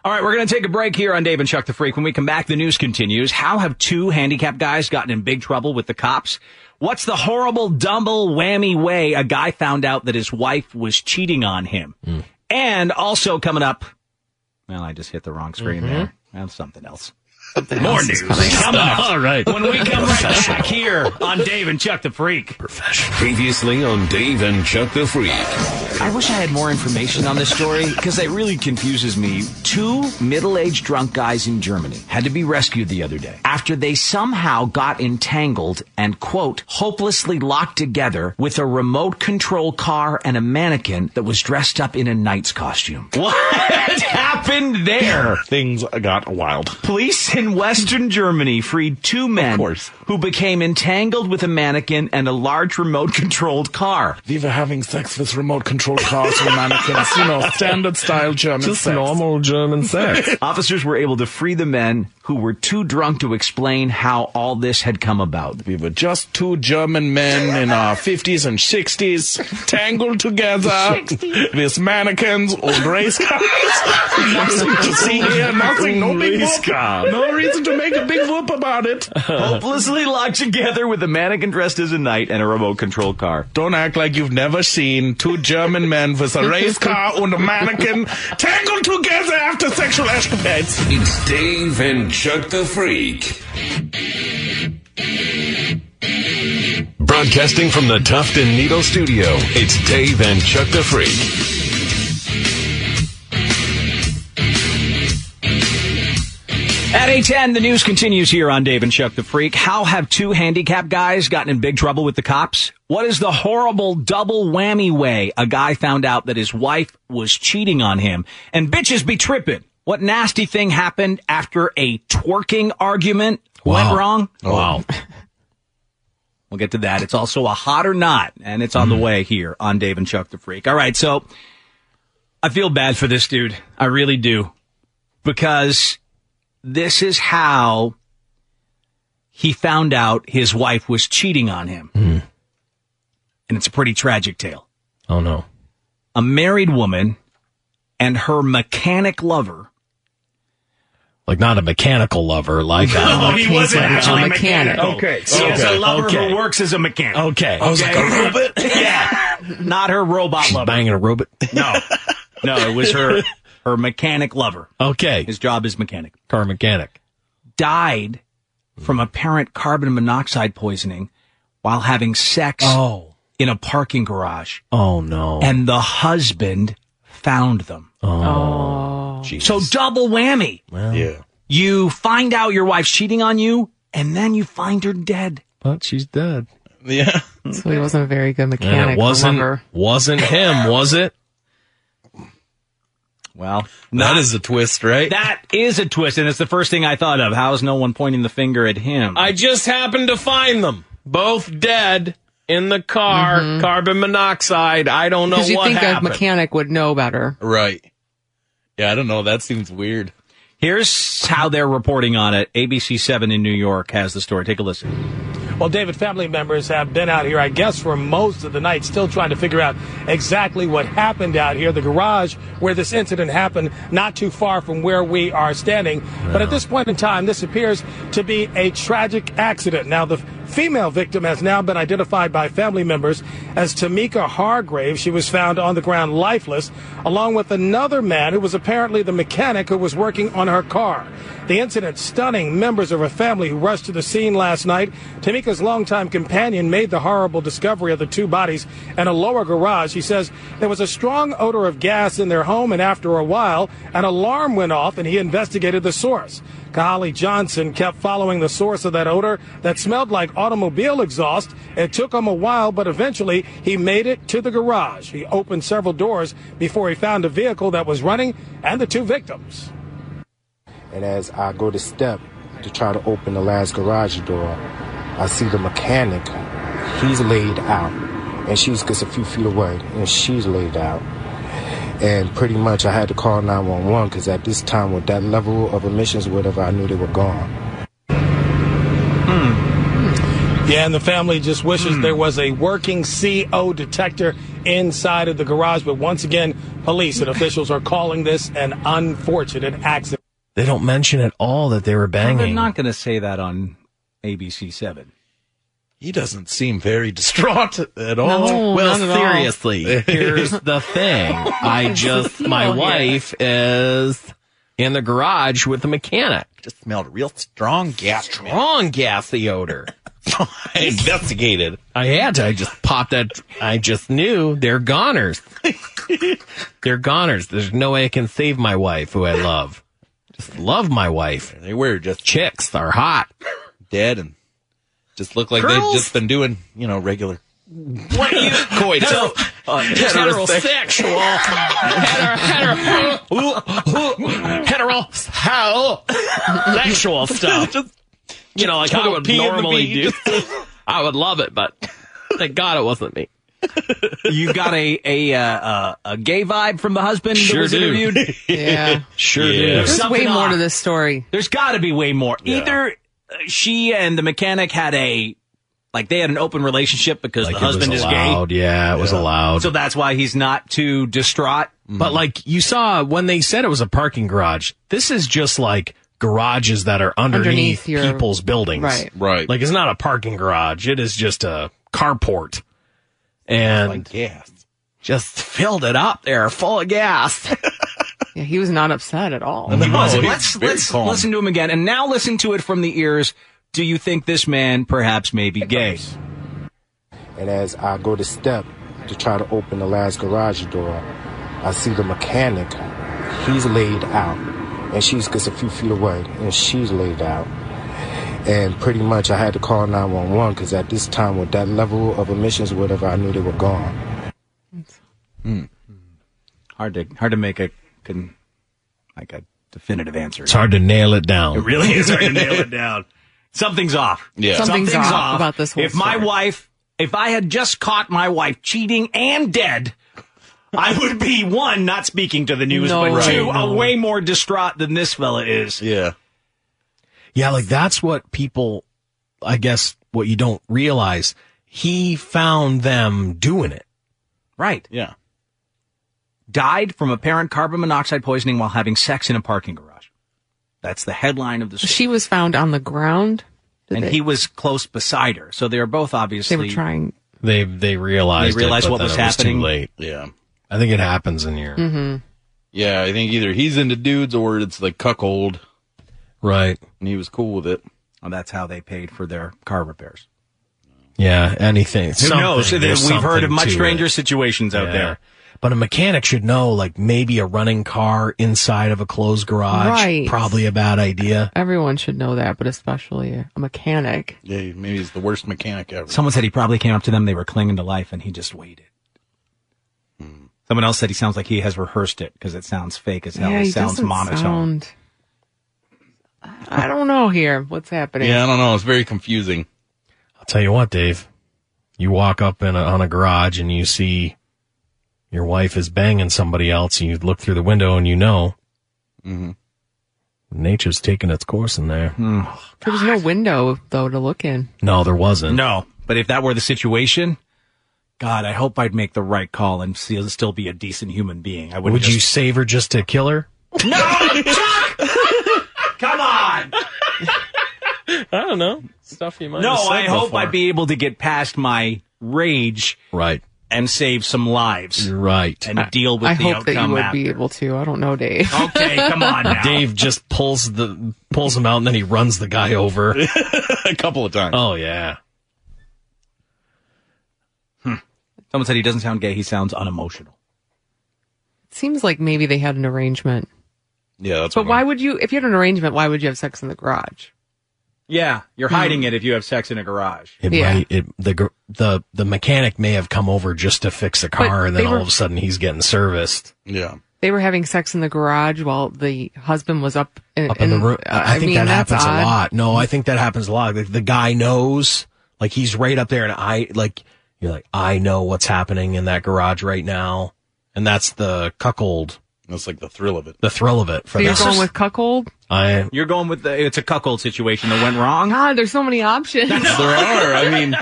All right, we're going to take a break here on Dave and Chuck the Freak. When we come back, the news continues. How have two handicapped guys gotten in big trouble with the cops? What's the horrible, dumble, whammy way a guy found out that his wife was cheating on him? And also coming up, well, I just hit the wrong screen
Mhm.
there. That's something else.
else
More
is
news.
coming.
Coming up.
All right.
When we come right back here on Dave and Chuck the Freak.
Previously on Dave and Chuck the Freak.
I wish I had more information on this story because it really confuses me. Two middle aged drunk guys in Germany had to be rescued the other day after they somehow got entangled and, quote, hopelessly locked together with a remote control car and a mannequin that was dressed up in a knight's costume. What happened there?
Things got wild.
Police in Western Germany freed two men who became entangled with a mannequin and a large remote controlled car.
We were having sex with remote control cars and mannequins, you know, standard style German
German sex. Officers were able to free the men who were too drunk to explain how all this had come about.
We were just two German men in our 50s and 60s tangled together with mannequins on race cars. nothing to see here, nothing, no big
Race
whoop.
car. Oh,
No reason to make a big whoop about it.
Hopelessly locked together with a mannequin dressed as a knight and a remote control car.
Don't act like you've never seen two German men with a race car and a mannequin tangled together after sexual escapades.
It's Dave and Chuck the Freak. Broadcasting from the Tuft and Needle Studio, it's Dave and Chuck the Freak.
At 810, the news continues here on Dave and Chuck the Freak. How have two handicapped guys gotten in big trouble with the cops? What is the horrible double whammy way a guy found out that his wife was cheating on him? And bitches be tripping. What nasty thing happened after a twerking argument went wrong? Wow. We'll get to that. It's also a hot or not, and it's on the way here on Dave and Chuck the Freak. All right, so I feel bad for this dude. I really do. Because this is how he found out his wife was cheating on him.
Hmm.
And it's a pretty tragic tale.
Oh no.
A married woman and her mechanic lover
Like not a mechanical lover, like uh,
he wasn't
like,
actually
uh,
mechanical.
Okay,
She was
okay,
a lover
okay.
who works as a mechanic.
Okay. I was like, a
robot? yeah. Not her robot
She's
lover.
banging a robot.
No. No, it was her her mechanic lover.
Okay.
His job is mechanic.
Car mechanic.
Died from
Hmm.
apparent carbon monoxide poisoning while having sex
Oh.
in a parking garage.
Oh no.
And the husband found them.
Oh.
So double whammy.
yeah.
You find out your wife's cheating on you, and then you find her dead.
But she's dead.
Yeah.
So he wasn't a very good
And
mechanic.
it wasn't
remember?
wasn't him, was it?
Well,
that is a twist, right?
That is a twist, and it's the first thing I thought of. How is no one pointing the finger at him?
I just happened to find them both dead in the car, carbon monoxide. I don't know
Mm-hmm. Because you
what
think
happened.
a mechanic would know better.
Right. Yeah, I don't know. That seems weird.
Here's how they're reporting on it. ABC7 in New York has the story. Take a listen.
Well, David, family members have been out here, I guess, for most of the night, still trying to figure out exactly what happened out here. The garage where this incident happened, not too far from where we are standing. But at this point in time, this appears to be a tragic accident. Now, the female victim has now been identified by family members as Tamika Hargrave. She was found on the ground lifeless, along with another man who was apparently the mechanic who was working on her car. The incident stunning members of her family who rushed to the scene last night. Tamika's longtime companion made the horrible discovery of the two bodies in a lower garage. He says there was a strong odor of gas in their home, and after a while, an alarm went off and he investigated the source. Kahali Johnson kept following the source of that odor that smelled like automobile exhaust. It took him a while, but eventually he made it to the garage. He opened several doors before he found a vehicle that was running and the two victims.
And as I go to step to try to open the last garage door, I see the mechanic. He's laid out, and she's just a few feet away, and she's laid out. And pretty much, I had to call 911 because at this time, with that level of emissions, whatever, I knew they were gone.
Yeah, and the family just wishes
Hmm.
there was a working CO detector inside of the garage. But once again, police and officials are calling this an unfortunate accident.
They don't mention at all that they were
They're
banging.
not going to say that on ABC7.
He doesn't seem very distraught at all.
well, seriously, here's the thing. I just, my
Oh, yeah.
wife is in the garage with the mechanic.
Just smelled real strong gas.
Strong gassy odor.
I investigated.
I had to. I just popped that. I just knew they're goners. they're goners. There's no way I can save my wife, who I love. Just love my wife.
They were just
chicks. Are hot,
dead, and just look like
Girls?
they've just been doing, you know, regular.
What you
Coitus.
Hetero-
Uh,
heterosexual. hetero, hetero, hetero, how sexual stuff. You know, like
chuck
I
a
would
pea in the
normally
bee.
do. I would love it, but thank God it wasn't me.
you got a a, uh, uh, a gay vibe from the husband that
Sure
was
do.
interviewed.
Yeah.
sure
do. There's way more to this story.
There's got to be way more. Either uh, she and the mechanic had a like they had an open relationship because the
It was
husband is
allowed.
gay.
Yeah, it was allowed. Mm-hmm.
So that's why he's not too distraught.
But like you saw when they said it was a parking garage, this is just like garages that are underneath,
Underneath your-
people's buildings.
Right.
Right.
Like it's not a parking garage. It is just a carport. And just filled it up there full of gas.
Yeah, he was not upset at all.
He wasn't. let's let's listen to him again, and now listen to it from the ears. Do you think this man perhaps may be gay?
And as I go to step to try to open the last garage door, I see the mechanic. He's laid out, and she's just a few feet away, and she's laid out. And pretty much, I had to call 911 because at this time, with that level of emissions, whatever, I knew they were gone.
Hard to hard to make a con, like a definitive answer.
It's hard to nail it down.
It really is hard to nail it down. Something's off.
Yeah.
Something's,
Something's off
off,
about this whole
If my
story.
wife, if I had just caught my wife cheating and dead, I would be one not speaking to the news,
No.
but two
Right.
a way more distraught than this fella is.
Yeah.
Yeah, like that's what people, I guess, what you don't realize. He found them doing it.
Right.
Yeah.
Died from apparent carbon monoxide poisoning while having sex in a parking garage. That's the headline of the story.
She was found on the ground.
and he was close beside her, so they were both obviously
They were trying.
They they realized
They realized
it, but
what
then
was
it was
happening.
Too late.
Yeah.
I think it happens in your
Mm-hmm.
Yeah, I think either he's into dudes or it's the cuckold.
Right.
And he was cool with it.
And that's how they paid for their car repairs.
Yeah, anything.
Who
something.
knows? We've
There's
heard
something
of much
to
stranger
it.
situations out
Yeah.
there.
But a mechanic should know, like maybe a running car inside of a closed garage,
Right.
probably a bad idea.
Everyone should know that, but especially a mechanic.
Yeah, maybe he's the worst mechanic ever.
Someone said he probably came up to them. They were clinging to life, and he just waited.
Hmm.
Someone else said he sounds like he has rehearsed it because it sounds fake as hell.
yeah,
it
he
sounds
doesn't
monotone.
sound- I don't know here. What's happening?
Yeah, I don't know. It's very confusing.
I'll tell you what, Dave. You walk up in a, on a garage and you see your wife is banging somebody else, and you look through the window and you know
Mm-hmm.
nature's taking its course in there.
Hmm.
There was no window though to look in.
No, there wasn't.
No, but if that were the situation, God, I hope I'd make the right call and still still be a decent human being. I
Would
wouldn't
you save her just to kill her?
Come on.
I don't know. Stuff you might
No,
have said
I hope
before.
I'd be able to get past my rage,
right,
and save some lives,
right,
and deal with
I
the
hope that you
outcome.
would
after.
be able to. I don't know, Dave.
Okay, come on now.
Dave just pulls the pulls him out and then he runs the guy over
a couple of times.
Oh yeah.
Someone said he doesn't sound gay. He sounds unemotional.
It seems like maybe they had an arrangement.
Yeah, that's
But why would you? If you had an arrangement, why would you have sex in the garage?
Yeah, you're
Hmm.
hiding it if you have sex in a garage.
It might it the gr- the the mechanic may have come over just to fix the car and then
they
all
were-
of a sudden he's getting serviced.
Yeah.
They were having sex in the garage while the husband was up in,
Up in, the room. I, think
uh, mean,
that
that's
happens
odd.
a lot. No, I think that happens a lot. The, the guy knows like he's right up there and I like you're like I know what's happening in that garage right now. And that's the cuckold.
That's like the thrill of it.
The thrill of it for
So you're
this.
going with cuckold?
I
You're going with the it's a cuckold situation that went wrong.
God, Ah, there's so many options.
there are. I mean,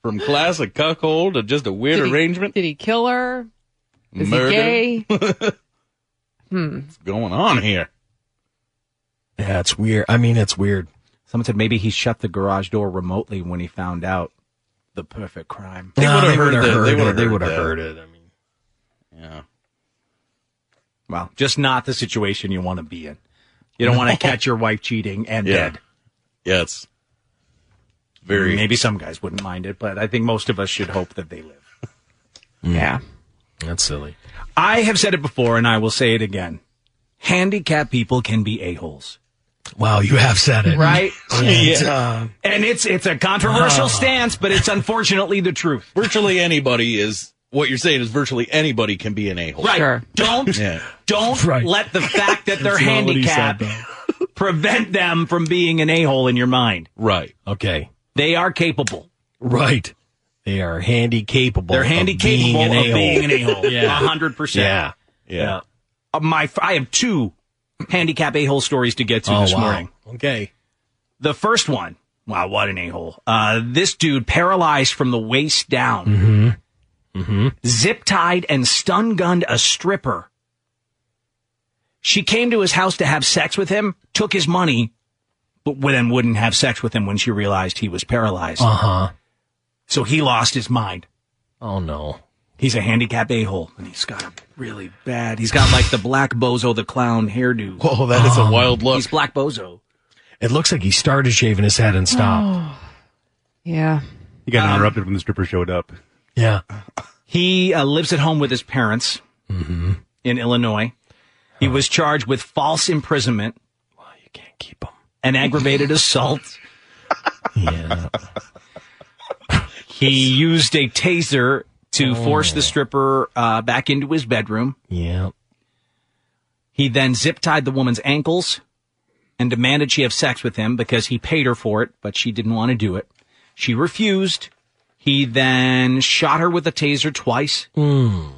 from classic cuckold to just a weird
Did he-
arrangement.
Did he kill her? Is
Murder.
he gay? hmm.
going on here?
Yeah, it's weird. I mean, it's weird.
Someone said maybe he shut the garage door remotely when he found out the perfect crime.
They No, would've they heard would've the- heard they it. would've They
They would
heard would've
have
that.
heard
heard
it.
it,
I mean,
yeah.
Well, just not the situation you want to be in. You don't want to catch your wife cheating and
Yeah.
dead.
Yeah, it's very.
Maybe some guys wouldn't mind it, but I think most of us should hope that they live.
Yeah.
That's silly.
I have said it before, and I will say it again. Handicapped people can be a holes.
Wow, you have said it.
Right?
And,
Yeah.
uh,
And it's it's a controversial
Ah.
Uh-huh.
stance, but it's unfortunately the truth.
Virtually anybody is. What you're saying is virtually anybody can be an a hole.
Right. Don't
Yeah.
don't let the fact that they're
That's not what he said,
handicapped prevent them from being an a hole in your mind.
Right.
Okay.
They are capable.
Right. They are handy capable.
They're
of
handy
being
capable
an
of
a-hole.
being an a-hole.
yeah,
100%.
Yeah,
Yeah. Uh, my, I have two handicap a hole stories to get to
Oh,
this
wow.
morning.
Okay.
The first one. Wow, what an a hole. Uh, this dude paralyzed from the waist down,
Mm-hmm.
zip tied and stun gunned a stripper. She came to his house to have sex with him, took his money, but then wouldn't have sex with him when she realized he was paralyzed.
Uh huh.
So he lost his mind.
Oh no.
He's a handicap a hole, and he's got a really bad. He's got like the black bozo the clown hairdo.
Whoa, that is a wild
look. He's black bozo.
It looks like he started shaving his head and stopped.
Oh. Yeah.
He got
Um,
interrupted when the stripper showed up.
Yeah.
He uh, lives at home with his parents in Illinois. He was charged with false imprisonment. Well, you can't keep him. An aggravated assault.
yeah.
He used a taser to force the stripper uh, back into his bedroom.
Yeah.
He then zip tied the woman's ankles and demanded she have sex with him because he paid her for it, but she didn't want to do it. She refused. He then shot her with a taser twice.
Hmm.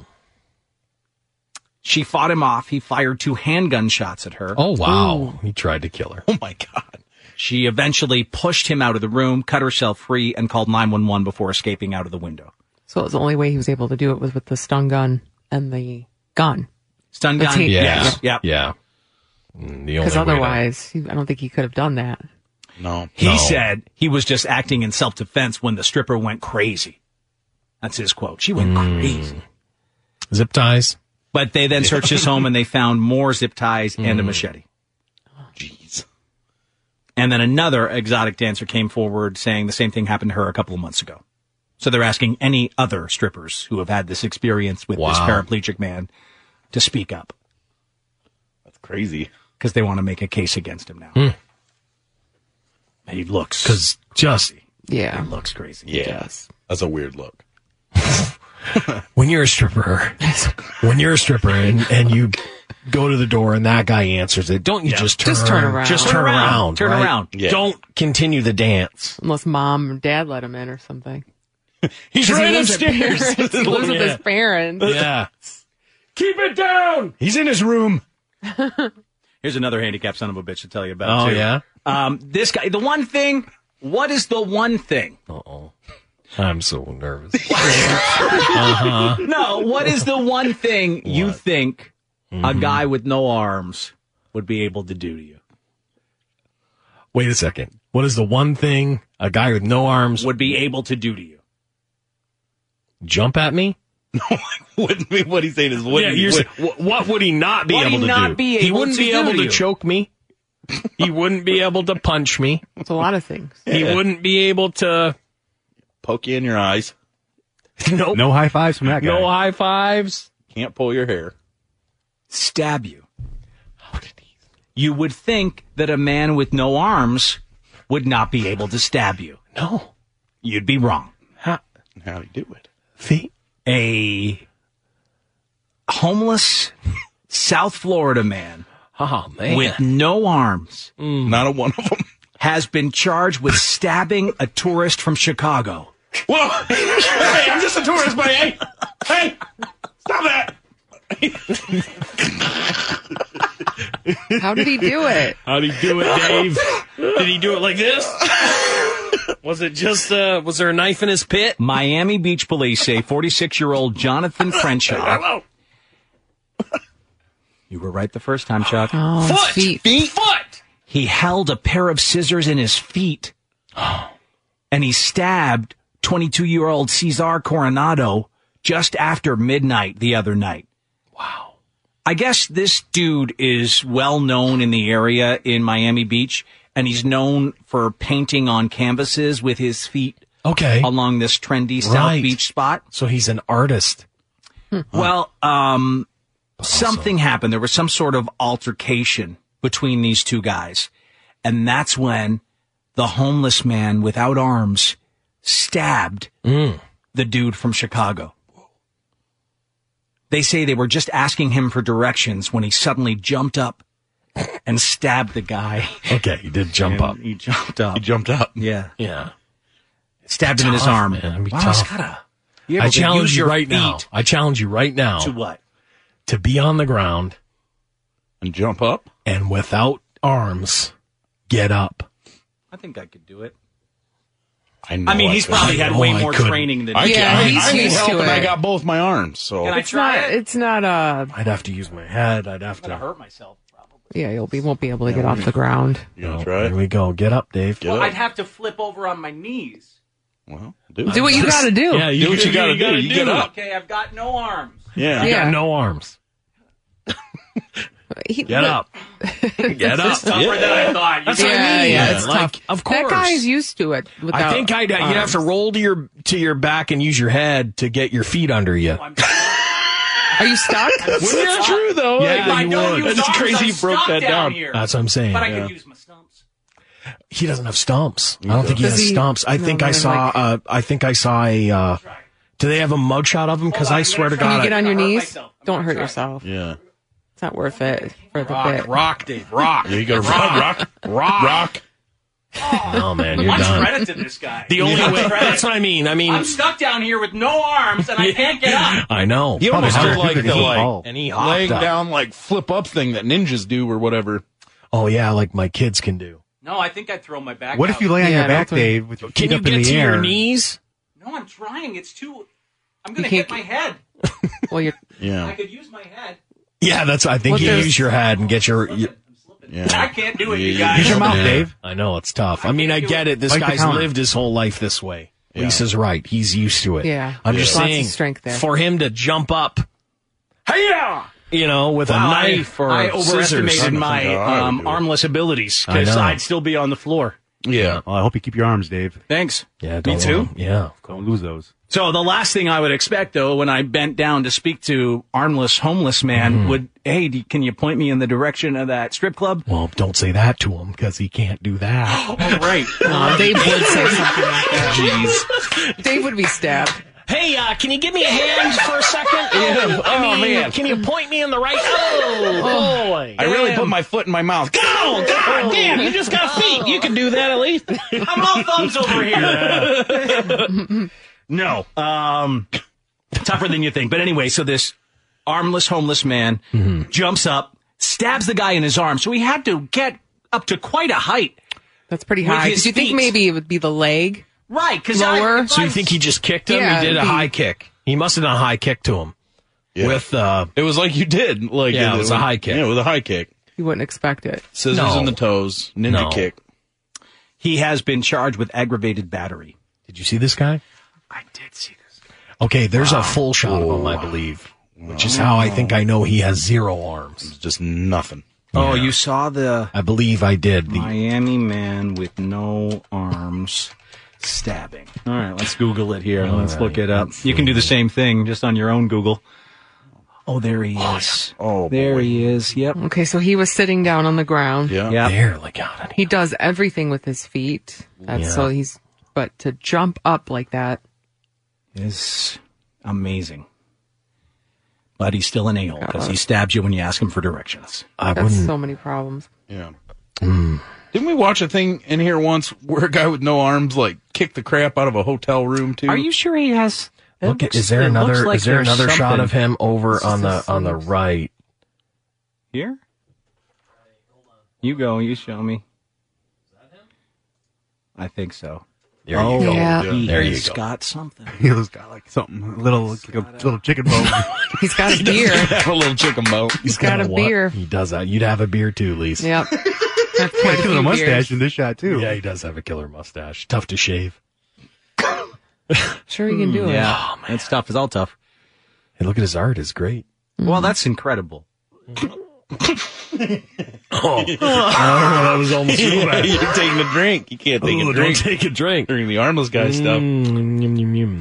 She fought him off. He fired two handgun shots at her.
Oh wow. He tried to kill her.
Oh my god. She eventually pushed him out of the room, cut herself free, and called 911 before escaping out of the window.
So it was the only way he was able to do it was with the stun gun and the gun.
Stun
The
gun.
tape.
Yes. Yep.
Yeah. Mm, The
Because otherwise, he, I don't think he could have done that.
no.
He said he was just acting in self defense when the stripper went crazy. That's his quote. She went crazy.
Zip ties.
But they then searched his home and they found more zip ties and a machete. Jeez. And then another exotic dancer came forward saying the same thing happened to her a couple of months ago. So they're asking any other strippers who have had this experience with this
Wow.
paraplegic man to speak up
Crazy.
because they want to make a case against him now.
Hmm.
He looks
because just
yeah,
he looks crazy.
Yes. That's a weird look.
when you're a stripper, when you're a stripper and, and you go to the door and that guy answers it, don't you
Yeah.
just turn,
Just turn around.
Just
Turn
turn
around.
around.
Turn
right?
around. Yeah.
Don't continue the dance.
Unless mom or dad let him in or something.
He's
'Cause he
right
lives with
upstairs.
parents. he lives with
Yeah.
his parents.
Yeah.
Keep it down.
He's in his room.
Here's another handicapped son of a bitch to tell you about.
Oh,
too.
yeah?
Um, this guy. The one thing. What is the one thing?
I'm so nervous. Uh-huh.
No. What is the one thing you think a
Mm-hmm.
guy with no arms would be able to do to you?
Wait a second. What is the one thing a guy with no arms
would be able to do to you?
Jump at me?
wouldn't be what he's saying is
yeah,
wouldn't
you're
would-
saying, wh- what would he not be
What'd
able to
he not
do?
be
he
able
wouldn't
to
be
do
able
to
to
you?
choke me. he wouldn't be able to punch me.
It's a lot of things.
He
Yeah.
wouldn't be able to
poke you in your eyes.
No.
No high fives from that guy.
No high fives.
Can't pull your hair.
Stab you. You would think that a man with no arms would not be able to stab you.
No.
You'd be wrong.
How
how do you do it?
See?
A homeless South Florida man
Oh man. Mm.
with no arms,
not a one of them,
has been charged with stabbing a tourist from Chicago.
Whoa! hey, I'm just a tourist, buddy. Hey, hey, stop that!
How did he do it?
How'd he do it, Dave? Did he do it like this? Was it just uh was there a knife in his pit?
Miami Beach police say 46 year old Jonathan Crenshaw.
Hello.
You were right the first time, Chuck.
Foot! Feet.
Foot!
He held a pair of scissors in his feet and he stabbed 22 year old Cesar Coronado just after midnight the other night. Wow. I guess this dude is well known in the area in Miami Beach and he's known for painting on canvases with his feet.
Okay.
Along this trendy South
Right.
Beach spot.
So he's an artist.
Well, um, something happened. There was some sort of altercation between these two guys. And that's when the homeless man without arms stabbed the dude from Chicago. They say they were just asking him for directions when he suddenly jumped up and stabbed the guy.
Okay, he did jump up.
He jumped up.
He jumped up.
Yeah.
Yeah.
Stabbed him in his
Tough,
arm.
man. That'd be
Wow,
tough.
he's gotta- You
I
have to
challenge
use
you
your
right now.
feet.
I challenge you right now.
To what?
To be on the ground
and jump up
and without arms, get up.
I think I could do it.
I,
know I mean, I he's couldn't. probably had way more training than
I
you.
can't-
Yeah,
I,
he's
I need
used
help,
to
and I
it.
got both my arms. So
it's not, It's not uh, a.
I'd have to use my head. I'd have to hurt
myself.
Yeah, you'll be won't be able to get off the ground.
You
know, Here we go. Get up, Dave.
well, I'd have to flip over on my knees.
do,
Do what you gotta do.
Yeah,
Do what you gotta do. You get up.
Okay, I've got no arms.
Yeah.
You
Yeah.
got no arms.
Get
up. Get up.
It's tougher than I thought.
That's what
Yeah,
I mean.
yeah, it's
like,
tough.
Of course.
that guy's used to it. Without um,
I think I'd uh, you'd have to roll to your to your back and use your head to get your feet under you.
Are you stuck?
Wouldn't that
That's true, though.
Yeah,
Like,
you
I don't
would.
use
That's
arms,
crazy
I'm
he broke
stuck
that down.
here.
That's what I'm saying.
But I
Yeah.
can use my
He doesn't have stumps. I don't think he
Does
has
he-
stumps. I
No,
think
no,
I
no,
saw. uh, I think I saw a. Uh, do they have a mugshot of him? Because I swear to
Can you
God,
get
I-
on your knees? Don't hurt yourself.
Yeah.
It's not worth it for the bit.
rock, Dave, rock.
You go rock, rock, rock, rock.
No, Oh, man, you're
Much
done.
credit to this guy.
The only
Much
way.
credit.
That's what I mean. I mean,
I'm stuck down here with no arms and I can't get up.
I know.
You
Probably
almost
harder
did
to
like
do
the
than he
like
did. And he hopped
laying
up.
down like flip up thing that ninjas do or whatever.
Oh yeah, like my kids can do.
No, I think I'd throw my back.
What if
out.
you lay on your back, Dave, with your
Can
feet
you
up
get
in the
to your
air?
knees?
No, I'm trying. It's too. I'm gonna hit my head.
Well, you're.
Yeah.
I could use my head.
Yeah, that's. I think
Well,
you
there's-
use your head and get your. your
I can't do it, you guys.
Yeah. I know it's tough. I, mean, I get it. This
Like the
guy's
counter.
lived his whole life this way. Lisa's right. He's used to it.
Yeah.
I'm
There's
just
lots of
saying
strength there.
for him to jump up,
Hiya!
you know, with
Wow,
a
I-
knife or
I
scissors. Oh
overestimated my um, armless abilities because
I know.
I'd still be on the floor.
Yeah.
Well, I hope you keep your arms, Dave.
Thanks.
Yeah,
Me too.
Yeah.
Don't lose those.
So the last thing I would expect, though, when I bent down to speak to armless homeless
Mm-hmm.
man, would hey, do, can you point me in the direction of that strip club?
Well, don't say that to him because he can't do that.
Oh, right.
Uh, Dave would say something like
Jeez.
that. Dave would be stabbed.
Hey, uh, can you give me a hand for a second?
Yeah.
I
Oh,
mean,
man.
can you point me in the right? Oh, boy.
I really put my foot in my mouth. Go! God damn! You just got feet. You can do that at least.
I'm all thumbs over here. no, um, tougher than you think. But anyway, so this armless homeless man
Mm-hmm.
jumps up, stabs the guy in his arm. So he had to get up to quite a height.
That's pretty
With
high.
his
Did you think
feet.
maybe it would be the leg?
Right, because
lower.
So you think he just kicked him?
Yeah,
he did a
he-
high kick. He must have done a high kick to him. With uh,
it was like you did. Like
yeah, it was a high kick.
Yeah, with a high kick.
You wouldn't expect it.
Scissors
No.
in the toes. Ninja
No.
kick.
He has been charged with aggravated battery.
Did you see this guy? I did see this. Okay, there's a full shot of him, I believe, which is how I think I know he has zero arms.
just nothing.
Oh, you saw the
I believe I did. The
Miami man with no arms stabbing. All right, let's Google it here.
All
let's
right,
look it up. You can do the same thing just on your own Google. Oh, there he is.
Oh,
there he is. Yep.
Okay, so he was sitting down on the ground.
Yeah.
Yep.
There, like out.
He does everything with his feet. That's
Yeah.
so he's but to jump up like that.
Is amazing. But he's still an a-hole because he stabs you when you ask him for directions.
I Hmm.
that's so many problems.
Yeah. Didn't we watch a thing in here once where a guy with no arms like kicked the crap out of a hotel room too?
Are you sure he has? it
Look,
looks-
is there
it looks
another?
like
is there
there's
another shot
something.
of him over on the
This
on the
is-
right?
Here? You go, you show me. I think so. Oh,
There
you go. Oh, Yeah.
He
There you
has
go.
got something.
He was got like something a little like a little chicken bone.
He's got a
Doesn't
beer.
have a little chicken boat.
He's
got a beer.
He does that. You'd have a beer too, Lisa.
Yep. That's quite a
Killer
few
mustache
beers.
in this shot too.
Yeah, he does have a killer mustache. Tough to shave.
Sure, he can
Hmm.
do it.
Hmm, Yeah, it's tough. It's all tough.
And look at his art; is great.
Well, that's incredible.
Oh, I don't know. That was almost
You're taking a drink. You can't take
Ooh, don't
a drink.
take a drink Mm.
during the armless guy stuff.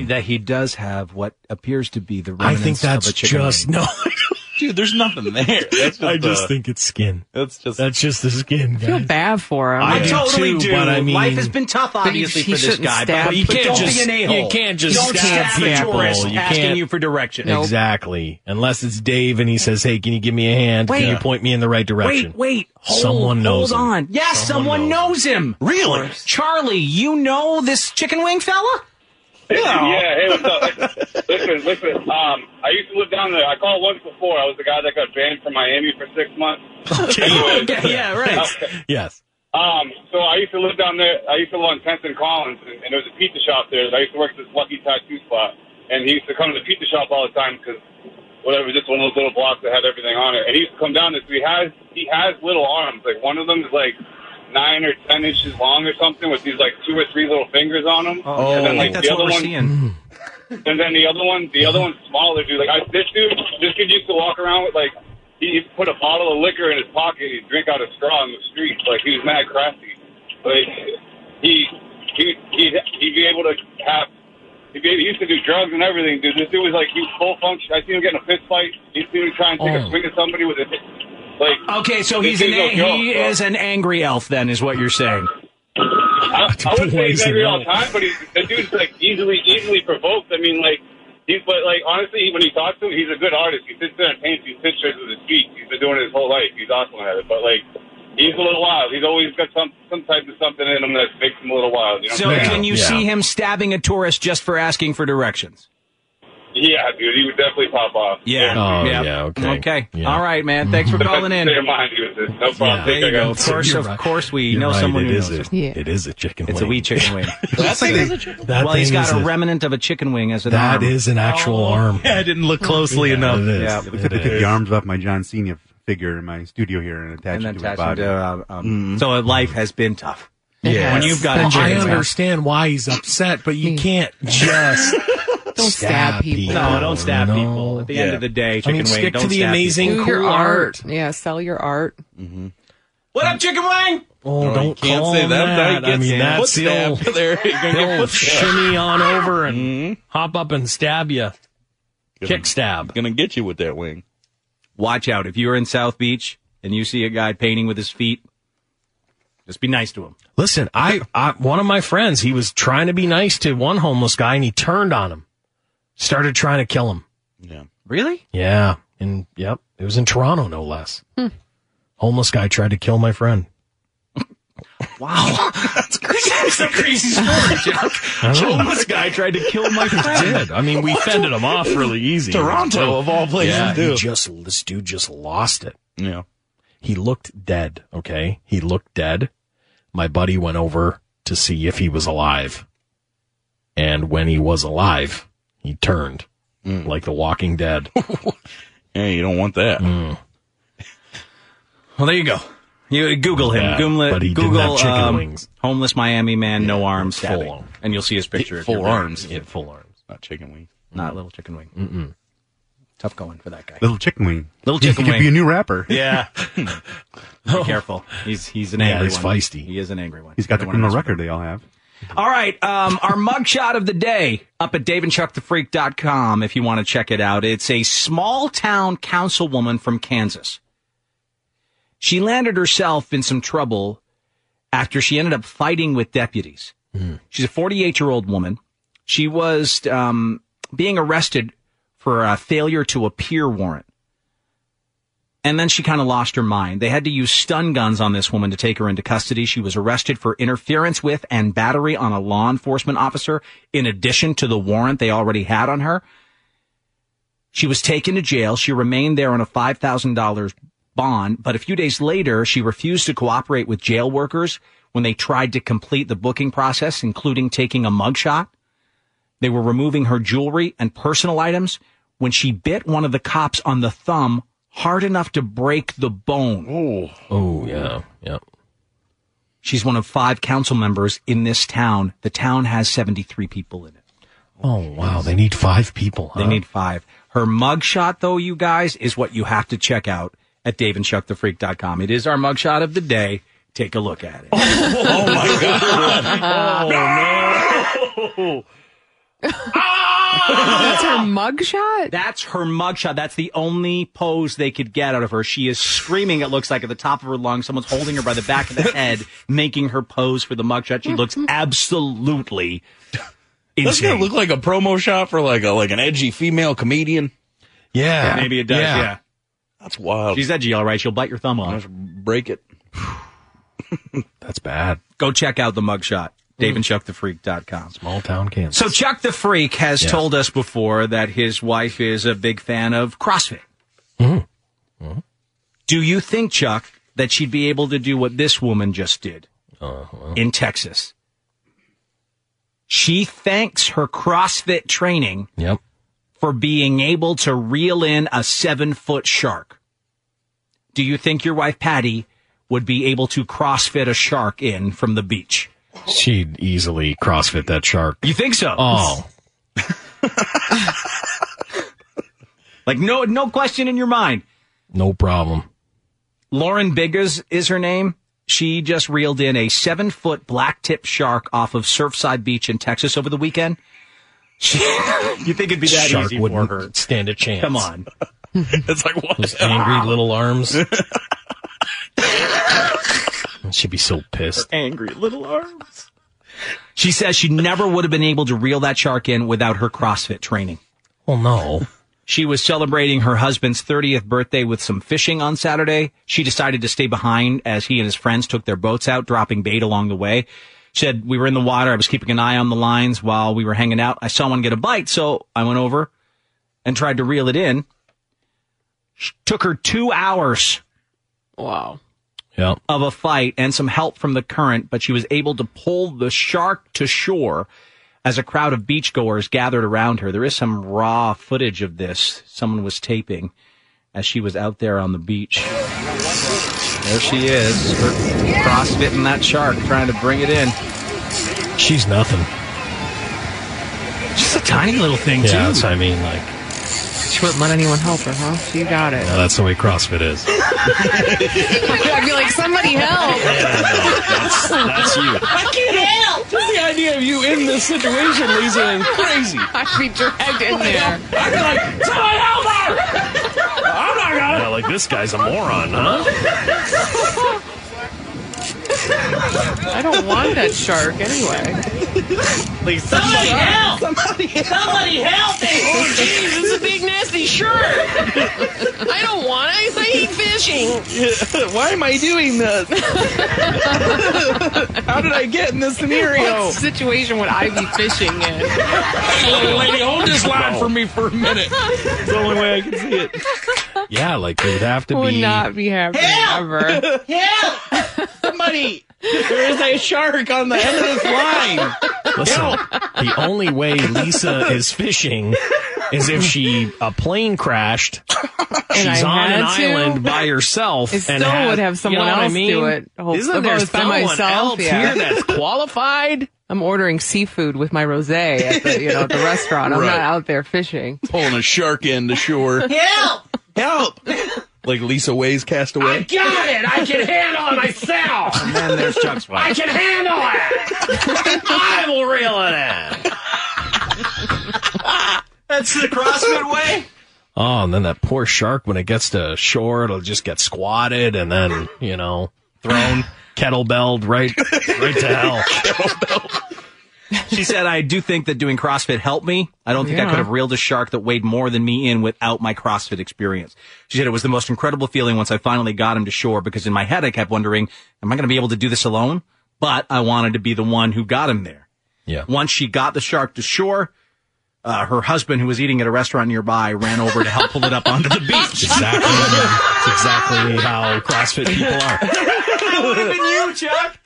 That he does have what appears to be the
I
remnants
think that's
of a chicken
just
wing.
no.
dude, there's nothing there. That's just
I just
uh,
the-
think it's skin.
uh, That's just
that's just the skin.
I feel
guys.
bad for him.
I I do totally too, do. but I mean-
Life has been tough,
But he-
obviously,
he
for this
shouldn't
guy.
stab
But,
you
but
can't
don't
just-
be an a-hole.
you can't just
don't
stab
a
people.
tourist
You
asking
can't-
you for directions.
Exactly. Unless it's Dave and he says, "Hey, can you give me a hand?
Wait.
can you point me in the right direction?"
Wait, wait. Hold,
Someone knows
Hold
him.
on. Yes, someone, knows. him. Really? Charlie, you know this chicken wing fella?
Yeah, hey, what's up? listen, listen. Um, I used to live down there. I called once before. I was the guy that got banned from Miami for six months.
Okay, yeah, right.
Yes.
Um, so I used to live down there. I used to live on 10th and Collins, and, and there was a pizza shop there. that I used to work at this Lucky Tattoo spot, and he used to come to the pizza shop all the time because whatever, just one of those little blocks that had everything on it. And he used to come down there. So he has he has little arms. Like one of them is like nine or ten inches long or something, with these like two or three little fingers on them.
Oh,
and then,
I think
like
that's
the
what we're
other one, Mm-hmm.
seeing.
and then the other one, the other one's smaller, dude. Like I, this dude, this kid used to walk around with like he he'd put a bottle of liquor in his pocket. He'd drink out of straw in the street. Like he was mad crafty. Like he he he'd, he'd be able to have. He'd be- He used to do drugs and everything, dude. This dude was like he was full function. I seen him get in a fist fight. He seen him try and take
Oh.
a swing at somebody with a like.
Okay, so
this
he's an a-
dude's a joke,
he
bro.
is an angry elf, then, is what you're saying.
I, I wouldn't say he's
Poison
angry all the
elf.
time, but he's, the dude's like easily, easily provoked. I mean, like he's, but like honestly, when he talks to him, he's a good artist. He sits there and paints these pictures with his feet. He's been doing it his whole life. He's awesome at it. But like, he's a little wild. He's always got some some type of something in him that makes him a little wild. You know
So
what
can
I'm saying?
you see him stabbing a tourist just for asking for directions?
Yeah, dude, he would definitely pop off.
Yeah. Oh, yeah, okay. Okay. All right, man. Thanks for calling in.
Never mind, he was just- no problem.
There you go. Of
Thank you, guys.
course, of course, we know someone who knows it.
It is a chicken.
It's a wee chicken wing.
That thing is a chicken That
well, he's
thing
got
is
a
a-
remnant of a chicken wing as an
That
arm.
is an actual arm.
Yeah, I didn't look closely
Yeah,
enough.
It is. Yeah,
It
we took, we took
is.
the arms off my John Cena figure in my studio here and attached
And
it to his
attached it
body. Mm-hmm.
to, uh, um, So life has been tough. When you've got
Well,
a chicken
I
wing.
understand why he's upset, but you can't just
Don't
stab people.
No, don't stab
No.
people. At the end
Yeah.
of the day,
I
chicken
mean,
wing.
stick
don't
to the
stab
amazing
people.
Do your art. Yeah, sell your art.
What up, chicken wing?
Mm-hmm. Oh,
you
don't
can't
call
say
him
that. Now he
that. I
gets
mean,
foot
that's the
stabbed.
old,
There, he's gonna get
he'll
foot stabbed.
shimmy on over and hop up and stab you. Kick stab.
Gonna get you with that wing.
Watch out. If you're in South Beach and you see a guy painting with his feet, just be nice to him.
Listen, I, I one of my friends, he was trying to be nice to one homeless guy, and he turned on him, started trying to kill him.
Really?
Yeah, and yep, it was in Toronto, no less.
Hmm.
Homeless guy tried to kill my friend.
Wow. That's crazy. That's a crazy story, Jack.
Oh.
I don't know.
Homeless guy tried to kill my friend.
did. I mean, we fended him off really easy.
Toronto, of all places,
yeah,
too.
He just this dude just lost it.
Yeah.
He looked dead. Okay, he looked dead. My buddy went over to see if he was alive, and when he was alive, he turned
Mm.
like The Walking Dead.
yeah, you don't want that.
Well, there you go. You Google him.
Yeah,
Google,
but he didn't
Google
have chicken
um,
wings.
homeless Miami man, no arms, stabbing, and you'll see his picture. if
full
you're there.
arms.
Yeah, full arms,
not chicken wings.
Not little chicken wing.
Mm-mm.
Tough going for that guy.
Little chicken wing.
Little
He
chicken
could
wing.
be a new rapper.
Yeah. Be careful. He's he's an
Yeah,
angry
he's
one.
feisty.
He is an angry one.
He's got the
Don't wanna mess
criminal
with
record they all have.
All right, um, our mugshot of the day up at daveandchuckthefreak.com if you want to check it out. It's a small town councilwoman from Kansas. She landed herself in some trouble after she ended up fighting with deputies. She's a 48 year old woman. She was um, being arrested for a failure to appear warrant. And then she kind of lost her mind. They had to use stun guns on this woman to take her into custody. She was arrested for interference with and battery on a law enforcement officer in addition to the warrant they already had on her. She was taken to jail. She remained there on a $5,000 bond, but a few days later, she refused to cooperate with jail workers when they tried to complete the booking process, including taking a mugshot. They were removing her jewelry and personal items when she bit one of the cops on the thumb hard enough to break the bone. Oh,
oh yeah, yeah.
She's one of five council members in this town. The town has 73 people in it.
Oh wow, they need five people.
They
huh?
need five. Her mugshot, though, you guys, is what you have to check out at daveandchuckthefreak.com. It is our mugshot of the day. Take a look at it.
Oh my god!
Oh,
no!
That's her mugshot?
That's her mugshot. That's the only pose they could get out of her. She is screaming, it looks like, at the top of her lungs. Someone's holding her by the back of the head, making her pose for the mugshot. She looks absolutely
Doesn't
insane.
it look like a promo shot for like a like an edgy female comedian?
Yeah.
Maybe it does, yeah.
That's wild.
She's edgy, all right. She'll bite your thumb off.
Break it.
That's bad.
Go check out the mugshot. DaveandChuckTheFreak.com.
Small town Kansas.
So Chuck the Freak has
Yes.
told us before that his wife is a big fan of CrossFit.
Mhm.
Do you think, Chuck, that she'd be able to do what this woman just did
Uh-huh.
in Texas? She thanks her CrossFit training
Yep.
for being able to reel in a seven foot shark. Do you think your wife, Patty, would be able to CrossFit a shark in from the beach?
She'd easily CrossFit that shark.
You think so?
Oh.
like no no question in your mind.
No problem.
Lauren Biggers is her name. She just reeled in a seven foot black tip shark off of Surfside Beach in Texas over the weekend. She- you think it'd be that
shark
easy for
wouldn't
her?
stand a chance.
Come on.
it's like what?
Those angry little arms. She'd be so pissed.
angry little arms. She says she never would have been able to reel that shark in without her CrossFit training.
Well, no.
She was celebrating her husband's 30th birthday with some fishing on Saturday. She decided to stay behind as he and his friends took their boats out, dropping bait along the way. She said, We were in the water. I was keeping an eye on the lines while we were hanging out. I saw one get a bite, so I went over and tried to reel it in. Sh- Took her two hours. Wow.
Yep.
Of a fight and some help from the current, but she was able to pull the shark to shore as a crowd of beachgoers gathered around her. There is some raw footage of this. Someone was taping as she was out there on the beach. There she is, her crossfitting that shark, trying to bring it in.
She's nothing.
She's a tiny little thing,
yeah,
too.
that's what I mean. Like,
She wouldn't let anyone help her, huh? She got it.
no, that's the way CrossFit is.
I'd be like, somebody help.
That's, that's you.
I can't help. Just the idea of you in this situation, Lisa, is crazy.
I'd be dragged in there.
I'd be like, somebody help her! I'm not gonna.
Yeah, like this guy's a moron, huh?
I don't want that shark anyway.
Somebody help!
Somebody help! Somebody
help me!
Oh, jeez,
it's a big nasty shark! I don't want it. I hate fishing. Why am I doing this? How did I get in this scenario?
What situation would I be fishing in?
Lady, hold this line
No.
for me for a minute. It's the only way I can see it.
Yeah, like they would have to
Would
be.
not be happy ever.
Help! Somebody! There is a shark on the end of this line.
Listen, the only way Lisa is fishing is if she a plane crashed. She's
I
on an
had to.
island by herself.
It
and
still
had-
would have
you
someone
know what I
else
mean?
do it. Hope-
Isn't
if I
there
was by
someone
myself,
else here
yeah.
that's qualified?
I'm ordering seafood with my rosé at the you know at the restaurant. I'm
Right.
not out there fishing.
Pulling a shark in to shore.
Help!
Help! Like Lisa Way's Castaway.
Got it! I can handle it myself!
And then there's Chuck's
I
wife.
can handle it! I will reel it in!
That's the CrossFit way?
Oh, and then that poor shark, when it gets to shore, it'll just get squatted and then, you know, thrown, kettlebelled right, right to hell.
She said, I do think that doing CrossFit helped me. I don't think I
Yeah.
could have reeled a shark that weighed more than me in without my CrossFit experience. She said, it was the most incredible feeling once I finally got him to shore because in my head I kept wondering, am I going to be able to do this alone? But I wanted to be the one who got him there.
Yeah.
Once she got the shark to shore, uh, her husband, who was eating at a restaurant nearby, ran over to help pull it up onto the beach.
Exactly. That's exactly how CrossFit people are.
That
would have been you, Chuck!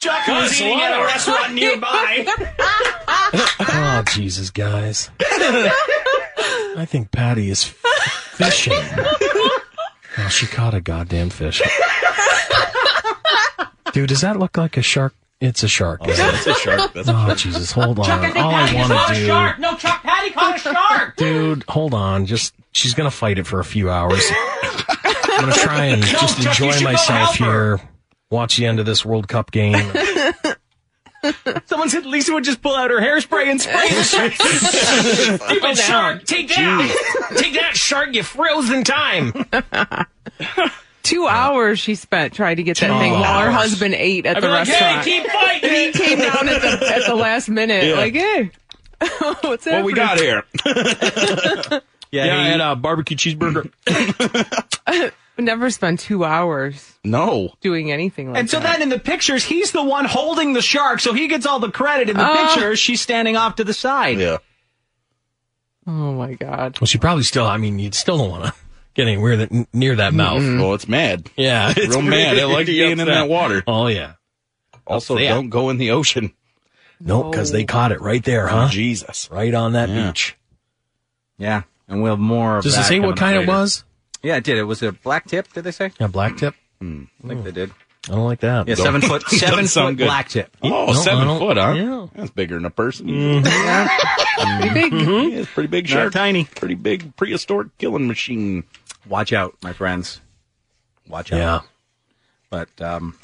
Chuck
who was
Good
eating at a
lord.
restaurant nearby.
Oh, Jesus, guys. I think Patty is f- fishing. Oh, she caught a goddamn fish. Dude, does that look like a shark? It's a shark. Oh,
it's a shark. That's a
oh
shark.
Jesus, hold on.
Chuck, I think
All
Patty
I
just
want
caught
to
a
do,
shark. No, Chuck, Patty caught a shark.
dude, hold on. Just she's gonna fight it for a few hours. I'm gonna try and
No,
just
Chuck, you
enjoy
should go
myself
help her.
here. Watch the end of this World Cup game.
Someone said Lisa would just pull out her hairspray and spray the shark. Stupid shark, take that! Take that, shark! You froze in time.
Two hours she spent trying to get that thing while her
hours.
husband ate at
I'd
the
be like, "Hey,
restaurant.
keep
fighting. he came down at the, at the last minute,
Yeah.
like, hey, what's that?
What we got here?
Yeah, uh,
I had a barbecue cheeseburger.
Never spend two hours
No.
doing anything like
And so
that.
then in the pictures, he's the one holding the shark, so he gets all the credit. In the
Oh.
pictures, she's standing off to the side.
Yeah.
Oh my God.
Well, she probably still. I mean, you still don't want to get anywhere that near that mouth.
Mm-mm. Well, it's mad.
Yeah,
Real mad. It likes being in that water.
Oh yeah.
Also,
Yeah.
don't go in the ocean.
Nope, because they caught it right there, huh?
Jesus,
right on that beach.
Yeah, and we'll have more.
Does it say what kind it was?
Yeah, it did. It was a black tip. Did they say?
Yeah, black tip.
I think they did.
I don't like that.
Yeah, seven foot,
Doesn't
seven
sound
foot
good.
black tip.
Oh,
No, I
seven
don't-
foot, huh?
Yeah.
That's bigger than a person.
Pretty big.
Yeah, it's a pretty big
Mm-hmm. Not
shark.
tiny.
Pretty big prehistoric killing machine.
Watch out, my friends. Watch out.
Yeah.
But um,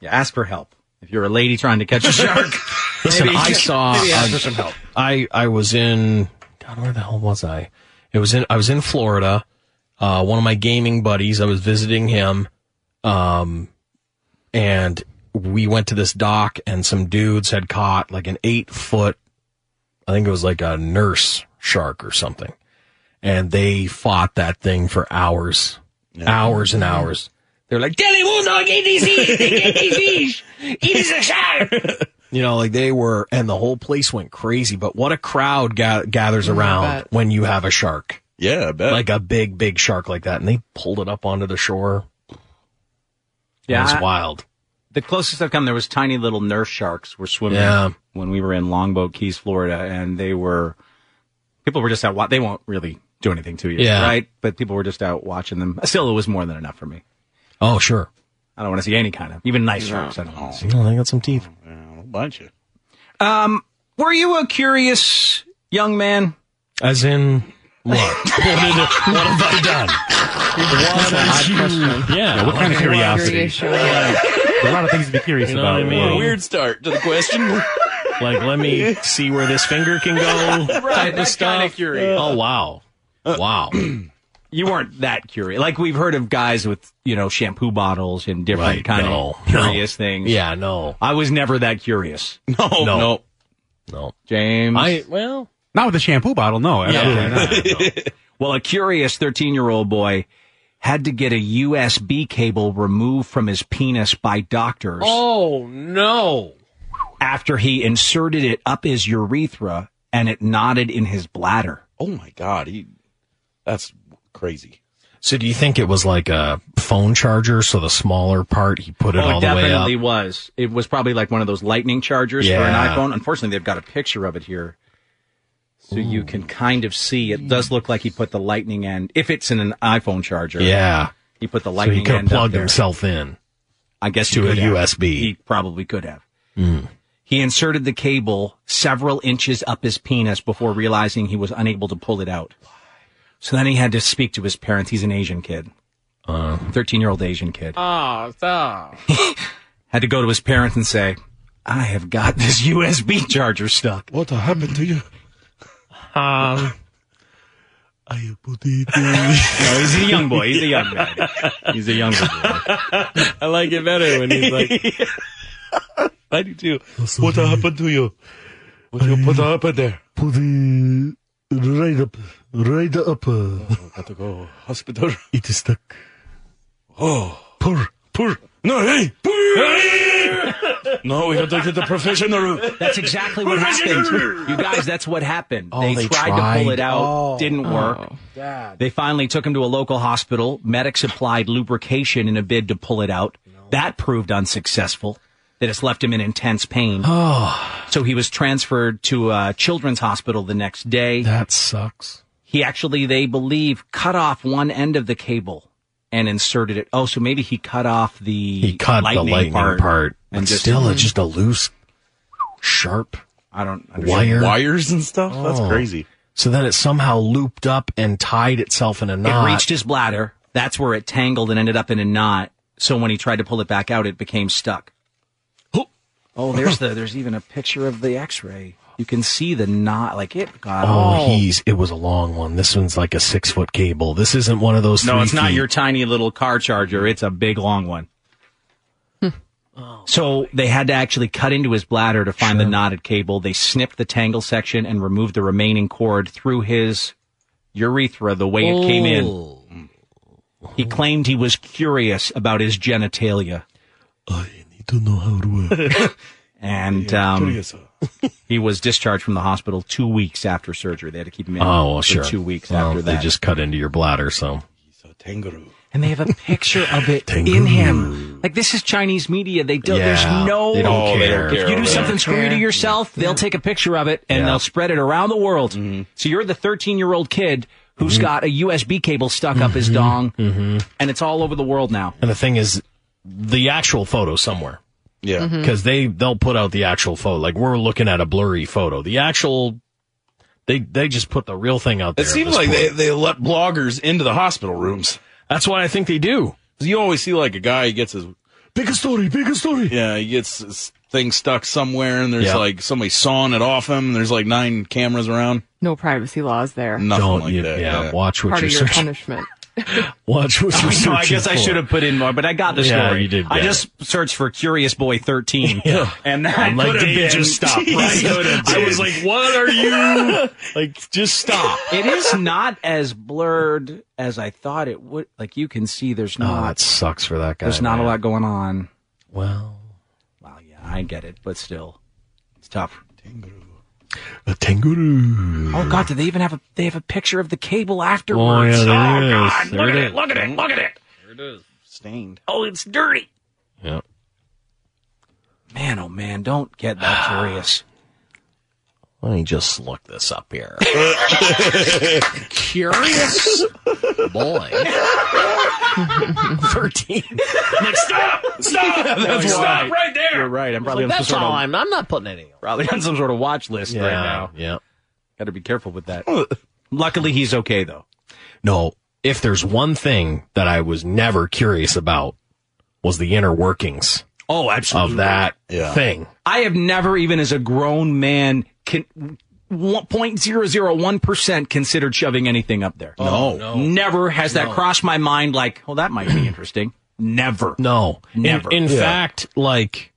yeah, ask for help if you're a lady trying to catch a shark.
Listen,
maybe-
I saw.
Maybe ask
I-
for some help.
I I was in. God, where the hell was I? It was in. I was in Florida. Uh, one of my gaming buddies. I was visiting him. Um, and we went to this dock, and some dudes had caught like an eight foot. I think it was like a nurse shark or something, and they fought that thing for hours, hours and hours. They're like,
Tell him, no, get these fish. Get these fish. It is a shark.
You know, like they were, and the whole place went crazy. But what a crowd ga- gathers around when you have a shark.
Yeah, I bet.
Like a big, big shark like that. And they pulled it up onto the shore.
Yeah,
It's
I-
wild.
The closest I've come, there was tiny little nurse sharks were swimming
Yeah.
when we were in Longboat Keys, Florida, and they were people were just out. Wa- they won't really do anything to you,
Yeah.
right? But people were just out watching them. Still, it was more than enough for me.
Oh, sure.
I don't want to see any kind of even nice sharks. I don't want to see.
You know, they got some teeth.
Oh, A bunch of.
Um, were you a curious young man?
As in what? what, did, what have I done? Yeah.
what kind of curiosity?
Curious,
There's a lot of things to be curious
You know
about.
what I mean?
Whoa.
Weird
start to the question.
Like, let me see where this finger can go.
Right,
type
that
of stuff.
kinda curious.
Oh, wow. Wow.
You weren't that curious. Like we've heard of guys with you know shampoo bottles and different
Right,
kind
no,
of curious things.
Yeah, no.
I was never that curious.
No,
No.
no.
No.
James.
I, well,
Not with a shampoo bottle, no. Absolutely not.
well, a curious 13 year old boy had to get a USB cable removed from his penis by doctors
Oh, no.
after he inserted it up his urethra and it knotted in his bladder.
Oh my god, he. That's crazy.
So do you think it was like a phone charger? So the smaller part, he put it
oh,
all
it
the way up.
definitely was. It was probably like one of those lightning chargers for an
Yeah.
iPhone. Unfortunately, they've got a picture of it here. So you can kind of see it does look like he put the lightning end if it's in an iPhone charger.
Yeah.
He put the
So he
lightning
could have
end up
plugged
there.
himself in.
I guess
to
he
a
could have.
USB.
He probably could have.
Hmm.
He inserted the cable several inches up his penis before realizing he was unable to pull it out. So then he had to speak to his parents. He's an Asian kid,
Uh-huh.
thirteen-year-old Asian kid.
Oh, stop.
Had to go to his parents and say, "I have got this USB charger stuck."
What happened to you?
Um, no, he's a young boy. He's a young man. He's a young boy.
I like it better when he's like,
I do too. What happened to you? What, you, what happened there? Put the right up, right up. got to go hospital. It is stuck. Oh, poor, poor. No, hey, poor. no, we got to get the professional.
That's exactly what happened. You guys, that's what happened.
Oh,
they,
they
tried, to pull
tried.
it out,
Oh.
didn't work. They finally took him to a local hospital. Medics applied lubrication in a bid to pull it out. That proved unsuccessful. That has left him in intense pain.
Oh.
So he was transferred to a children's hospital the next day.
That sucks.
He actually, they believe, cut off one end of the cable and inserted it. Oh, so maybe he cut off the
He cut
lightning
the lightning part.
and
but
just-
still, it's just a loose, sharp
I don't understand.
wire.
Wires and stuff?
Oh.
That's crazy.
So then it somehow looped up and tied itself in a knot.
It reached his bladder. That's where it tangled and ended up in a knot. So when he tried to pull it back out, it became stuck. Oh, there's the there's even a picture of the X-ray. You can see the knot, like it got.
Oh, he's. It was a long one. This one's like a six foot cable. This isn't one of those.
No,
three
it's not
feet.
your tiny little car charger. It's a big long one. So they had to actually cut into his bladder to find the knotted cable. They snipped the tangle section and removed the remaining cord through his urethra the way it came in. He claimed he was curious about his genitalia.
need to know how it works.
And
Yeah,
um,
curious.
he was discharged from the hospital two weeks after surgery. They had to keep him in
Oh, well,
for
sure.
two weeks
Well,
after that.
They just cut into your bladder, so.
Kangaroo.
and they have a picture of it in him. Like this is Chinese media. They don't.
Yeah,
there's no.
they don't Oh, they care. don't care
If you do
about
something
that.
screwy to
Care.
yourself, they'll take a picture of it and
Yeah.
they'll spread it around the world.
Mm-hmm.
So you're the 13 year old kid who's got a USB cable stuck up his dong, and it's all over the world now.
Mm-hmm. And the thing is, the actual photo somewhere.
Yeah. Mhm.
Because they they'll put out the actual photo. Like we're looking at a blurry photo. The actual. They they just put the real thing out there.
It seems like they, they let bloggers into the hospital rooms.
That's what I think they do.
You always see like a guy he gets his
Bigger story, bigger story.
yeah he gets his thing stuck somewhere, and there's
Yeah.
like somebody sawing it off him. And there's like nine cameras around.
No privacy laws there.
Nothing like that.
yeah, watch
Part of your punishment.
Watch what
I,
you're
know, I
searching
guess I
for.
should have put in more, but I got the
Yeah,
story.
you did
I
get
just searched for Curious Boy 13. And that
I'm like,
could have
did
been-
you stop? Right?
Jesus.
I was like, what are you? like, just stop.
It is not as blurred as I thought it would. Like you can see, there's
Oh,
not.
that sucks for that guy.
there's not
man.
a lot going on.
Well,
well, yeah, I get it, but still, it's tough.
A kangaroo.
Oh God, do they even have a? They have a picture of the cable afterwards.
Oh, yeah, there it is.
God,
There it
look at
is.
it! Look at it! Look at it!
There it is.
Stained. Oh, it's dirty.
Yeah.
Man, oh man, don't get that curious.
Let me just look this up here.
Curious
boy.
13.
like, stop! Stop!
That's
stop
right.
right there!
You're right. I'm probably
Like,
on
that's
some sort
all
of-
I'm. I'm not putting any.
Probably on some sort of watch list
Yeah,
right now.
Yeah.
Got to be careful with that. Luckily, he's okay though.
No, if there's one thing that I was never curious about was the inner workings.
Oh, absolutely.
Of that thing.
I have never, even as a grown man, can. 0.001% considered shoving anything up there.
No. No.
Never has that
No.
crossed my mind like, well, that might be interesting. Never.
No. In-
Never.
In,
Yeah.
fact, like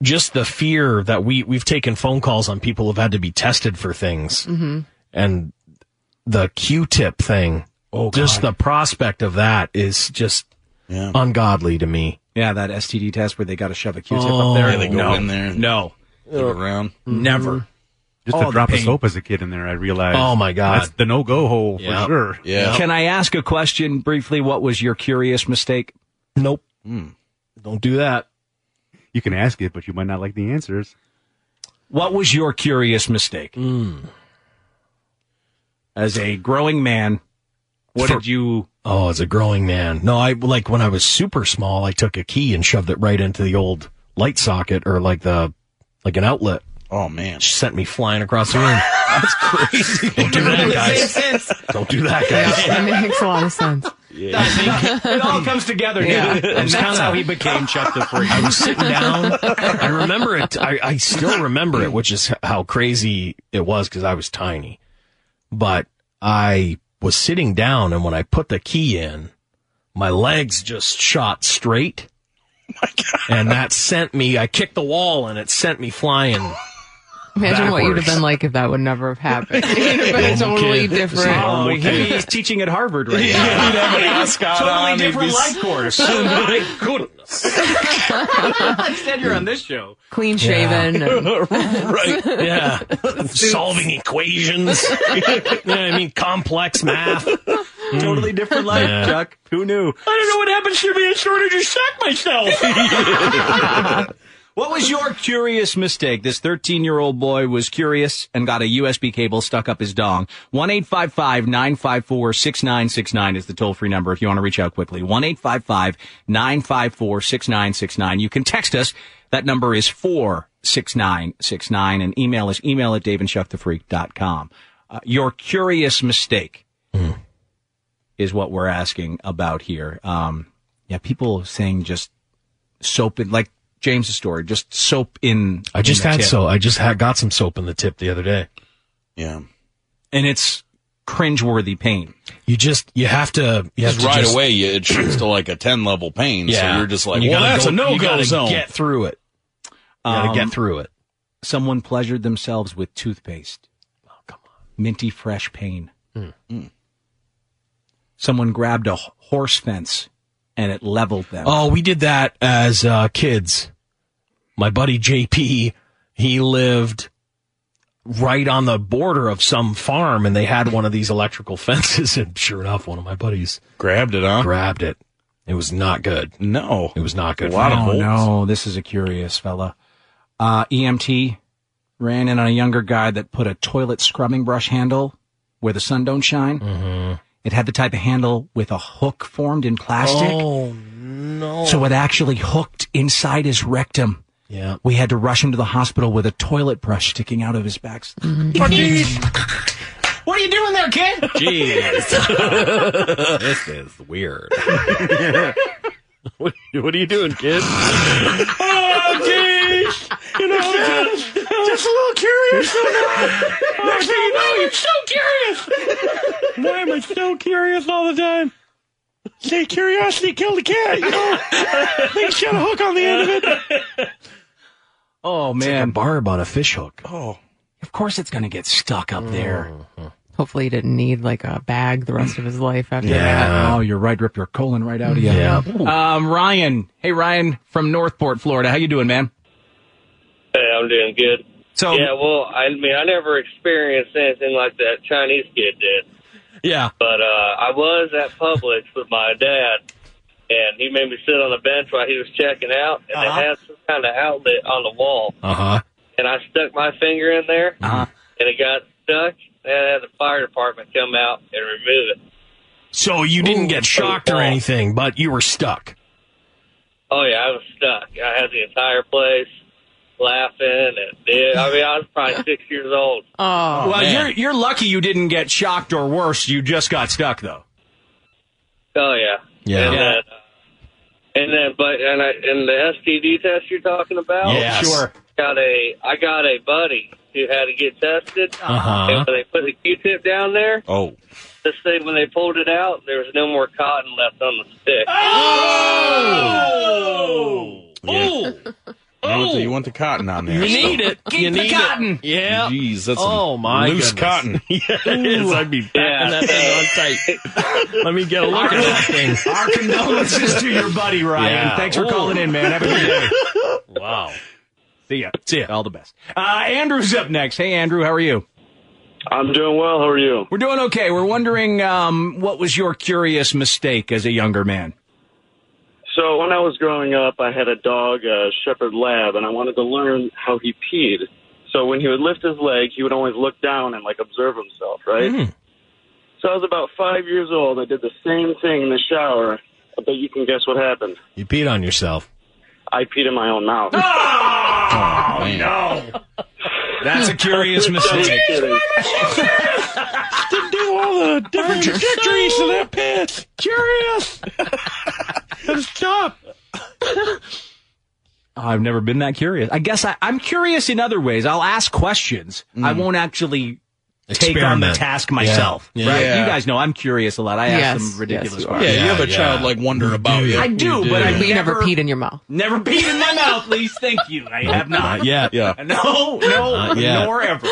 just the fear that we we've taken phone calls on people who've had to be tested for things.
Mm-hmm.
Mhm.
And the Q-tip thing.
Oh,
just the
God.
prospect of that is just ungodly to me.
Yeah, that STD test where they got to shove a Q-tip
Oh,
up there.
Yeah, they go
no.
in
there and
No.
around.
Mm-hmm.
Never.
Just
Oh,
a
the
drop of
pain.
soap as a kid in there, I realized.
Oh, my God.
That's the no go hole for sure.
Can I ask a question briefly? What was your curious mistake?
Nope. Don't do that.
Hmm. You can ask it, but you might not like the answers.
What was your curious mistake?
Hmm.
As a growing man, what did you?
Oh, as a growing man. No, I like when I was super small, I took a key and shoved it right into the old light socket or like the like an outlet.
Oh man,
sent me flying across the room.
That's crazy.
Don't do that, guys. Don't do that, guys.
That makes a lot of sense.
it all comes together.
Yeah.
dude.
I
and
was
that's
kinda-
how he became Chuck the Freak.
I was sitting down. I remember it. I, I still remember it, which is how crazy it was because I was tiny. But I was sitting down, and when I put the key in, my legs just shot straight. And that sent me, I kicked the wall and it sent me flying.
Imagine what you'd
Backwards.
have been like if that would never have happened. You'd have been
Normal
totally
kid.
different.
Oh, he's teaching at Harvard right now.
Yeah. He'd have an
ascot
totally
on, he'd
different
be-
life course.
My
goodness. Instead, you're on this show.
Clean shaven. and-
right. Yeah. Solving equations. you know what I mean? Complex math.
Totally different life,
Yeah.
Chuck. Who knew?
I don't know what happens to me in short of just shock myself.
What was your curious mistake? This 13 year old boy was curious and got a USB cable stuck up his dong. 1 954 6969 is the toll free number if you want to reach out quickly. 1 954 6969. You can text us. That number is 46969 and email is email at daveandchuckthefreak.com. Uh, your curious mistake is what we're asking about here. Um, yeah, people saying just soap and like James' story. Just soap in.
I just
in the
had
tip.
so I just had got some soap in the tip the other day.
Yeah, and it's cringeworthy pain.
You just you have to you have
Because
to
right
just,
away you, it shoots to like a ten level pain.
Yeah.
So you're just like,
You
well,
gotta
that's
go-
a no
you
go
gotta
zone.
get through it. You gotta get through it.
Um, Someone pleasured themselves with toothpaste. Oh come on! Minty fresh pain.
Hmm.
Hmm.
Someone grabbed a h- horse fence and it leveled them.
Oh, we did that as uh, kids. My buddy JP, he lived right on the border of some farm, and they had one of these electrical fences. And sure enough, one of my buddies
grabbed it. Huh?
Grabbed it. It was not good.
No,
it was not good. for
no,
him.
no, this is a curious fella. Uh, EMT ran in on a younger guy that put a toilet scrubbing brush handle where the sun don't shine.
Mm-hmm.
It had the type of handle with a hook formed in plastic,
Oh no!
so it actually hooked inside his rectum.
Yeah.
We had to rush him to the hospital with a toilet brush sticking out of his back. What are you doing there, kid?
Jeez. this is weird.
what, what are you doing, kid? oh, geez. You know, just, just a little curious. Next thing you know, you're so curious. Why am I so curious all the time? Say curiosity killed the cat, you know? They shot a hook on the end of it.
Oh man,
barb on a fish hook. Mm.
Oh, of course it's going to get stuck up there.
Hopefully, he didn't need like a bag the rest of his life after
Yeah.
that.
Oh, you're right. Rip your colon right out of you.
Yeah.
Um, Ryan. Hey, Ryan from Northport, Florida. How you doing, man?
Hey, I'm doing good.
So-
yeah, well, I mean, I never experienced anything like that Chinese kid did,
Yeah.
but uh, I was at Publix with my dad, and he made me sit on a bench while he was checking out, and
Uh-huh.
they had some kind of outlet on the wall,
Uh
Uh-huh.
huh.
and I stuck my finger in there,
Uh-huh.
and it got stuck, and I had the fire department come out and remove it.
So you didn't get shocked
Oh.
or anything, but you were stuck.
Oh yeah, I was stuck. I had the entire place laughing and yeah, I mean, I was probably six years old.
Oh, well, you're you're lucky you didn't get shocked or worse. You just got stuck though.
Oh yeah.
Yeah.
And
Yeah.
then, and then but and I and the STD test you're talking about.
Yes. Sure.
Got a I got a buddy who had to get tested.
Uh-huh.
And when they put the Q-tip down there,
Oh.
this thing when they pulled it out, there was no more cotton left on the stick.
Oh!
Yeah. You, want the, you want the cotton on there.
You need
so-
it. Keep You the need it. cotton.
Yeah.
Jeez, that's
Oh,
some
my
loose
goodness.
cotton.
yeah, it is. I'd be packing that thing on tight. Let me get a look at that thing.
Our condolences to your buddy Ryan.
Yeah.
Thanks for
Ooh.
calling in, man. Have a good day.
Wow.
See ya. See ya. All the best. Uh, Andrew's up next. Hey, Andrew, how are you?
I'm doing well. How are you?
We're doing okay. We're wondering um, what was your curious mistake as a younger man.
So when I was growing up, I had a dog, a Shepherd Lab, and I wanted to learn how he peed. So when he would lift his leg, he would always look down and like observe himself, right? So I was about five years old. I did the same thing in the shower. I bet you can guess what happened.
You peed on yourself.
I peed in my own mouth.
Oh,
no!
That's a curious mistake.
to do all the different trajectories to that pants. Curious. and stop.
Oh, I've never been that curious. I guess I, I'm curious in other ways. I'll ask questions. I won't actually take on the
Mm. Experiment.
task
Yeah.
myself.
Yeah.
Right?
Yeah.
You guys know I'm curious a lot. I ask
Yes.
some ridiculous
Yes, you are.
questions.
Yeah, you have a childlike wonder about you.
I do, but I
you never,
never
peed in your mouth.
Never peed in my mouth, Lise. Thank you. I have not.
yet.
Yeah.
No, no,
Not yet.
nor ever.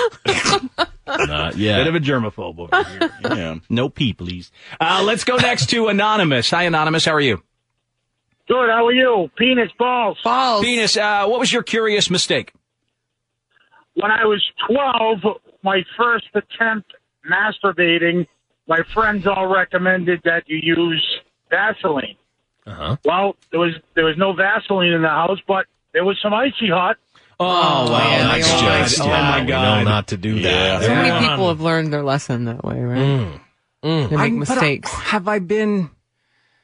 Not yet.
Bit of a germaphobe over here. No pee, please. Uh, let's go next to Anonymous. Hi, Anonymous. How are you?
Good. How are you? Penis balls.
Balls.
Venus, uh, what was your curious mistake?
When I was 12, my first attempt masturbating, my friends all recommended that you use Vaseline.
Uh-huh.
Well, there was there was no Vaseline in the house, but there was some icy hot.
Oh,
wow, that's just.
oh,
yeah,
my
we
God.
know not to do that.
So many
Come on.
people have learned their lesson that way, right?
Mm.
They
I'm-
make
but I-
mistakes.
have I been?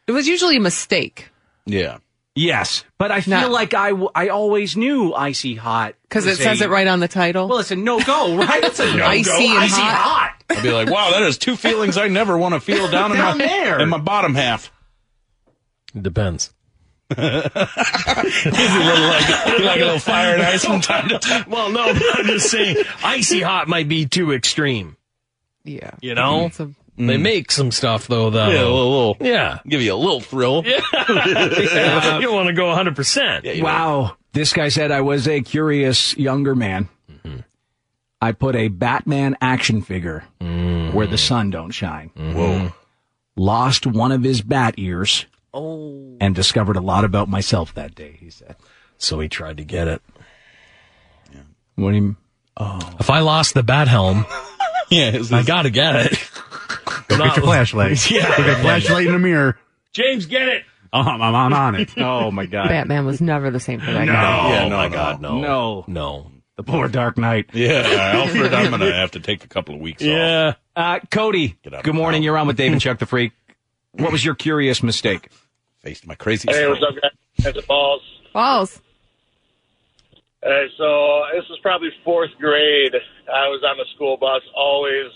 It was usually a mistake.
Yeah.
Yes, but I feel
No.
like I, w- I always knew icy hot
Because it
was
says
a-
it right on the title. Well,
it's a no go, right? It's a no-go.
Icy and
Icy
hot.
I'd be like, wow, that is two feelings I never want to feel down, in
Down
my
there.
in my bottom half.
Depends.
He's a little like, like a little fire and ice from time to time.
Well, no, but I'm just saying, icy hot might be too extreme.
Yeah,
you know,
It's a-
they make some stuff though.
Uh-huh.
That
Yeah, a little-
yeah,
give you a little thrill.
Yeah,
Yeah.
you want to go 100. percent
Wow. This guy said I was a curious younger man.
Mm-hmm.
I put a Batman action figure
Mm-hmm.
where the sun don't shine. Whoa. Lost one of his bat ears. Oh. And discovered a lot about myself that day, he said.
So he tried to get it.
What do you oh.
If I lost the bat helm,
yeah,
I got to get it.
Go
Not-
get your flashlight.
Yeah.
Go get a flashlight in a mirror.
James, get it.
Oh, I'm, I'm on it.
Oh my god.
Batman was never the same for that guy.
Yeah, no, no.
No.
No.
The poor Dark Knight.
Yeah, Alfred, I'm going to have to take a couple of weeks off.
Yeah.
Uh, Cody, good morning. You're on with Dave and Chuck the Freak. What was your curious mistake?
Faced my crazy.
Hey, what's up, guys? That's the balls.
Balls.
Hey, so this was probably fourth grade. I was on the school bus, always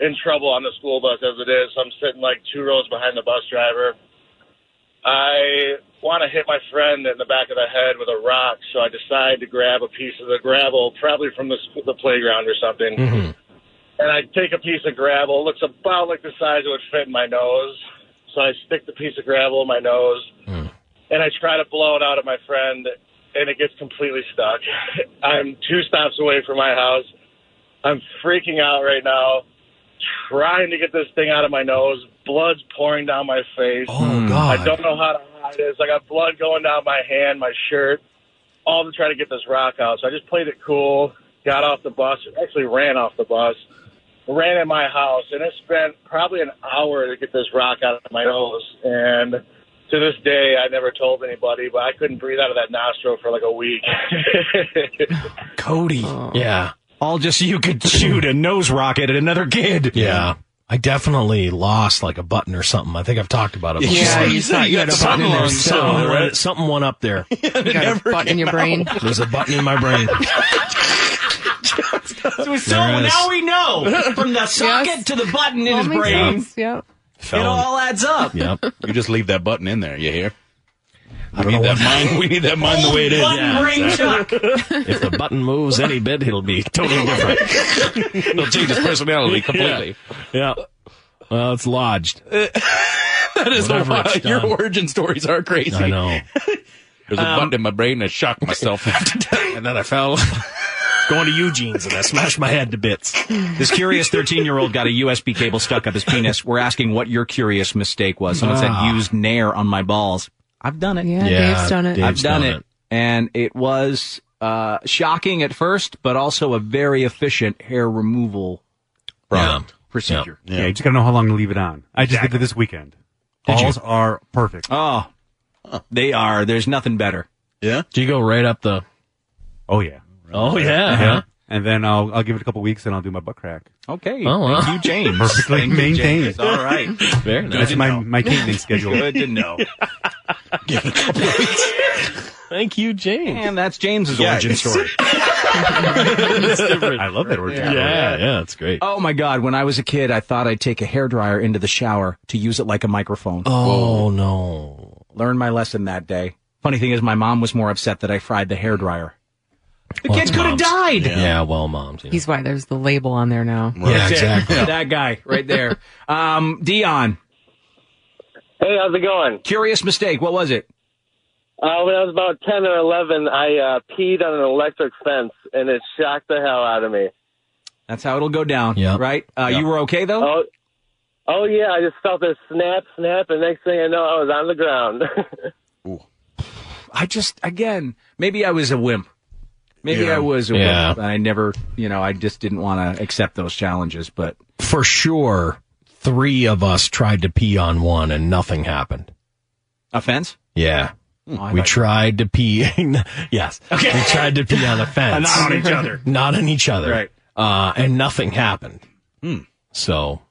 in trouble on the school bus as it is. So I'm sitting like two rows behind the bus driver. I want to hit my friend in the back of the head with a rock, so I decide to grab a piece of the gravel, probably from the, sc- the playground or something.
Mm-hmm.
And I take a piece of gravel, looks about like the size it would fit in my nose. So I stick the piece of gravel in my nose, and I try to blow it out at my friend, and it gets completely stuck. I'm two stops away from my house. I'm freaking out right now, trying to get this thing out of my nose. Blood's pouring down my face. Oh,
God.
I don't know how to hide it. So I got blood going down my hand, my shirt, all to try to get this rock out. So I just played it cool, got off the bus, actually ran off the bus, ran in my house, and it spent probably an hour to get this rock out of my nose. And to this day, I never told anybody, but I couldn't breathe out of that nostril for like a week.
Cody.
Uh.
Yeah.
All just so you could shoot a nose rocket at another kid.
Yeah. I definitely lost like a button or something. I think I've talked about it.
Yeah,
before.
you thought you had a button in there somewhere,
Something,
right?
something went up there.
You got a button in your brain.
There's a button in my brain.
So, so
There is.
now we know from the socket to the button in his brain.
Yep.
It all adds up.
Yep.
You just leave that button in there. You hear? We need that mind. We need that mind the way it is.
Button brain Chuck.
If the button moves any bit, it'll be totally different.
It'll change his personality completely.
Yeah. Well, it's lodged.
That is
Whatever
why
it's
your
done.
origin stories are crazy.
I know.
There's a
Um,
button in my brain that shocked myself after that.
And then I fell. Going to Eugene's and I smashed my head to bits.
This curious 13 year old got a USB cable stuck up his penis. We're asking what your curious mistake was. Someone
Ah.
said used Nair on my balls. I've done it.
Yeah, Yeah, Dave's done it.
I've
Dave's
done,
done
it.
it.
And it was uh, shocking at first, but also a very efficient hair removal
Product.
procedure.
Yeah. you just gotta know how long to leave it on. I just did it this weekend.
Did you?
Balls are perfect.
Oh, they are. There's nothing better.
Yeah.
Do you go right up the?
Oh yeah.
Oh yeah.
Uh-huh.
huh?
And then I'll I'll give it a couple weeks and I'll do my butt crack.
Okay.
Oh, wow.
Thank you, James.
Perfectly
Thank you,
maintained.
James. All right.
Very nice.
That's my my maintenance schedule.
Good to know.
Thank you, James.
And that's James's
Yeah,
origin
it's-
story.
I love that origin.
Yeah, yeah, it's great.
Oh my God! When I was a kid, I thought I'd take a hairdryer into the shower to use it like a microphone.
Oh no.
Learned my lesson that day. Funny thing is, my mom was more upset that I fried the hairdryer. The
Well,
kid
it's
could have
moms.
died.
Yeah. well, moms. you know.
He's why there's the label on there now.
Yeah, exactly.
that guy right there. Um, Dion.
Hey, how's it going?
Curious mistake. What was it?
Uh, when I was about 10 or 11, I uh, peed on an electric fence, and it shocked the hell out of me.
That's how it'll go down. Right? Uh, You were okay though.
Oh, oh yeah, I just felt this snap, snap, and next thing I know, I was on the ground.
I just again, maybe I was a wimp. Maybe
Yeah.
I was a
Yeah.
wimp. I never, you know, I just didn't want to accept those challenges. But
For sure, three of us tried to pee on one and nothing happened.
offense.
Yeah.
Oh, I
we
thought-
tried to pee. yes. Okay. We tried to pee on a fence.
Not on each other.
Not on each other.
Right.
Uh, and nothing happened.
Hmm.
So,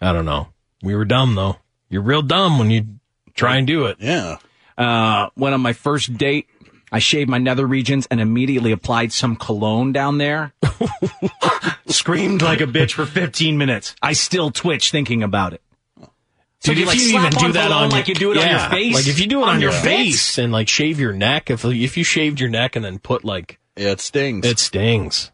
I don't know. We were dumb though. You're real dumb when you try and do it.
Yeah.
Uh, went on my first date. I shaved my nether regions and immediately applied some cologne down there. Screamed like a bitch for 15 minutes. I still twitch thinking about it. Dude,
Dude,
if you
slap
even do that
cologne
on your-
like you do it on
yeah,
your face,
like if you do it on your
face and like shave your neck, if if you shaved your neck and then put like
yeah, it stings.
It stings.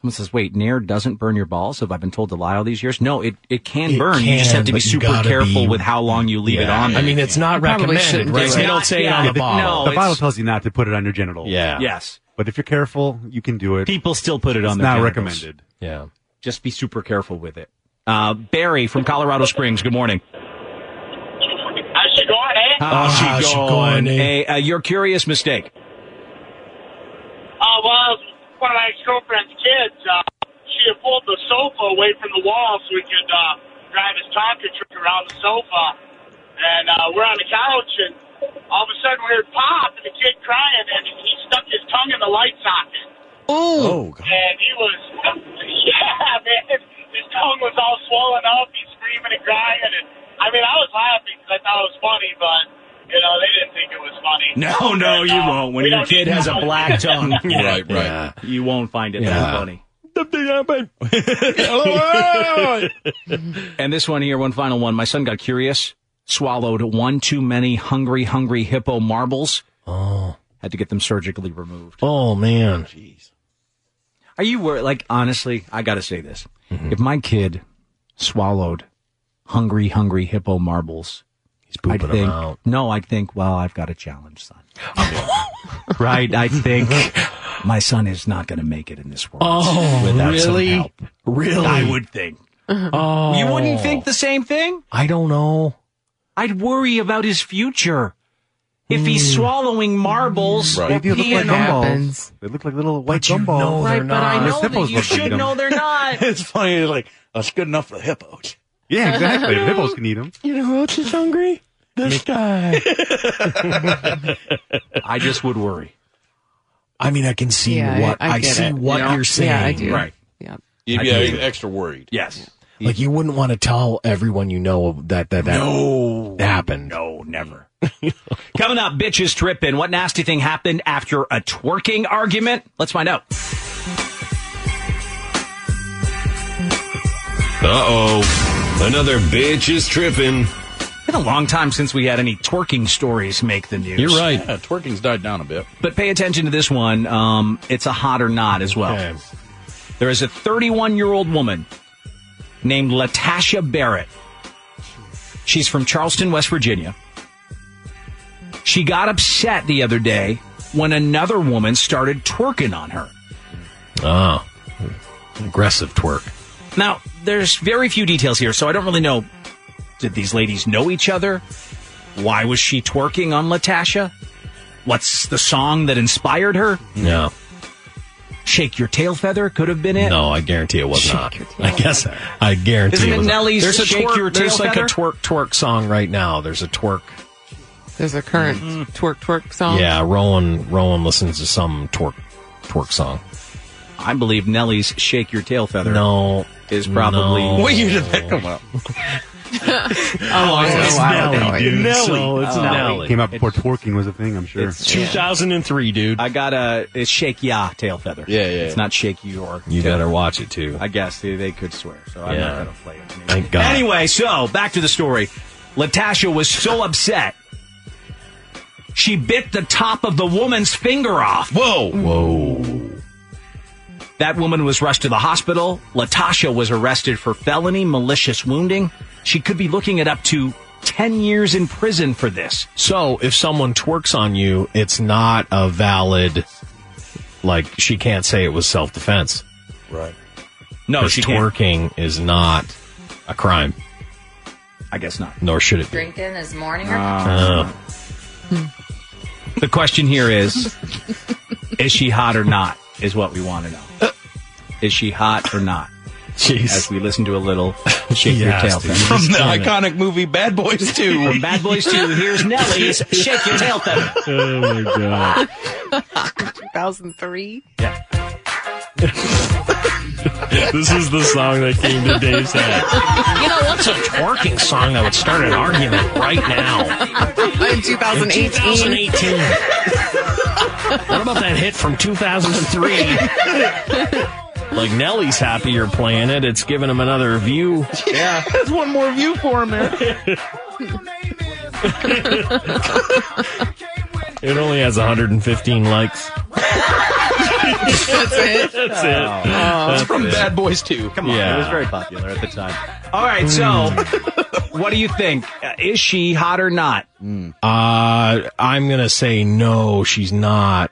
Someone says, "Wait, Nair doesn't burn your balls." Have I been told to lie all these years? No, it it can
It
burn. you just
can,
have to be
but you
super
gotta
careful
be-
with how long you leave it
Yeah.
on.
I mean, it's not
You probably
recommended,
shouldn't
right?
do
They
it.
don't say it on
Yeah,
the bottle.
No,
the bottle
it's-
tells you not to put it on your genitals.
Yeah. Yes.
But if you're careful, you can do it.
People still put it on
It's
their
not
genitals.
recommended.
Yeah.
Just be super careful with it. Uh, Barry from Colorado Springs. Good morning.
How's she going, eh?
How's she
eh?
going? A, uh, your curious mistake.
Oh, well, one of my ex-girlfriend's kids, uh, she had pulled the sofa away from the wall so we could uh, drive his Tonka truck around the sofa. And uh, we're on the couch, and all of a sudden we heard pop, and the kid crying, and he stuck his tongue in the light socket.
Oh,
And he was, yeah, man, his tongue was all swollen up. He's screaming and crying, and I mean, I was laughing because I thought it was funny, but you know, they didn't think it was funny.
No, no, you won't. When
we
your
don't
kid
need
has a
knowledge.
black tongue,
Right,
yeah,
right.
yeah, you won't find it
Yeah.
that funny. and this one here, one final one. My son got curious, swallowed one too many hungry, hungry hippo marbles. Oh, had to get them surgically removed.
Oh man.
Are you worried? Like, honestly, I got to say this.
Mm-hmm.
If my kid swallowed hungry, hungry hippo marbles, he's
pooping
I'd
'em
think,
out.
No, I'd think, well, I've got a challenge, son. right? I think my son is not going to make it in this world.
Oh,
without
really?
Some help.
Really?
I would think.
Oh.
You wouldn't think the same thing?
I don't know.
I'd worry about his future. If he's
Hmm.
swallowing marbles
They
or
do look like
peeing on
gumballs. They look like little white gumballs.
Right, but I know
Their
that
nipples
you
look
should
like them.
know they're not.
it's funny. Like that's good enough for the hippos.
Yeah, exactly. The hippos can eat them.
You know who else is hungry? This guy.
I just would worry.
I mean, I can see
Yeah,
what
I-
I,
I get
see
it.
what
Yeah.
you're saying.
Yeah, I do. Right.
Yeah.
You'd
I
be
do.
uh, extra worried.
Yes.
Like you wouldn't want to tell everyone you know that that that
No.
happened.
No, never. Coming up, bitches tripping. What nasty thing happened after a twerking argument? Let's find out.
oh. Another bitch is tripping.
It's been a long time since we had any twerking stories make the news.
You're right. Yeah, twerking's died down a bit.
But pay attention to this one. Um, it's a hot or not as well. There is a 31 year old woman named Latasha Barrett. She's from Charleston, West Virginia. She got upset the other day when another woman started twerking on her.
Oh, aggressive twerk.
Now, there's very few details here, so I don't really know. Did these ladies know each other? Why was she twerking on Latasha? What's the song that inspired her?
No,
Shake Your Tail Feather could have been it.
no, I guarantee it was
Shake
not. I guess I guarantee
Isn't
it
it
was not.
Nelly's
There's a
Shake
twerk,
Your
There's
Tail
like
Feather?
a twerk twerk song right now. There's a twerk. Mm-hmm.
There's a current twerk twerk song.
Yeah, Rowan Rowan listens to some twerk twerk song.
I believe Nelly's Shake Your Tail Feather.
No.
Is probably.
No. What year did
that come out?
Oh,
it's Nelly, dude. So it's
Oh.
Nelly.
Came out before twerking was a thing, I'm sure.
It's 2003, dude. I got a it's shake ya tail feather. Yeah, yeah. It's not shake your.
You
tail
better
feather.
watch it too.
I guess they, they could swear, so I'm not gonna play it. Anyway.
Thank God.
Anyway, so back to the story. Latasha was so upset, she bit the top of the woman's finger off.
Whoa,
whoa!
That woman was rushed to the hospital. Latasha was arrested for felony malicious wounding. She could be looking at up to ten years in prison for this.
So if someone twerks on you, it's not a valid. Like she can't say it was self defense.
Right.
No,
'Cause
she can't.
twerking is not a crime.
I guess not.
Nor should it be.
Drinking is morning.
Ah.
Uh,
The question here is Is she hot or not? Is what we want to know. Is she hot or not?
Jeez.
As we listen to a little Shake
Yes,
Your Tail
dude.
Feather.
From the iconic movie Bad Boys 2.
From Bad Boys 2, here's Nelly's Shake Your Tail Feather.
Oh, my God.
2003.
this is the song that came to Dave's head.
You know what's
a twerking song that would start an argument right now?
In 2018.
In 2018. What about that hit from 2003? Like Nelly's happy you're playing it. It's giving him another view.
Yeah, that's one more view for him there.
It only has 115 likes.
that's
it. That's it.
That's it.
Boys too.
Come on, it was very
popular at the time. Mm.
All right, so what do you think? Uh, Is she hot or not?
Uh, I'm gonna say no, she's not.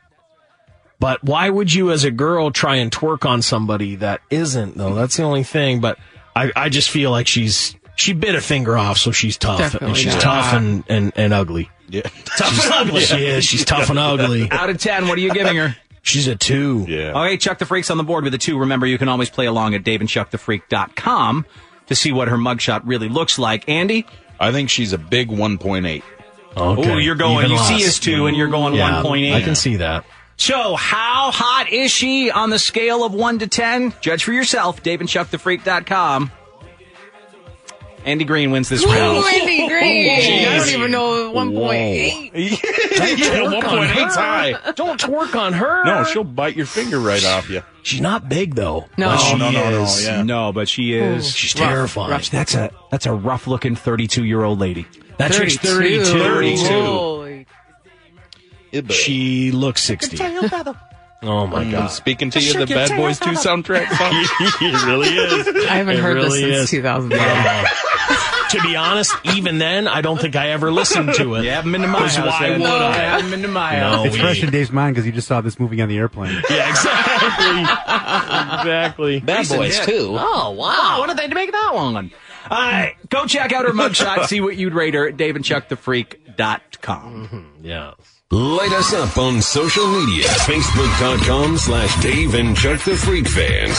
But why would you, as a girl, try and twerk on somebody that isn't though? That's the only thing. But I, I just feel like she's she bit a finger off, so she's tough.
Definitely
and she's
not.
tough and, and, and ugly. Yeah, tough
and ugly.
She is. She's tough and ugly.
Out of 10, what are you giving her?
She's a two.
Yeah.
Okay, Chuck the Freak's on the board with a two. Remember, you can always play along at daveandchuckthefreak.com to see what her mugshot really looks like. Andy?
I think she's a big 1.8.
Okay. Oh, you're going. you see us two, and you're going 1.8.
I can see that.
So, how hot is she on the scale of 1 to 10? Judge for yourself. DaveandChuckTheFreak.com. Andy Green wins this round.
Ooh, Andy Green. I don't even know
Whoa.
1.8.
Yeah,
Work on
1.8's
her.
high.
Don't twerk on her.
No, she'll bite your finger right off you.
She's not big though.
No.
But
No,
she
no, no, no,
is.
yeah. No, but she is.
She's terrifying.
Rough. That's a that's a rough looking 32 year old lady.
That chick's 32.
32.
She looks 60. Oh my
Mm,
god!
speaking to you, the Bad Boys 2 soundtrack.
it really is.
I haven't
It
heard this
really
since
is.
2009.
Yeah. to be honest, even then, I don't think I ever listened to it.
You haven't been to my
'Cause
house
Why
yet.
would
No,
I?
I haven't been to my house.
it's
we-
fresh in Dave's mind because you just saw this movie on the airplane.
Yeah, exactly. exactly.
Bad Boys, too.
Oh, wow. What did they make that one? Uh, go check out her mugshot. see what you'd rate her at daveandchuckthefreak.com.
Yeah.
Mm-hmm.
Light us up on social media. Facebook.com slash Dave and Chuck the Freak fans.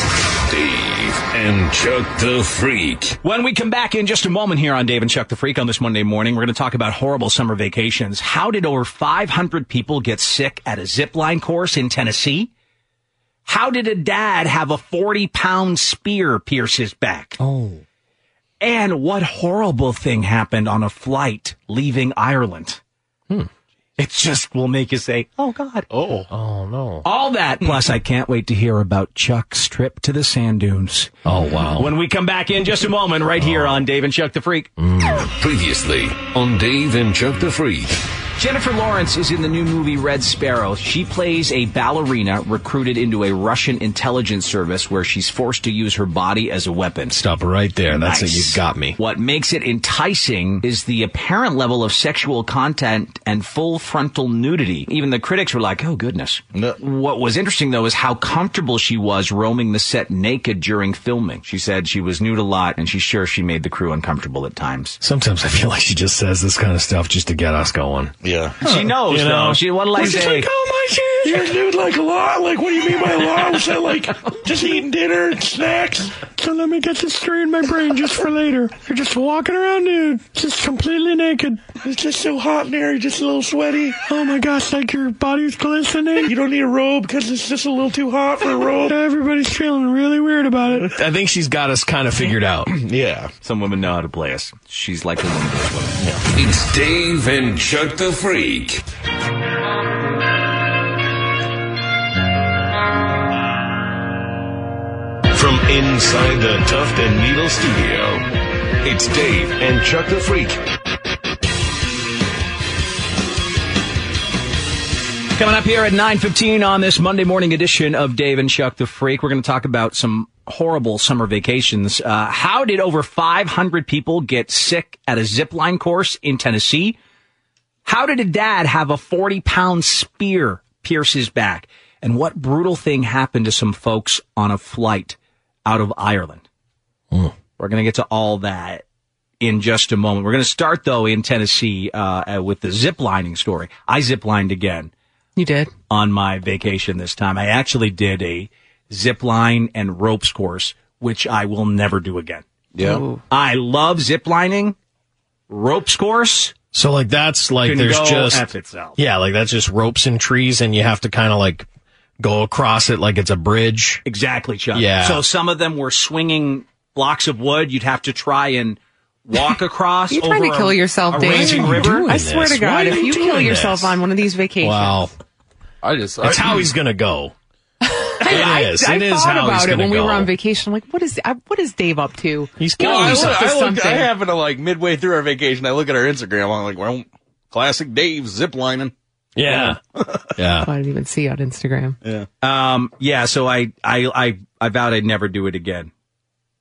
Dave and Chuck the Freak.
When we come back in just a moment here on Dave and Chuck the Freak on this Monday morning, we're going to talk about horrible summer vacations. How did over 500 people get sick at a zip line course in Tennessee? How did a dad have a 40 pound spear pierce his back?
Oh.
And what horrible thing happened on a flight leaving Ireland?
Hmm.
It just will make you say, oh God.
Oh.
Oh no.
All that. Plus, I can't wait to hear about Chuck's trip to the sand dunes.
Oh wow.
When we come back in just a moment, right
Oh.
here on Dave and Chuck the Freak.
Previously on Dave and Chuck the Freak.
Jennifer Lawrence is in the new movie Red Sparrow. She plays a ballerina recruited into a Russian intelligence service where she's forced to use her body as a weapon.
Stop right there. That's it.
Nice.
You got me.
What makes it enticing is the apparent level of sexual content and full frontal nudity. Even the critics were like, oh goodness. What was interesting though is how comfortable she was roaming the set naked during filming. She said she was nude a lot and she's sure she made the crew uncomfortable at times.
Sometimes I feel like she just says this kind of stuff just to get us going.
Yeah.
She knows,
You
though.
know?
She what'll I
Well, she's
say?
like,
Oh my god! You're dude like a lot. Like what do you mean by a lot? Was that like just eating dinner and snacks? So let me get this straight in my brain just for later. You're just walking around nude, just completely naked. It's just so hot in there. You're just a little sweaty. Oh my gosh! Like your body's glistening. You don't need a robe because it's just a little too hot for a robe. Everybody's feeling really weird about it.
I think she's got us kind of figured out.
yeah.
Some women know how to play us. She's like a woman.
It's Dave and Chuck the Freak.
From
inside the Tuft and Needle studio, it's Dave and Chuck the Freak.
Coming up here at 9.15 on this Monday morning edition of Dave and Chuck the Freak, we're going to talk about some horrible summer vacations. Uh, how did over 500 people get sick at a zipline course in Tennessee? How did a dad have a 40 pound spear pierce his back? And what brutal thing happened to some folks on a flight out of Ireland? We're going to get to all that in just a moment. We're going to start though in Tennessee uh, uh, with the zip lining story. I zip lined again.
You did
on my vacation this time. I actually did a zip line and ropes course, which I will never do again.
Yeah.
I love zip lining, ropes course.
So like that's like
Can
there's
go
just
F itself.
yeah, like that's just ropes and trees, and you have to kind of like go across it like it's a bridge.
Exactly, Chuck.
Yeah.
So some of them were swinging blocks of wood. You'd have to try and walk across.
You're trying
over
to kill
a,
yourself,
a
Dave.
raging river.
I swear to God, if you kill yourself on one of these vacations,
Wow.
I just
That's how he's gonna go.
I,
It is.
I
It is
thought
how he's
about it
gonna
when we
go.
were on vacation. I'm like, what is I, what is Dave up to? He's
No, I, look, I, looked, I
something.
happened to like midway through our vacation. I look at our Instagram. I'm like, well, classic Dave ziplining.
Yeah.
Oh, I didn't even see on Instagram.
Yeah.
Um, yeah. So I, I, I, I vowed I'd never do it again.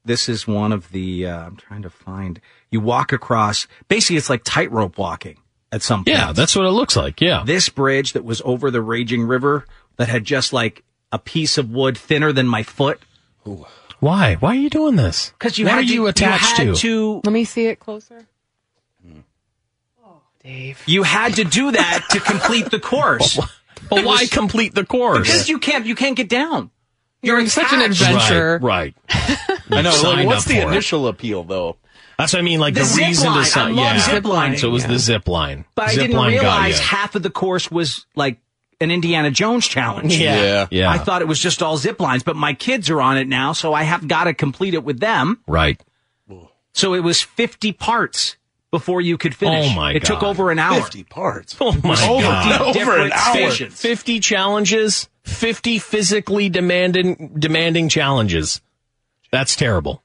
This is one of the. Uh, I'm trying to find. You walk across. Basically, it's like tightrope walking at some point.
Yeah, that's what it looks like. Yeah.
This bridge that was over the raging river that had just like a piece of wood thinner than my foot.
Why? Why are you doing this?
Because you
What
had
are
to-
you
you
attached
had
to?
Let me see it closer.
You had to do that to complete the course.
But why complete the course?
Because you can't. You can't get down. You're,
such an
attached.
adventurer.
Right.
I know. Like,
Signed
what's
up for
the
it.
initial appeal though?
That's what I mean. Like
The
the,
zip
reason
line.
to sign.
I love
yeah.
zip lining,
So it was
yeah.
the zip line.
But I
zip
didn't
line
realize
got you.
half of the course was like an Indiana Jones challenge.
Yeah. Yeah. Yeah.
I thought it was just all zip lines, but my kids are on it now, so I have got to complete it with them.
Right.
So it was 50 parts before you could finish.
Oh my
It took
God.
over an hour.
50 parts.
Oh my
Over-
god!
Over an hour. Stations.
Fifty challenges. Fifty physically demanding demanding challenges. That's terrible.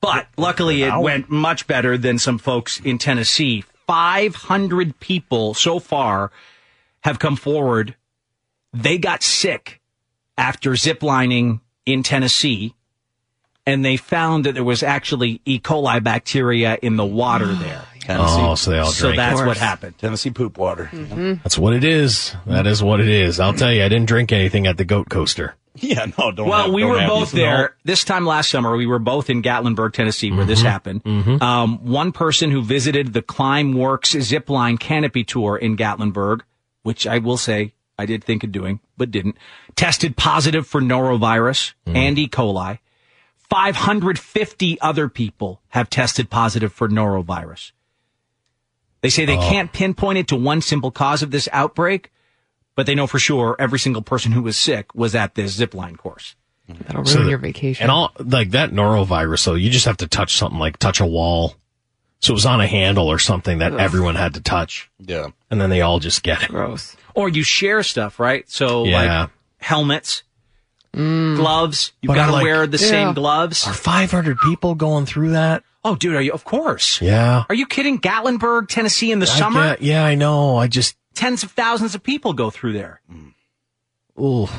But luckily, it went much better than some folks in Tennessee. 500 people so far have come forward. They got sick after ziplining in Tennessee, and they found that there was actually E. coli bacteria in the water there.
Oh, so they all
So
drank
that's
it.
what happened.
Tennessee poop water.
That's what it is. That is what it is. I'll tell you, I didn't drink anything at the goat coaster.
Yeah, no, don't.
well,
have-
we
don't
were
have
both
these at all.
there this time last summer. We were both in Gatlinburg, Tennessee, where this
Mhm.
happened. Um, one person who visited the Climb Works zipline canopy tour in Gatlinburg, which I will say I did think of doing, but didn't, tested positive for norovirus and E. coli. 550 other people have tested positive for norovirus. They say they
Oh.
can't pinpoint it to one simple cause of this outbreak, but they know for sure every single person who was sick was at this zipline course.
That'll ruin
So that-
your vacation.
And all like that norovirus, though, you just have to touch something like touch a wall. So it was on a handle or something that
Ugh.
everyone had to touch.
Yeah.
And then they all just get it.
Gross.
Or you share stuff, right? So
Yeah.
like helmets, gloves. You've
But
got to
I like-
wear the
Yeah.
same gloves.
Are 500 people going through that?
Oh, dude, are you? Of course.
Yeah.
Are you kidding? Gatlinburg, Tennessee, in the
I
summer,
get- yeah, I know. I just,
tens of thousands of people go through there.
ooh.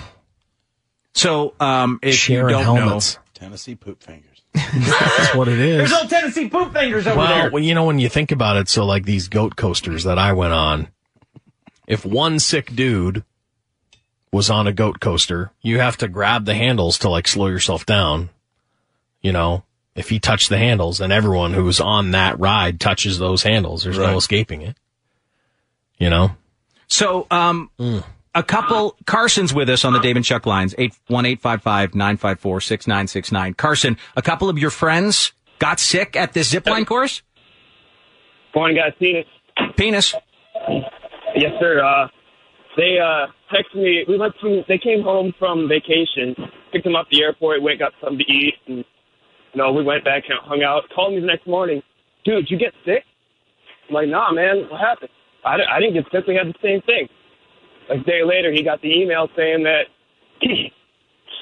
So um, if
Sharing
you don't
helmets.
know,
Tennessee poop fingers.
That's what it is.
There's old Tennessee poop fingers over
well,
there.
well, you know, when you think about it, so like these goat coasters that I went on, if one sick dude was on a goat coaster, you have to grab the handles to like slow yourself down. You know, if he touched the handles, then everyone who was on that ride touches those handles. There's
Right.
no escaping it. You know? Mm.
So, um, a couple, Carson's with us on the Dave and Chuck lines, 818-555-954-6969. Carson, a couple of your friends got sick at this zipline course?
One guy seen it.
Penis.
Yes, sir. Uh, they uh, texted me. We went from. They came home from vacation. Picked them up at the airport. Went got something to eat, and you know, we went back and hung out. Called me the next morning. Dude, did you get sick? I'm like, Nah, man. What happened? I, di- I didn't get sick. We had the same thing. Like a day later, he got the email saying that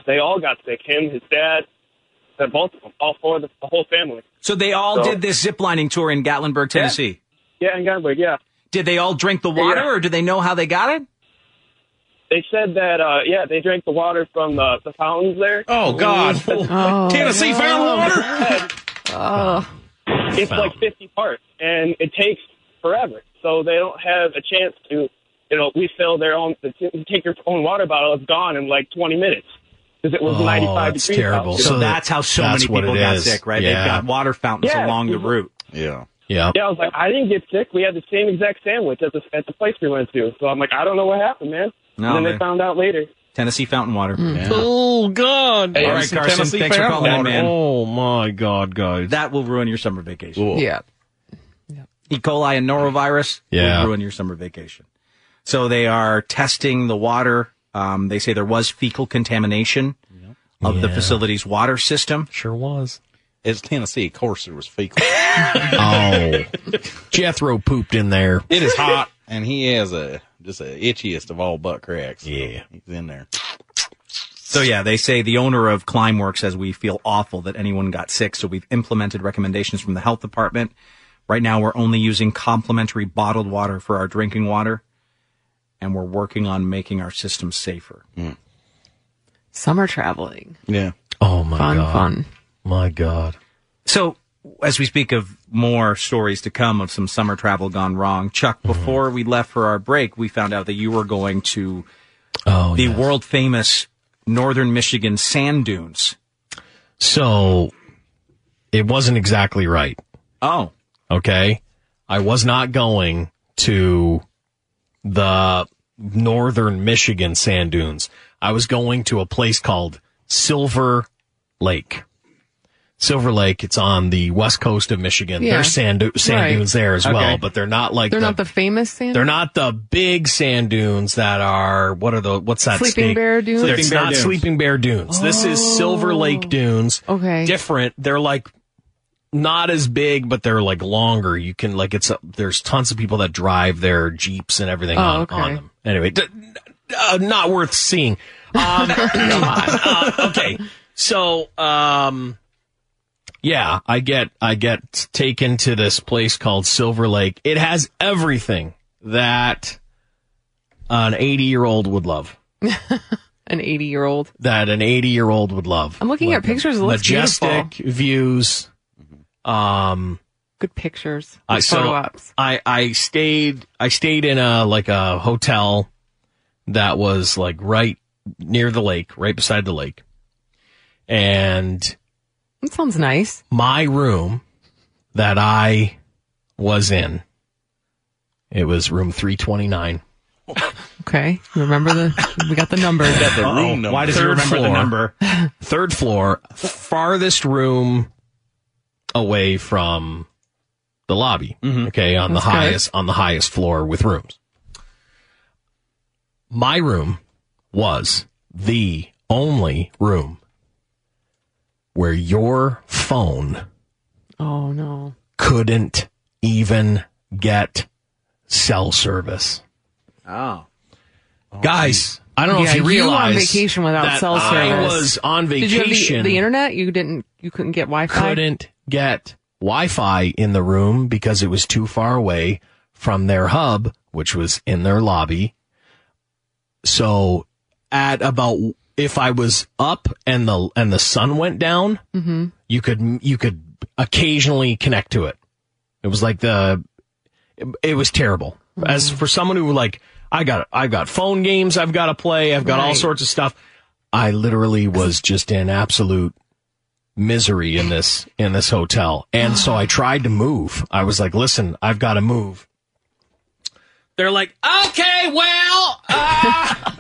they all got sick. Him, his dad, that both of them, all four, of the, the whole family.
So they all
So-
did this ziplining tour in Gatlinburg, Tennessee.
Yeah, in Gatlinburg. Yeah.
Did they all drink the water or do they know how they got it?
They said that, uh, yeah, they drank the water from the, the fountains there.
Oh, God.
Oh,
Tennessee fountain water?
Oh.
it's like 50 parts, and it takes forever. So they don't have a chance to, you know, refill their own, to take your own water bottle. It's gone in like 20 minutes because it was
Oh,
95
that's
degrees.
terrible.
out.
So
So
that-
that's how so
that's
many
what
people
it
got
is.
sick, right?
Yeah.
They've got water fountains
Yeah.
along the route.
Yeah.
Yeah.
Yeah, I was like, I didn't get sick. We had the same exact sandwich at the, at the place we went to. So I'm like, I don't know what happened, man.
No,
and then
man.
they found out later.
Tennessee fountain water.
Oh, God.
All right, Carson, thanks for calling in, man.
Oh, my God, guys.
That will ruin your summer vacation.
Yeah.
E. coli and norovirus
Yeah.
will ruin your summer vacation. So they are testing the water. Um, they say there was fecal contamination of the
Yeah.
facility's water system.
Sure was.
It's Tennessee. Of course, there was fecal.
Oh. Jethro pooped in there.
It is hot, and he has a just a itchiest of all butt cracks. Yeah, he's in there.
So yeah, they say the owner of Climeworks says we feel awful that anyone got sick, so we've implemented recommendations from the health department. Right now, we're only using complimentary bottled water for our drinking water, and we're working on making our system safer.
Summer traveling.
Yeah.
Oh my
Fun,
god.
fun.
My god.
So, as we speak of more stories to come of some summer travel gone wrong, Chuck, before we left for our break, we found out that you were going to the world famous northern Michigan sand dunes.
So it wasn't exactly right.
Oh.
Okay. I was not going to the northern Michigan sand dunes. I was going to a place called Silver Lake. Silver Lake, it's on the west coast of Michigan.
Yeah.
There's sand, du- sand
Right.
dunes there as
Okay.
well, but they're not like
they're
the,
not the famous sand.
they're not the big sand dunes that are what are the what's that
Sleeping
state?
Bear Dunes?
it's
Sleeping Bear
not
Dunes.
sleeping bear dunes. This is Silver Lake Dunes.
Okay.
Different. They're like not as big, but they're like longer. You can like it's a, there's tons of people that drive their jeeps and everything
Oh,
on,
okay.
on them. Anyway, d- uh, not worth seeing. Um, come on. Uh, okay, so um, yeah, I get I get taken to this place called Silver Lake. It has everything that an 80 year old would love.
An 80 year old.
That an 80 year old would love.
I'm looking at pictures. It looks
majestic
beautiful.
views. Um,
Good pictures.
I
Good
Uh, so
photo ops.
I I stayed I stayed in a like a hotel that was like right near the lake, right beside the lake, and
That sounds nice.
my room that I was in. It was room three twenty nine.
Okay. Remember the, we got the number.
Uh-oh. Third floor, farthest room away from the lobby. Okay, on
Mm-hmm. That's
the
good.
highest on the highest floor with rooms. My room was the only room where your phone
Oh no.
couldn't even get cell service.
Oh.
Guys, I don't know
Yeah,
if you realize
on vacation without
that
cell service.
I was on
Did you
vacation.
have the, the internet? You didn't. You couldn't get Wi-Fi.
couldn't get Wi-Fi in the room because it was too far away from their hub, which was in their lobby. So at about if I was up and the and the sun went down,
Mhm.
you could you could occasionally connect to it. It was like the it, it was terrible. As for someone who like I got I've got phone games I've got to play, I've got all
Right.
sorts of stuff. I literally was just in absolute misery in this in this hotel. And so I tried to move. I was like, "Listen, I've got to move." They're like, okay, well, uh,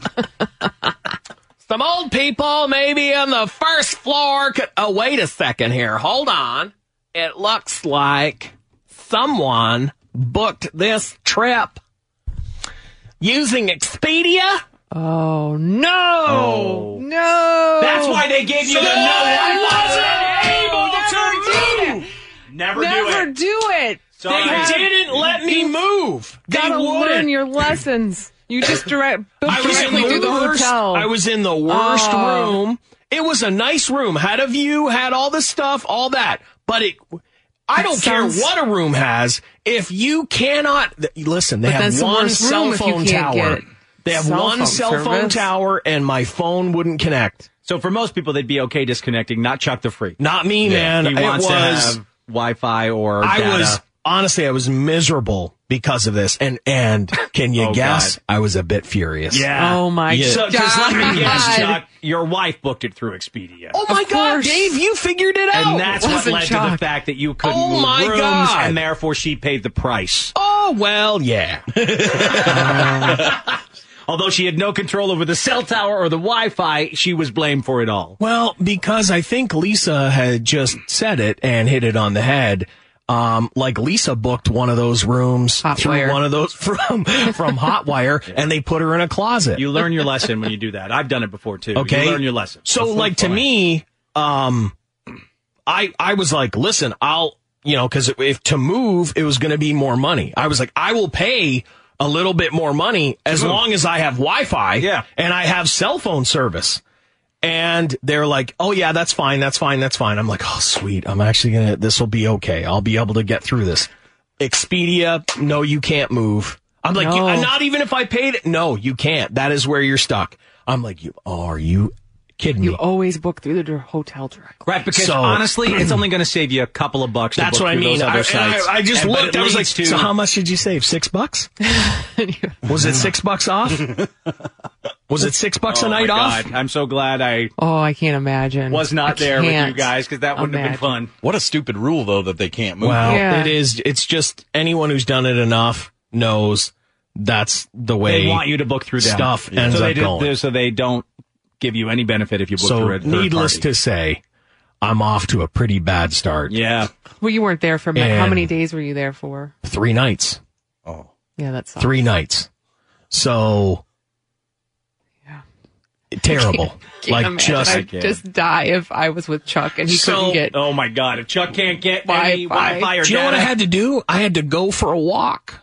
some old people maybe on the first floor. Could, oh, wait a second here. Hold on. It looks like someone booked this trip using Expedia.
Oh no!
Oh.
No.
That's why they gave you the no. I wasn't able to move.
Never,
Never
do it.
do it.
They didn't let me
move.
Gotta
They
learn
wouldn't.
your lessons. You just direct. book
I was in
directly through
the
the
worst.
hotel.
I was in the worst
Oh.
room. It was a nice room. Had a view. Had all the stuff. All that. But it. I
That
don't
sounds-
care what a room has. If you cannot th- listen, they
But
have
that's the
one
worst
cell
room if you
phone
can't
tower.
get
They have
cell
one
phone
cell phone
service.
tower, and my phone wouldn't connect.
So for most people, they'd be okay disconnecting, not Chuck the Freak.
Not me, man.
He
It
wants to
was-
have Wi-Fi or
I
data.
was honestly, I was miserable because of this, and and can you
Oh,
guess?
God.
I was a bit furious.
Yeah.
Oh,
Yeah.
So just let me guess, Chuck. Your wife booked it through Expedia.
Oh my God, Dave, you figured it out.
And that's what led to the fact that you couldn't
Oh
move
my
rooms,
God.
and therefore she paid the price.
Oh well, yeah.
Although she had no control over the cell tower or the Wi-Fi, she was blamed for it all.
Well, because I think Lisa had just said it and hit it on the head. Um, like Lisa booked one of those rooms through one of those from from Hotwire, and they put her in a closet.
You learn your lesson when you do that. I've done it before too.
Okay,
you learn your lesson.
So, like to me, um, I I was like, listen, I'll you know because if to move, it was going to be more money. I was like, I will pay a little bit more money as long as I have Wi-Fi, yeah. and I have cell phone service. And they're like, "Oh yeah, that's fine, that's fine, that's fine." I'm like, "Oh sweet, I'm actually gonna. This will be okay. I'll be able to get through this." Expedia, no, you can't move. I'm like,
No.
you, not even if I paid it. No, you can't. That is where you're stuck. I'm like, you are you kidding me?
You always book through the dir- hotel directly.
Right, because
So-
honestly, it's only going to save you a couple of bucks. To
That's
book
what I
through
mean.
Those
I,
other
and I-
sites.
I just
And- but
looked.
it
I was like,
leads to-
so how much did you save? Six bucks? was it six bucks off? Was it six bucks
Oh
a night
my
off?
God. I'm so glad I
Oh, I can't imagine.
was not
I
there with you
can't
guys because that wouldn't have
imagine.
been fun.
What a stupid rule though that they can't move.
Well,
Yeah.
it is. It's just anyone who's done it enough knows that's the way
They want you to book through them.
stuff
Yeah.
ends
so they
up
did-
going.
So they don't give you any benefit if you book
So
through a third
needless
party.
to say, I'm off to a pretty bad start.
Yeah,
Well, you weren't there for ma- how
And-
many days were you there for?
three nights.
Oh.
Yeah, that's
Three nights. So terrible. like just
I'd just die if I was with Chuck and he couldn't get.
oh my god, if Chuck can't get any
Wi-Fi.
Wi-Fi or
Do you know what I had to do? I had to go for a walk.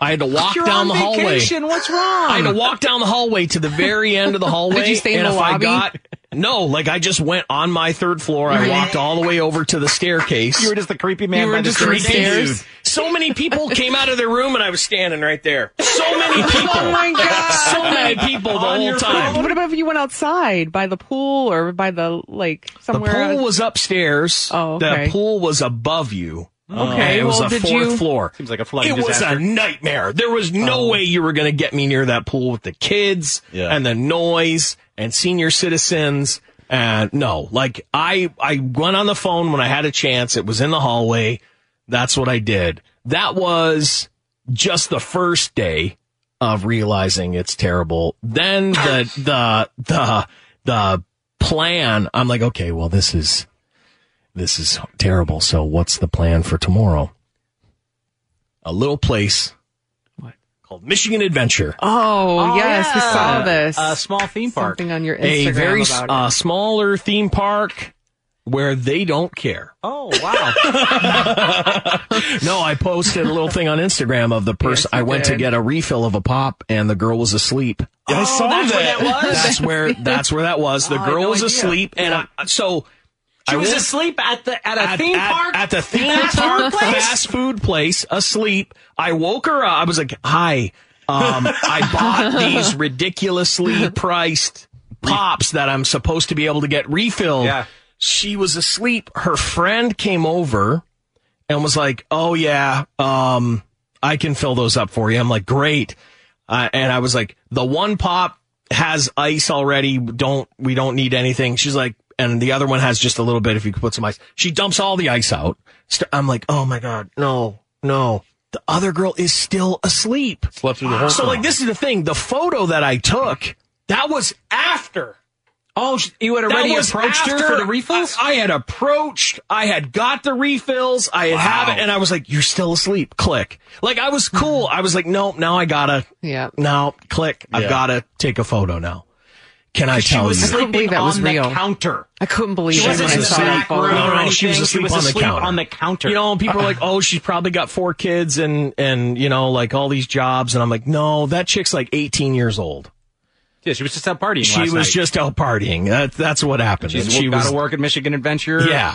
I had to walk
You're
down
on
the hallway.
vacation. What's wrong?
I had to walk down the hallway to the very end of the hallway.
Did you stay in
and
the
if I
lobby?
got- no, like I just went on my third floor. I walked all the way over to the staircase.
You were just the creepy man
You were
by the
just creepy
stairs.
dude. So many people came out of their room and I was standing right there. So many people.
Oh my god!
So many people the whole time.
What about if you went outside by the pool or by the like somewhere?
The pool
else?
was upstairs. Oh,
okay.
The pool was above you.
Okay,
it was
well,
a
did
fourth
you-
floor.
Seems like a flooding
It
disaster.
was a nightmare. There was no
Oh.
way you were going to get me near that pool with the kids and the noise and senior citizens. And no, like I, I went on the phone when I had a chance. It was in the hallway. That's what I did. That was just the first day of realizing it's terrible. Then the, the, the, the plan, I'm like, okay, well, this is, this is terrible. So what's the plan for tomorrow? A little place called Michigan Adventure. Uh,
Oh,
Oh,
yes, we
yeah.
saw this.
A small theme park.
Something on your Instagram
A very s-
about it.
uh, smaller theme park where they don't care.
Oh wow!
No, I posted a little thing on Instagram of the person I went to get a refill of a pop and the girl was asleep. Oh,
I saw
that's
that.
Where that was. that's where that's where that was. The
Oh, I had
girl
no
was
idea.
asleep and I, so
She
I
was
went-
asleep at the at a
at,
theme
at-
park
at the theme
Fast food
park
place?
fast food place asleep. I woke her up. I was like, "Hi, um, I bought these ridiculously priced pops that I'm supposed to be able to get refilled." Yeah. She was asleep. Her friend came over and was like, "Oh yeah, um, I can fill those up for you." I'm like, "Great," uh, and I was like, "The one pop has ice already. Don't we don't need anything?" She's like, "And the other one has just a little bit. If you could put some ice." She dumps all the ice out. St- I'm like, "Oh my god, no, no." The other girl is still asleep. Slept through
the whole
So
thing.
like, this is the thing. The photo that I took that was after.
Oh, sh- you had
That
already
was
approached her
after
for the refills.
I, I had approached. I had got the refills. I had have it, and I was like, "You're still asleep." Click. Like I was cool.
Hmm.
I was like, "Nope, now I gotta."
Yeah.
Now click. I've
Yeah.
gotta take a photo now. Can I
she
tell
was
you?
I couldn't
sleeping
believe that
on
was
the
real.
counter.
I couldn't believe
She
it
wasn't
when I
in
saw
the
that
back room
photo.
or
No, no, she was
anything. She
asleep,
was
on, the
asleep
counter.
on the counter.
You know, and people are like, "Oh, she's probably got four kids and and you know, like all these jobs." And I'm like, "No, that chick's like 18 years old.
Yeah, she was just out partying.
She
last
was
night.
just out partying. That, that's what happened.
She's
And she
got
was
to work at Michigan Adventure.
Yeah.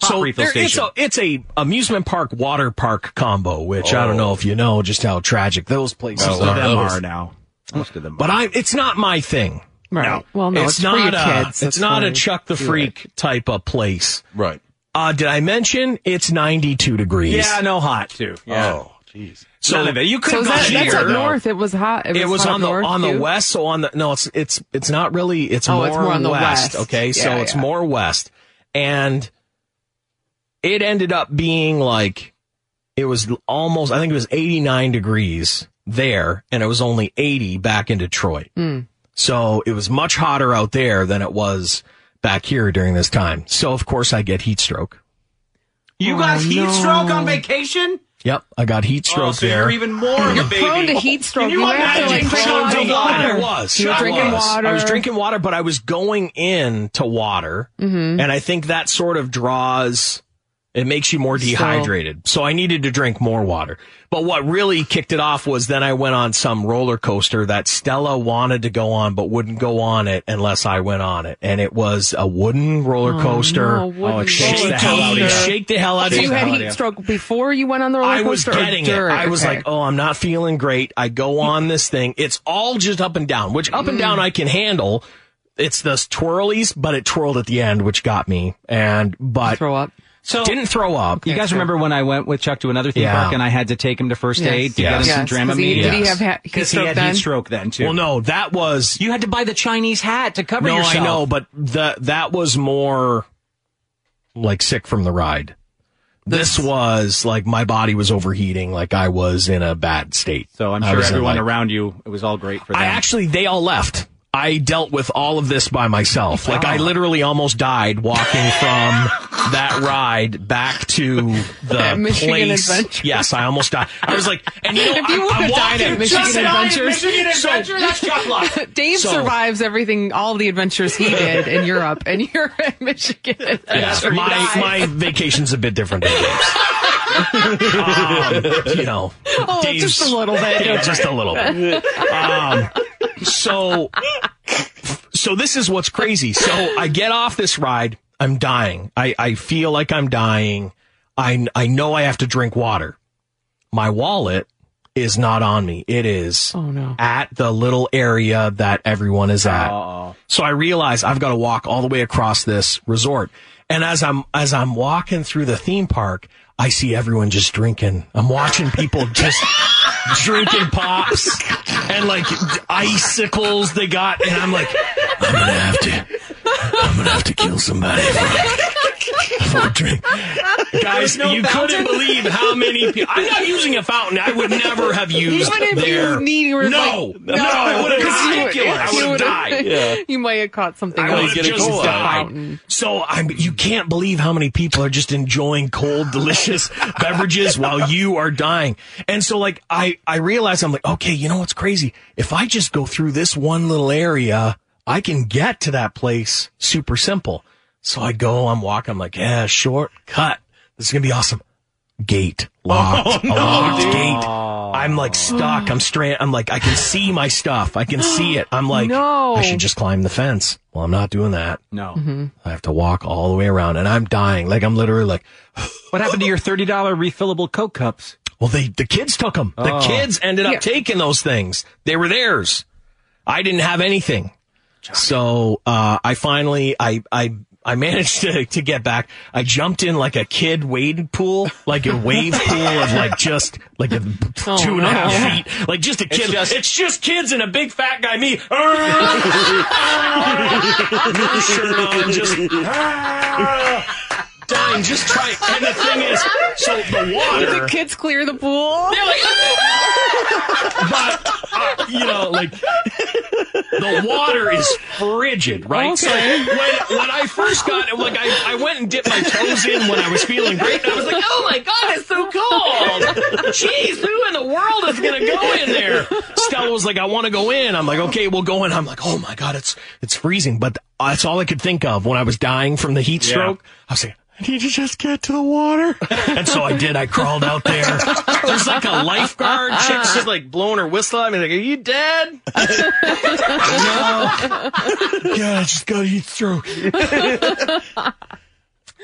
Pop
So
refill
there- it's
station.
a it's a amusement park water park combo, which I don't know if you know just how tragic those places
Most of
are.
them are now. Most of them.
But I, it's not my thing.
Right.
No.
Well, no, it's for
not
your
a,
kids.
It's
That's
not a
fine.
Chuck the
Do
Freak type of place.
Right.
Uh, did I mention it's 92 degrees?
Yeah, no hot too. Yeah.
Oh,
jeez.
So
None of it. You could
So
have
is
gone
that, that's up
here.
north. It was hot. It was,
It was
hot up
on the
north,
on the
too?
west, so on the no, it's it's it's not really. It's,
Oh,
more,
it's more on the
west,
west.
Okay, so
Yeah,
it's
yeah.
more west, and it ended up being like it was almost. I think it was eighty nine degrees there, and it was only eighty back in Detroit. So it was much hotter out there than it was back here during this time. So of course I get heat stroke.
You got heat stroke on vacation?
Yep, I got heat stroke
Oh, so
there.
you're even more of a baby.
prone to heat
Can
stroke.
you,
You have to,
imagine E.
like, drink a
prone to
lot of
heat?
water.
I was.
You were
I
drinking
was.
water.
I was drinking water, but I was going in to water,
Mhm.
and I think that sort of draws It makes you more
So-
dehydrated. So, I needed to drink more water. But what really kicked it off was then I went on some roller coaster that Stella wanted to go on, but wouldn't go on it unless I went on it. And it was a wooden roller coaster.
Oh,
Oh,
no, wooden
it shakes the
roller
hell out of you.
coaster.
Shake the hell out of
So
you.
you had heat stroke before you went on the roller
I was
coaster. or
getting it.
during?
I was
Okay.
like, oh, I'm not feeling great. I go on this thing. It's all just up and down, which up and down I can handle. It's those twirlies, but it twirled at the end, which got me. And but
throw up.
So didn't throw up.
you guys remember when I went with Chuck to another theme
Yeah.
park and I had to take him to first
Yes.
aid to
Yes.
get him
Yes.
some
'Cause
Dramamine?
he- did he
Yes.
have ha- heat
'Cause
stroke
he had
then?
heat stroke then too.
Well, no, that was
you had to buy the Chinese hat to cover
no,
yourself.
I know, but that that was more like sick from the ride. This was like my body was overheating, like I was in a bad state.
So I'm
I
sure
was in,
everyone
like,
around you, it was all great for them.
I actually, they all left. I dealt with all of this by myself. Like I literally almost died walking from that ride back to the
That Michigan
place.
Adventure.
Yes, I almost died. I was like, and you know,
if you
I'm-
would
I'm
have died
walking-
at Michigan
Just died at
Adventures,
Michigan Adventure, that's Chuck Luck.
Dave
So-
survives everything, all the adventures he did in Europe, and you're at Michigan.
Yes,
Adventure.
my my vacation's a bit different than Dave's. Um, you know,
Oh,
Dave's-
just a little bit.
Yeah, just a little bit. Um, so, so this is what's crazy. So I get off this ride. I'm dying. I I feel like I'm dying. I I know I have to drink water. My wallet is not on me. It is
Oh,
Mm-hmm.
at the little area that everyone is at. So I realize I've got to walk all the way across this resort. And as I'm as I'm walking through the theme park, I see everyone just drinking. I'm watching people just drinking pops and like icicles they got and I'm like I'm going to have to I'm going to have to kill somebody. For a drink. Guys,
There's no
you
fountain?
couldn't believe how many people. I'm not using a fountain. I would never have used
Even if
their.
you need, you were
no,
like,
no, it would have
because
been
you-
ridiculous.
if
I
you
would have
would've-
died.
You might have caught something.
I
else.
would just died. So I'm, you can't believe how many people are just enjoying cold, delicious beverages while you are dying. And so, like, I I realize I'm like, okay, you know what's crazy? If I just go through this one little area, I can get to that place super simple. So I go, I'm walking, I'm like, yeah, shortcut. This is gonna be awesome. Gate locked,
Oh,
a
no,
locked
dude.
gate. I'm like stuck. I'm strand. I'm like, I can see my stuff. I can see it. I'm like,
No.
I should just climb the fence. Well, I'm not doing that.
No.
I have to walk all the way around and I'm dying. Like I'm literally like,
what happened to your $30 refillable Coke cups?
Well, they, the kids took them. The
Oh.
kids ended up
Yeah.
taking those things. They were theirs. I didn't have anything. So, uh, I finally, I, I, I managed to, to get back. I jumped in like a kid wade pool, like a wave pool of like just like a
Oh,
two and a half
no.
feet, like just a
It's
kid.
just-
it's just kids and a big fat guy, me. no shirt on, just ah, dying, just trying. And the thing is, so the water.
The kids clear the pool. They're
like, but uh, you know, like the water is frigid, right?
Okay.
So when when I first got it, like I, I went and dipped my toes in when I was feeling great. And I was like, oh my god, it's so cold. Jeez, who in the world is gonna go in there? Stella was like, I want to go in. I'm like, okay, we'll go in. I'm like, oh my god, it's it's freezing. But that's all I could think of when I was dying from the heat
Yeah.
stroke. I was like.
I need to just get to the water.
And so I did. I crawled out there. There's like a lifeguard. Chick's just like blowing her whistle at me. Like, are you dead? yeah, I just got a heat stroke.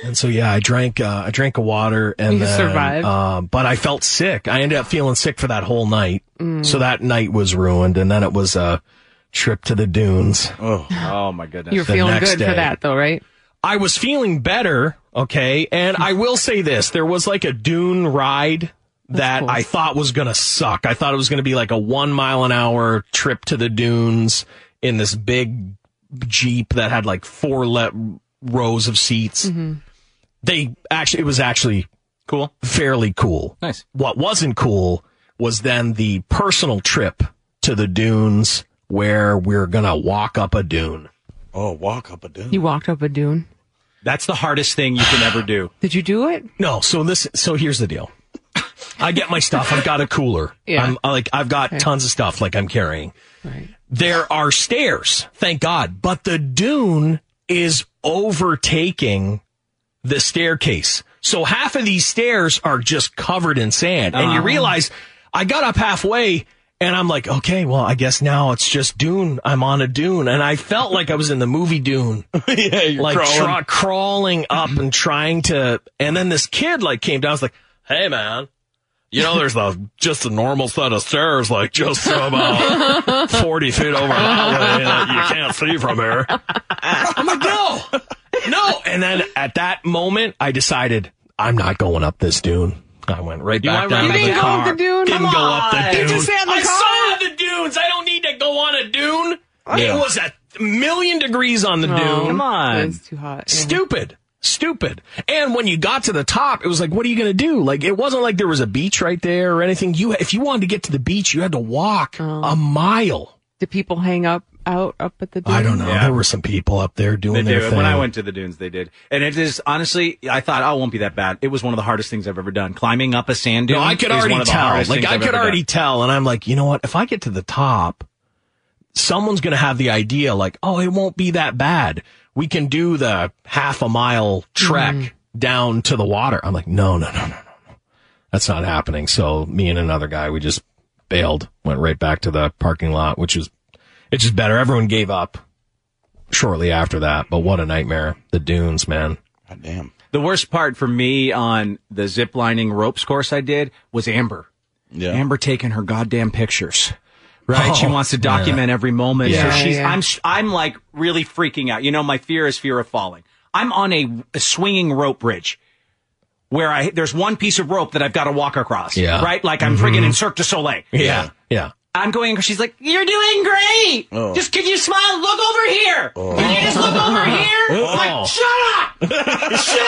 And so yeah, I drank uh, I drank a water and
You
then,
survived?
uh, but I felt sick. I ended up feeling sick for that whole night.
Mm.
So that night was ruined, and then it was a trip to the dunes. Oh,
oh my goodness!
You're feeling good for that, though, right?
I was feeling better, okay, and I will say this: there was like a dune ride that I thought was gonna suck. I thought it was gonna be like a one mile an hour trip to the dunes in this big jeep that had like four le- rows of seats they actually it was actually
cool
fairly cool nice what wasn't cool was then the personal trip to the dunes where we're gonna walk up a dune
oh walk up a dune
You walked up a dune.
That's the hardest thing you can ever do.
Did you do it?
no so this so here's the deal i get my stuff i've got a cooler
Yeah.
i'm I, like i've got
Okay.
tons of stuff like i'm carrying there are stairs thank god but the dune is overtaking the staircase So half of these stairs are just covered in sand. And you
Uh-huh.
Oh.
realize I got up halfway and I'm like, okay, well, I guess now it's just dune. I'm on a dune. And I felt like I was in the movie Dune.
yeah, you're
like
crawling.
tra- crawling up and trying to. And then this kid like came down. I was like, hey, man.
You know, Oh, there's a just a normal set of stairs, like just about forty feet over that way that you can't see from here.
I'm like, no, no. And then at that moment, I decided I'm not going up this dune. I went right
You
back
went
down to
right back
the
down.
car.
You didn't go up the dune?
Didn't
Come
go up
on.
the
You
dune.
just sat in the
I
car?
saw the dunes. I don't need to go on a dune.
Yeah.
It was a million degrees on the
Oh,
dune.
come on.
It's too hot.
Stupid. Stupid. And when you got to the top, it was like, what are you going to do? Like, it wasn't like there was a beach right there or anything. You, if you wanted to get to the beach, you had to walk a mile.
Do Oh. people hang up out up at the?
I don't know.
Yeah.
There were some people up there doing
they
their
do.
thing.
When I went to the dunes, they did, and it is honestly, I thought, oh, it won't be that bad. It was one of the hardest things I've ever done. Climbing up a sand dune.
No, I could
is one
already
of the
tell.
hardest
Like
things
I
I've
could
ever
already
done.
tell, and I'm like, you know what? If I get to the top, someone's going to have the idea, like, oh, it won't be that bad. We can do the half a mile trek
Mm-hmm.
down to the water. I'm like, no, no, no, no, no, no. That's not happening. So me and another guy, we just bailed, went right back to the parking lot, which was, it's just better. Everyone gave up shortly after that. But what a nightmare. The dunes, man. God damn.
The worst part for me on the zip lining ropes course I did was Amber. Yeah. Amber taking her goddamn pictures. Right, she
Oh,
wants to
yeah.
document every moment.
Yeah.
so she's,
Yeah, yeah.
I'm, I'm like really freaking out. You know, my fear is fear of falling. I'm on a, a swinging rope bridge where I there's one piece of rope that I've got to walk across.
Yeah.
right, like I'm
Mhm.
friggin' in Cirque du Soleil.
Yeah. Yeah.
I'm going. She's like, "You're doing great.
Oh.
Just can you smile? Look over here. Can you just look over here?
Oh.
Like, shut up, shut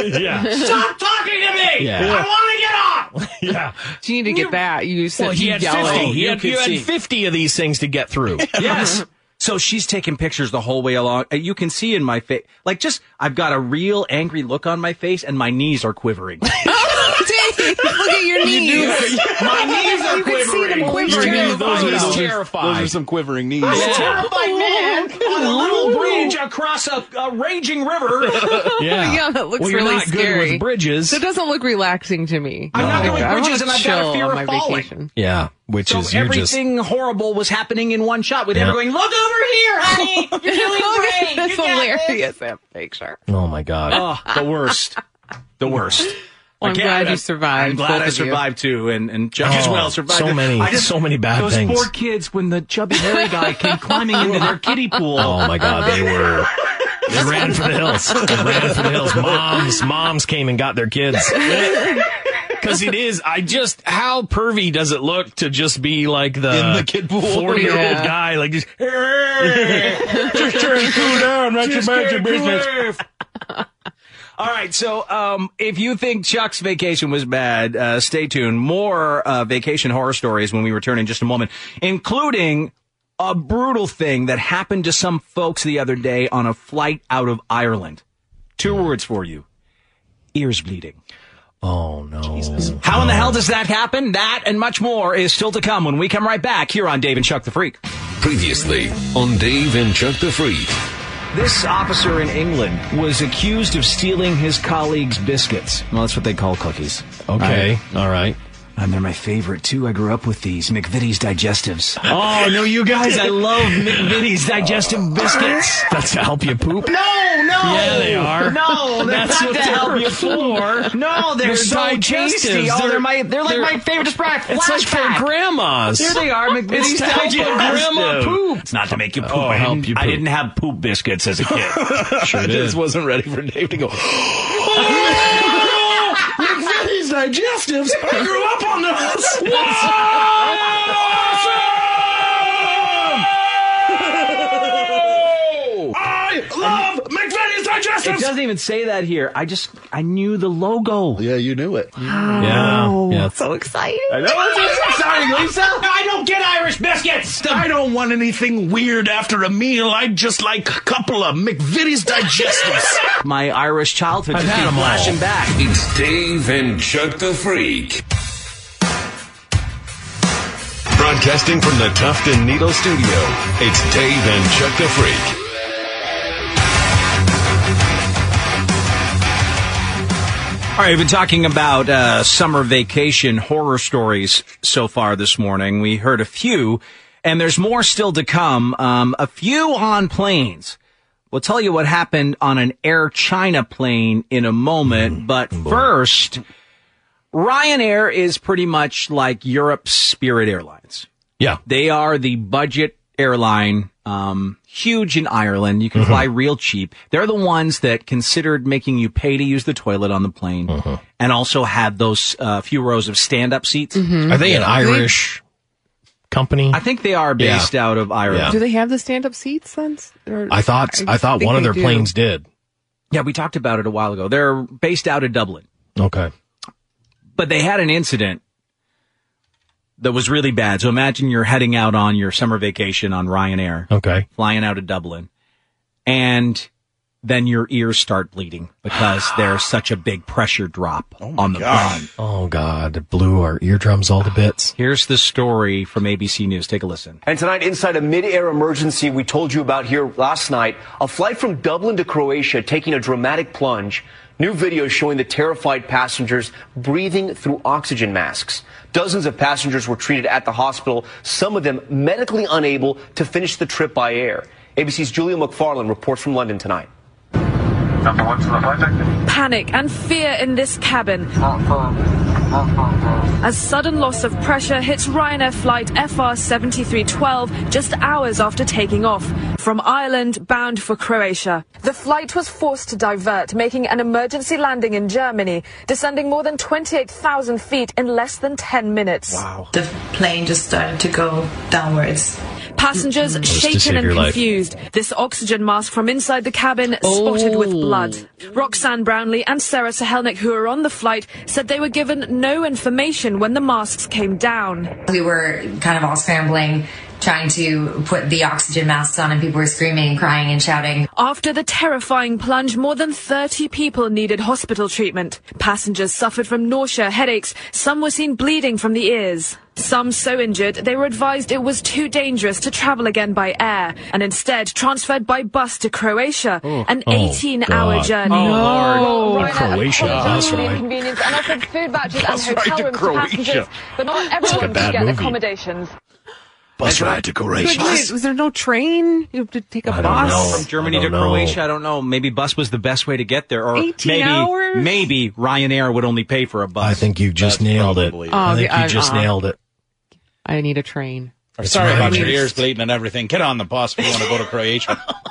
up.
Yeah.
Stop talking to me.
Yeah.
I want to get off.
Yeah.
So you need to get that. You said
Well, he
you
had
yell.
50. He
You
had,
could
you had
see.
50 of these things to get through.
yes. So she's taking pictures the whole way along. And you can see in my face, like just, I've got a real angry look on my face and my knees are quivering.
Dave, look at your
You
knees.
do it. My knees are
You can see them
quivering.
quivering.
Your knees, those are-
He's
those are-
Those are some quivering knees.
I'm a terrified man on a little
Ooh.
bridge across a, a raging river.
yeah, that looks
you're
really
not good with
scary.
bridges.
That doesn't look relaxing to me.
I'm not going
I wanna
bridges and I've got a
chill
fear
on
of
my
falling.
vacation.
Yeah. Which
So
is you're just.
everything horrible was happening in one shot with
Yeah.
everyone going, look over here, honey. You're doing
Look at
great.
this
you got
hilarious that picture.
Oh my God.
Oh, the worst. The worst.
Well, I'm
I can't-
glad you survived,
I'm glad
both
I
of you.
survived too, and and Chuck as
Oh,
well survived.
so many-
I just,
so many bad
those
things.
Poor kids when the chubby hairy guy came climbing into their kiddie pool.
Oh my God. They were. They ran for the hills. They ran for the hills. Moms, moms came and got their kids. Because it is, I just, how pervy does it look to just be like the,
In the kid pool.
40 year old
Yeah.
guy, like just,
Just trying to cool down, not
Just
your mind, your
very cool
business.
earth. All right, so um, if you think Chuck's vacation was bad, uh, stay tuned. More uh, vacation horror stories when we return in just a moment, including a brutal thing that happened to some folks the other day on a flight out of Ireland. Two words for you ears bleeding.
Oh no.
How in the hell does that happen? That and much more is still to come when we come right back here on Dave and Chuck the Freak.
Previously on Dave and Chuck the Freak.
This officer in England was accused of stealing his colleague's biscuits. Well, that's what they call cookies.
Okay, all right.
And they're my favorite too. I grew up with these McVitie's digestives.
Oh, no, you guys, I love
McVitie's digestive biscuits.
That's to help you poop.
No, no.
Yeah, they are.
No, they're
That's
not
what
to
they're
help you
for.
for. No, they're,
They're
so
digestives.
tasty. Oh, they're,
They're-
my, they're like
they're-
my favorite snack.
It's like for
Flashback.
grandmas.
Here they are, McVitie's
It's to help
digestive.
a grandma poop.
It's not to make you poop.
Oh,
I,
help
didn't,
you
I
poop.
didn't have poop biscuits as a kid.
Sure I just did.
wasn't ready for Dave to go.
McVitie's digestives. I grew up on those. Wow! I love McVitie's
It
digestives.
doesn't even say that here. I just I knew the logo. Yeah, you knew it.
Yeah, yeah.
so exciting.
I know it's so exciting, Lisa. I don't get Irish biscuits.
I don't want anything weird after a meal. I just like a couple of McVitie's digestives.
My Irish childhood
I've
just
had
came
'em all.
flashing back.
It's Dave and Chuck the Freak. Broadcasting from the Tuft and Needle Studio, it's Dave and Chuck the Freak.
All right, we've been talking about uh, summer vacation horror stories so far this morning. We heard a few, and there's more still to come. Um, a few on planes. We'll tell you what happened on an Air China plane in a moment, but first, Ryanair is pretty much like Europe's Spirit Airlines.
Yeah.
They are the budget airline, um, huge in Ireland. You can
Mm-hmm.
fly real cheap. They're the ones that considered making you pay to use the toilet on the plane
Mm-hmm.
and also had those uh, few rows of stand up seats.
Mhm.
Are they an Irish company?
I think they are
Yeah.
based out of Ireland.
Do they have the stand up seats then? Or-
I thought I thought
think
one of
they
their
do.
planes did.
Yeah, we talked about it a while ago. They're based out of Dublin,
Okay.
but they had an incident that was really bad. So imagine you're heading out on your summer vacation on Ryanair.
Okay.
flying out of Dublin, and then your ears start bleeding because there's such a big pressure drop on the plane.
Oh God, it blew our eardrums all to bits.
Here's the story from ABC News. Take a listen.
And tonight, inside a mid-air emergency we told you about here last night, a flight from Dublin to Croatia taking a dramatic plunge. New video showing the terrified passengers breathing through oxygen masks. Dozens of passengers were treated at the hospital, some of them medically unable to finish the trip by air. ABC's Julia McFarland reports from London tonight. Number one to the flight
Panic and fear in this cabin. As sudden loss of pressure hits Ryanair flight FR 7312 just hours after taking off from Ireland bound for Croatia. The flight was forced to divert, making an emergency landing in Germany, descending more than 28,000 feet in less than 10 minutes. Wow.
The plane just started to go downwards.
Passengers
Mm-mm. Just to save
shaken and
your life.
confused. This oxygen mask from inside the cabin spotted
Oh.
with blood. Roxanne Brownlee and Sarah Sahelnik, who were on the flight, said they were given no information when the masks came down.
We were kind of all scrambling, trying to put the oxygen masks on, and people were screaming and crying and shouting.
After the terrifying plunge, more than 30 people needed hospital treatment. Passengers suffered from nausea, headaches. Some were seen bleeding from the ears. Some so injured, they were advised it was too dangerous to travel again by air and instead transferred by bus to Croatia, an
Oh,
18 hour
God.
journey.
Oh, Lord.
Ryanair
Croatia,
apologised
that's
for the
right.
inconvenience and offered food vouchers and
Bus ride
hotel
to
rooms to
Croatia.
passengers, but not
It's like a
everyone could
bad
get
movie.
accommodations.
Bus ride to
Was, was there no train? You have to take a
I don't
bus?
know. From Germany to Croatia, I don't know. Maybe bus was the best way to get there, or
18
maybe
hours?
maybe Ryanair would only pay for a bus. I think
you just nailed it.
Oh,
I think
the-
you just
uh-uh.
nailed it.
I need a train.
I'm sorry
right.
about your ears bleeding and everything. Get on the bus. We want to go to Croatia.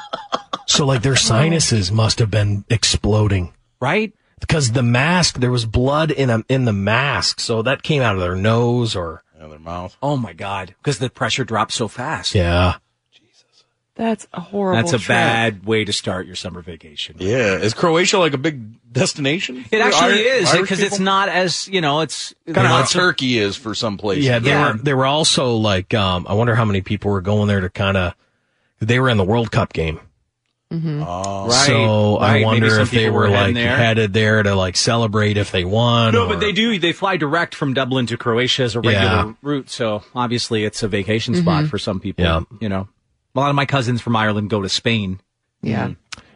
So like their sinuses must have been exploding,
right?
Because the mask, there was blood in a, in the mask, so that came out of their nose or
their mouth.
Oh my God! Because the pressure drops so fast.
Yeah,
That's a horrible.
that's a
trip.
bad way to start your summer vacation.
Yeah. Is Croatia like a big destination?
It
for
actually
Ir-
is
Irish
because it's
people?
not as you know. It's
kind of how
lots of-
Turkey is for some places.
yeah. They were they were also like, um, I wonder how many people were going there to kind of. They were in the World Cup game.
Mm-hmm.
Oh,
so
right.
I
Maybe
wonder
some
if they
people
were,
were heading
like
there.
headed there to like celebrate if they won.
No,
or-
but they do. They fly direct from Dublin to Croatia as a regular
Yeah.
route. So obviously, it's a vacation spot
Mm-hmm.
Mhm.
for some people.
Yeah.
You know, a lot of my cousins from Ireland go to Spain.
Yeah.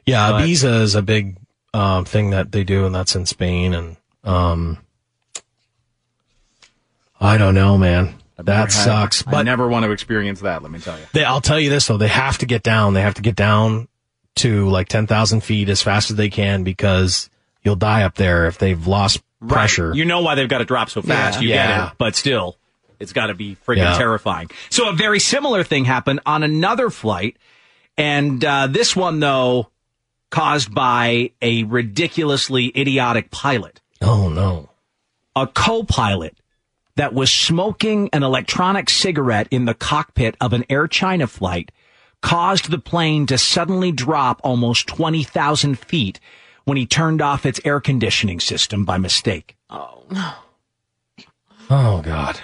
Yeah,
But-
Ibiza is a big um, thing that they do, and that's in Spain. And um, I don't know, man. That sucks.
I
But
never want to experience that. Let me tell you.
they, I'll tell you this though: they have to get down. They have to get down to like ten thousand feet as fast as they can because you'll die up there if they've lost pressure.
You know why they've got to drop so fast.
Yeah.
You
Yeah.
get it. But still, it's got to be freaking
Yeah.
terrifying. So a very similar thing happened on another flight. And uh, this one, though, caused by a ridiculously idiotic pilot.
Oh, no.
A co pilot that was smoking an electronic cigarette in the cockpit of an Air China flight caused the plane to suddenly drop almost 20,000 feet when he turned off its air conditioning system by mistake.
Oh God.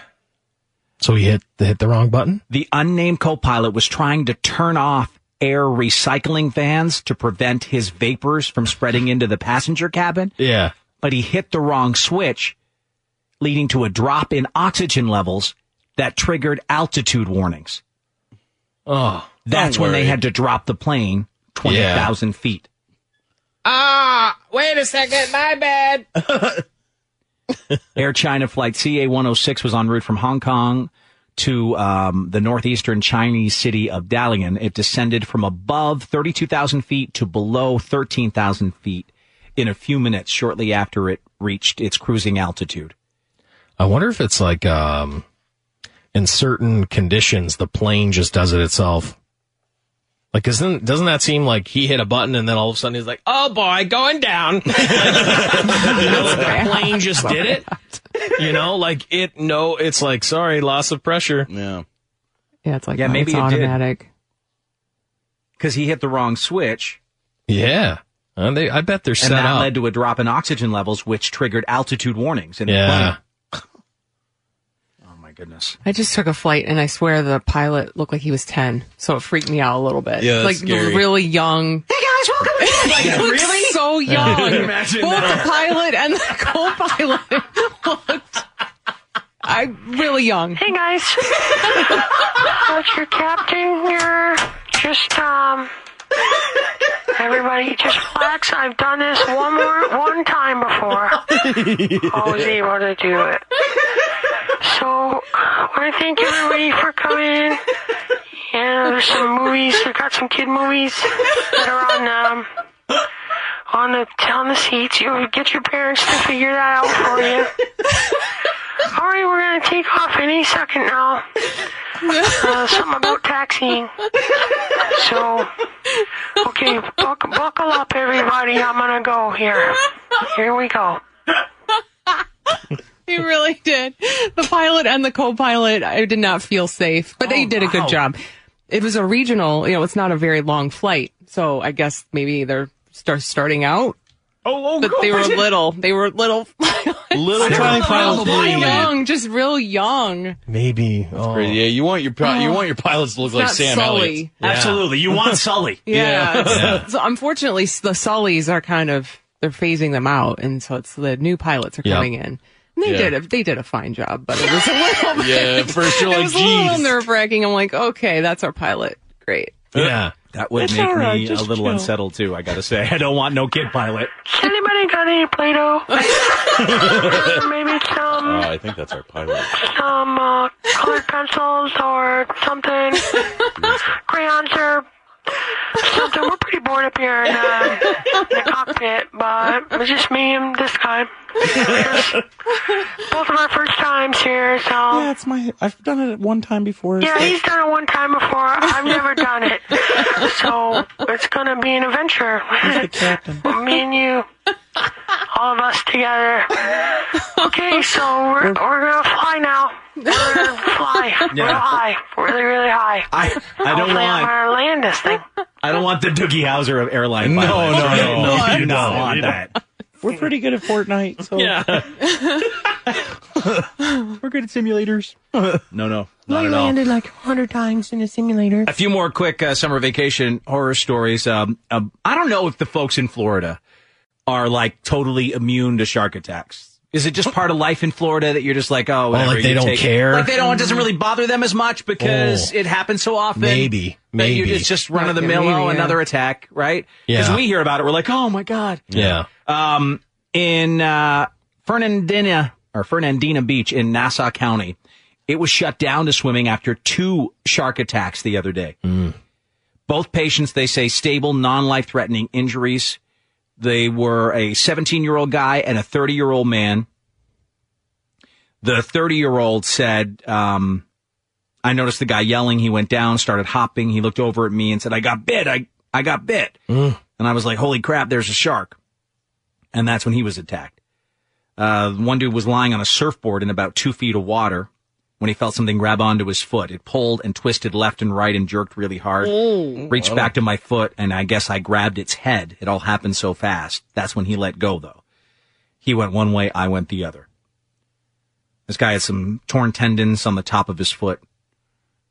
So he hit they hit the wrong button.
the unnamed co-pilot was trying to turn off air recycling fans to prevent his vapors from spreading into the passenger cabin.
Yeah.
But he hit the wrong switch, leading to a drop in oxygen levels that triggered altitude warnings.
Oh,
That's
don't
when they
worry.
had to drop the plane 20,000 feet.
Ah, wait a second. My bad.
Air China flight CA106 was en route from Hong Kong to um, the northeastern Chinese city of Dalian. It descended from above 32,000 feet to below 13,000 feet in a few minutes shortly after it reached its cruising altitude.
I wonder if it's like um, in certain conditions the plane just does it itself. Like, isn't doesn't that seem like he hit a button and then all of a sudden he's like,
Oh boy, going down.
you know, like the plane just did it. You know, like it. No, it's like sorry, loss of pressure.
Yeah,
yeah, it's like
Yeah,
no,
maybe
it's
it did.
automatic.
Because he hit the wrong switch.
yeah. And they, I bet they're
and
set
that
up.
led to a drop in oxygen levels, which triggered altitude warnings in
Yeah.
the plane. Oh my goodness!
I just took a flight and I swear the pilot looked like he was 10. So it freaked me out a little bit.
Yeah, that's
like
scary.
really young.
Hey guys, welcome to
Like, he looked So young.
Imagine
Both
that.
the pilot and the co-pilot looked I really young. Hey guys.
That's your captain here. Just um everybody just relax. I've done this one more one time before. I was able to do it. So I wanna thank everybody for coming in. Yeah, there's some movies. I got some kid movies that are on um on the on the seats. You get your parents to figure that out for you. All right, we're gonna take off any second now. Uh, something about taxiing. So, okay, buck, buckle up, everybody. I'm gonna go here. Here we go.
He really did. The pilot and the co-pilot, I did not feel safe, but they did a good job. It was a regional, you know, it's not a very long flight. So I guess maybe they're start starting out.
Oh,
but they were little. They were little,
Little tiny pilots.
real young, just real young.
Maybe. Oh.
Crazy. Yeah, you want your pro- you want your pilots to look
It's
like
not
Sam
Sully.
Elliott.
Absolutely. You want Sully.
Yeah.
Yeah.
it's- So unfortunately, s- the Sullys are kind of they're phasing them out, and so it's the new pilots are
Yeah.
coming in. And they
Yeah.
did a, they did a fine job, but it was a little bit.
Yeah, at first you're
it
like,
was a little
"Geez."
nerve wracking. I'm like, okay, that's our pilot. Great.
Yeah,
that would
It's
make
all right,
me a
just
little
chill.
unsettled too. I gotta say, I don't want no kid pilot.
Anybody got any Play-Doh? Or maybe some
I think that's our pilot.
some uh, colored pencils or something. Crayons or something. We're pretty bored up here in, uh, in the cockpit, but it was just me and this guy. Both of our first times here, so. Yeah,
it's my. I've done it one time before.
Um, Yeah, he's done it one time before. I've never done it. So it's going to be an adventure. Me and you. All of us together. Okay, so we're, we're going to fly now. We're going to fly. We're
Yeah.
high. Really, really high.
I, I don't
Hopefully I'm
want.
going to land this thing.
I don't want the Doogie Howser of airline.
No,
pilots,
no,
right?
no.
no,
You
you do not
don't.
want
You
that.
We're pretty good at Fortnite. So
Yeah.
we're good at simulators.
No, no, not at all.
like 100 times in a simulator.
A few more quick uh, summer vacation horror stories. Um, um, I don't know if the folks in Florida are like totally immune to shark attacks. Is it just part of life in Florida that you're just like, oh, whatever,
like they
you
don't
take-
care?
Like they don't, it doesn't really bother them as much because
Oh.
it happens so often.
Maybe,
that you-
maybe.
It's just run of the mill,
Maybe,
oh,
yeah.
another attack, right? Because
Yeah.
we hear about it, we're like, oh my God.
Yeah.
Um, in uh, Fernandina or Fernandina Beach in Nassau County, it was shut down to swimming after two shark attacks the other day.
Mm.
Both patients, they say, stable, non-life threatening injuries. They were a 17 year old guy and a 30 year old man. The 30 year old said, um, I noticed the guy yelling. He went down, started hopping. He looked over at me and said, I got bit. I, I got bit. And I was like, holy crap, there's a shark. And that's when he was attacked. Uh, one dude was lying on a surfboard in about two feet of water when he felt something grab onto his foot. It pulled and twisted left and right and jerked really hard.
Ooh.
Reached
Wow.
back to my foot and I guess I grabbed its head. It all happened so fast. That's when he let go though. He went one way, I went the other. This guy had some torn tendons on the top of his foot.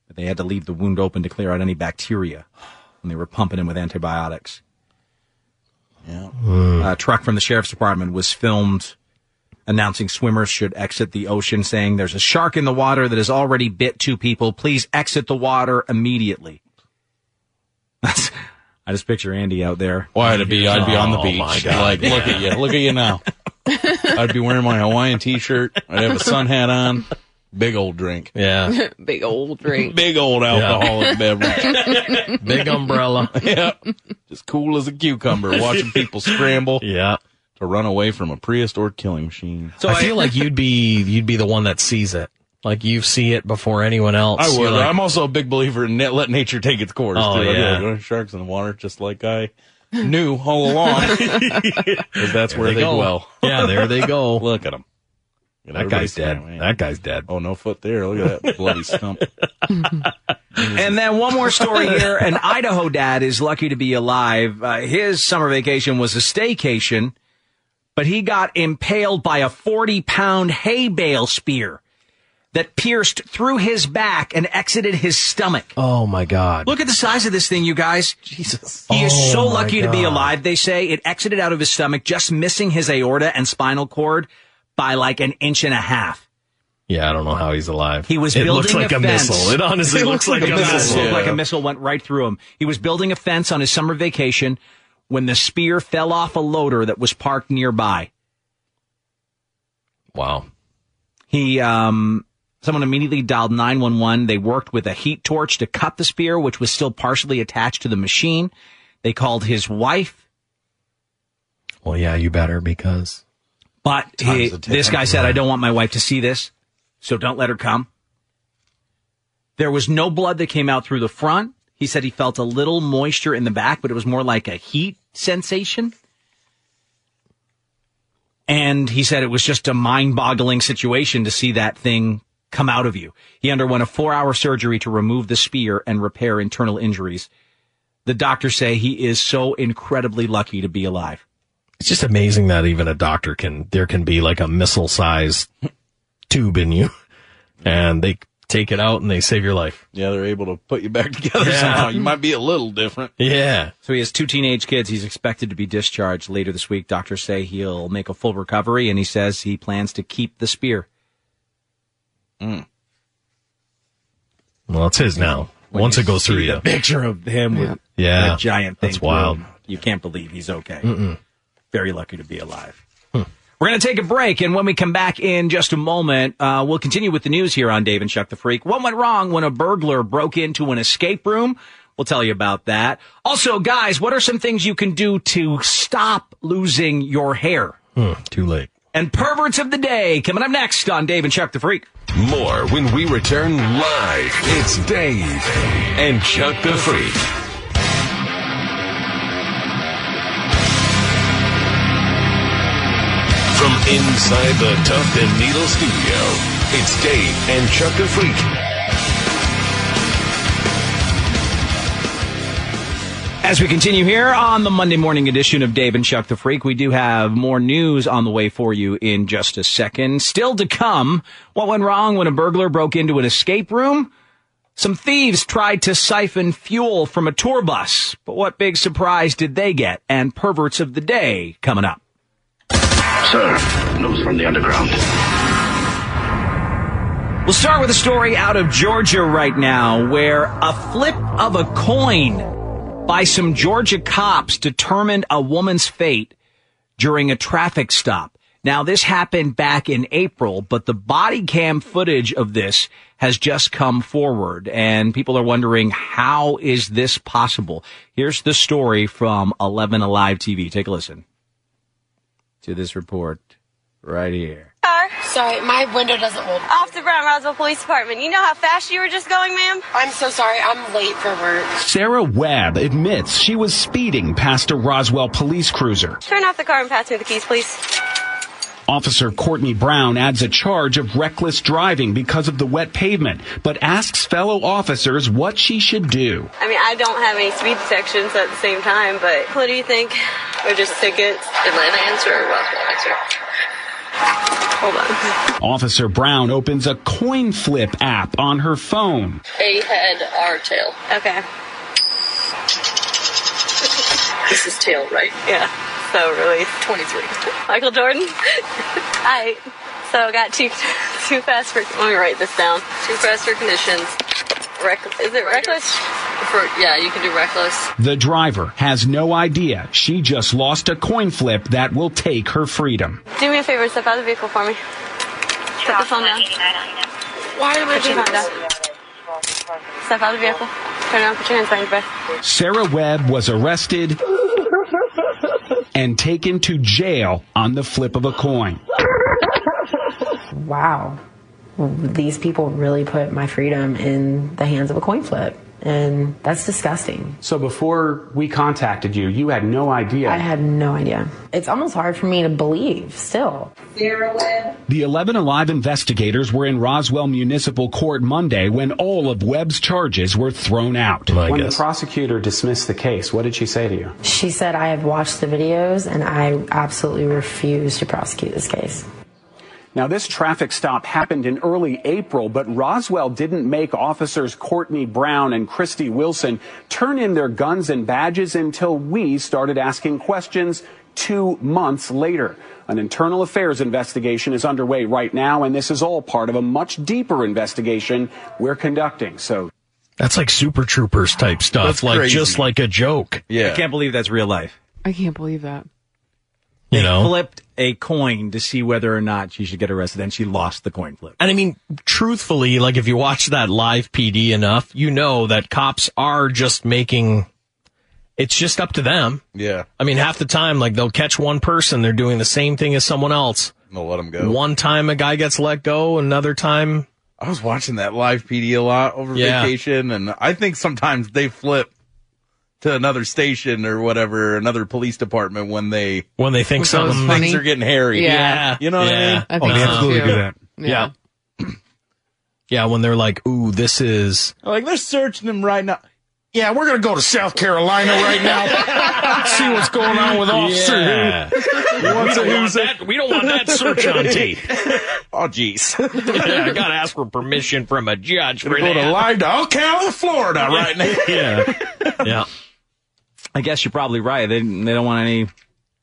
But they had to leave the wound open to clear out any bacteria. And they were pumping him with antibiotics. A truck from the sheriff's department was filmed announcing swimmers should exit the ocean, saying there's a shark in the water that has already bit two people. Please exit the water immediately. That's I just picture Andy out there.
Why to be? I'd be on the
Oh,
beach.
my God.
Like, look at you, look at you now. I'd be wearing my Hawaiian t-shirt. I'd have a sun hat on. Big old drink. Yeah.
Big old drink.
Big old alcoholic beverage.
Big umbrella.
Yep. Just cool as a cucumber, watching people scramble.
Yeah.
To run away from a prehistoric killing machine.
So I, feel like you'd be you'd be the one that sees it. Like you see it before anyone else.
I
You're
would.
like,
I'm also a big believer in net, let nature take its course.
Oh,
too. I'd be
yeah.
like, "Oh, sharks in the water, just like I knew all along. 'Cause that's
There
where
they
they,
go.
dwell.
Yeah, there they go.
Look at them.
That guy's dead.
That
guy's dead.
Oh, no foot there. Look at that bloody stump.
And then one more story here. An Idaho dad is lucky to be alive. Uh, his summer vacation was a staycation, but he got impaled by a 40 pound hay bale spear that pierced through his back and exited his stomach.
oh my god.
Look at the size of this thing, you guys. Jesus. He is so
Oh, my
lucky to be
God.
alive, they say. It exited out of his stomach, just missing his aorta and spinal cord by like an inch and a half.
Yeah, I don't know how he's alive.
He was
It
building
looks like a,
fence.
missile. It honestly looks, like, a missile.
It looked like a missile went right through him. He was building a fence on his summer vacation when the spear fell off a loader that was parked nearby.
Wow.
He um someone immediately dialed 911. They worked with a heat torch to cut the spear which was still partially attached to the machine. They called his wife,
Well, yeah, you better because
but he-
Times are
this guy
different.
said I don't want my wife to see this, so don't let her come. There was no blood that came out through the front. He said he felt a little moisture in the back, but it was more like a heat sensation. And he said it was just a mind boggling situation to see that thing come out of you. He underwent a four hour surgery to remove the spear and repair internal injuries. The doctors say he is so incredibly lucky to be alive.
it's just amazing that even a doctor can there can be like a missile sized tube in you, and they take it out and they save your life.
Yeah, they're able to put you back together
Yeah.
somehow. You might be a little different.
Yeah.
So he has two teenage kids. He's expected to be discharged later this week. Doctors say he'll make a full recovery, and he says he plans to keep the spear.
Well, it's his now. Once it goes through
See
you,
the picture of him with
Yeah.
that giant thing.
That's
through
wild.
him. You can't believe he's okay.
Mm-mm.
Very lucky to be alive. We're going to take a break, and when we come back in just a moment, uh, we'll continue with the news here on Dave and Chuck the Freak. What went wrong when a burglar broke into an escape room? We'll tell you about that. Also, guys, what are some things you can do to stop losing your hair?
Hmm, too late.
and perverts of the day coming up next on Dave and Chuck the Freak.
More when we return live. It's Dave and Chuck the Freak. From inside the Tuft and Needle studio, it's Dave and Chuck the Freak.
As we continue here on the Monday morning edition of Dave and Chuck the Freak, we do have more news on the way for you in just a second. Still to come, what went wrong when a burglar broke into an escape room? Some thieves tried to siphon fuel from a tour bus, but what big surprise did they get? And perverts of the day coming up.
Sir, news from the underground.
We'll start with a story out of Georgia right now where a flip of a coin by some Georgia cops determined a woman's fate during a traffic stop. Now, this happened back in April, but the body cam footage of this has just come forward and people are wondering, how is this possible? Here's the story from 11 Alive TV. Take a listen to this report right here.
Car? Sorry, my window doesn't roll. Off the Brown Roswell Police Department. You know how fast you were just going, ma'am? I'm so sorry. I'm late for work.
Sarah Webb admits she was speeding past a Roswell police cruiser.
Turn off the car and pass me the keys, please.
Officer Courtney Brown adds a charge of reckless driving because of the wet pavement, but asks fellow officers what she should do.
I mean, I don't have any speed detections at the same time, but what do you think? Or just tickets? Atlanta answer or Roswell answer? Hold on.
Officer Brown opens a coin flip app on her phone.
A head, R tail. Okay. This is tail, right? Yeah. So really, twenty-three. Michael Jordan. I. So got too too fast for. Let me write this down. Too fast for conditions. Reckless. Is it reckless?
For yeah, you can do reckless.
The driver has no idea she just lost a coin flip that will take her freedom.
Do me a favor, step out of the vehicle for me. Put the phone down. Why am I doing that? Step out of the vehicle. Turn around, put your hands behind your back.
Sarah Webb was arrested and taken to jail on the flip of a coin.
wow, these people really put my freedom in the hands of a coin flip. And that's disgusting.
So before we contacted you, you had no idea.
I had no idea. It's almost hard for me to believe still.
Sarah Webb.
The 11 Alive investigators were in Roswell Municipal Court Monday when all of Webb's charges were thrown out.
when the prosecutor dismissed the case, what did she say to you?
She said, I have watched the videos and I absolutely refuse to prosecute this case.
Now, this traffic stop happened in early April, but Roswell didn't make officers Courtney Brown and Christy Wilson turn in their guns and badges until we started asking questions two months later. An internal affairs investigation is underway right now, and this is all part of a much deeper investigation we're conducting. So.
That's like Super Troopers type stuff,
That's
like
crazy.
just like a joke.
I can't believe that's real life.
I can't believe that.
You they know, flipped a coin to see whether or not she should get arrested, and she lost the coin flip.
And I mean, truthfully, like if you watch that live PD enough, you know that cops are just making it's just up to them.
Yeah.
I mean, half the time, like they'll catch one person, they're doing the same thing as someone else.
They'll let them go.
One time a guy gets let go, another time.
I was watching that live PD a lot over
Yeah.
vacation, and I think sometimes they flip to another station or whatever, another police department when they
when they think
some
something-
things are getting hairy.
Yeah. Yeah.
you know what
Yeah. I
I mean.
think Oh, they so, absolutely too. do that. Yeah. Yeah, when they're like, ooh, this is.
Like they're searching them right now. Yeah, we're gonna go to South Carolina right now. see what's going on with Officer
Yeah.
Who. What's
We
a
don't want
who's a-
that- we don't want that search on tape.
oh, jeez.
yeah, I gotta ask for permission from a judge for
Go
that.
to live to Ocala, Florida right now.
yeah. Yeah.
I guess you're probably right. They they don't want any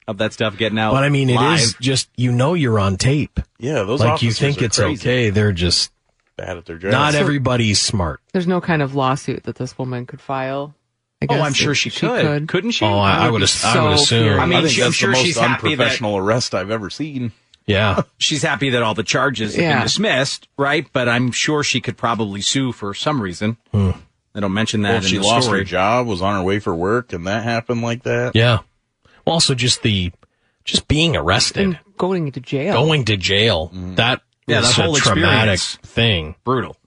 of that stuff getting out.
But I mean, it is
live.
just you know you're on tape.
Yeah, those
like you
officers
think
are
it's
crazy.
okay. They're just
bad at their job.
Not
So-
everybody's smart.
There's no kind of lawsuit that this woman could file. I
Oh,
guess
I'm sure
if
she could.
Couldn't
she? Oh, I- I would
be
as- I would
so
assume.
furious.
I mean,
I think
she- I'm
that's
sure
the most
she's happy that-
unprofessional arrest I've ever seen.
Yeah.
She's happy that all the charges have
Yeah.
been dismissed, right? But I'm sure she could probably sue for some reason.
Hmm.
They don't mention that
Well,
in
she
the
lost
story.
her job, was on her way for work, and that happened like that.
Yeah. Well, also just the just being arrested,
going to jail,
going to jail.
Mm-hmm.
That
Yeah,
was
that whole
a traumatic
experience.
thing.
Brutal.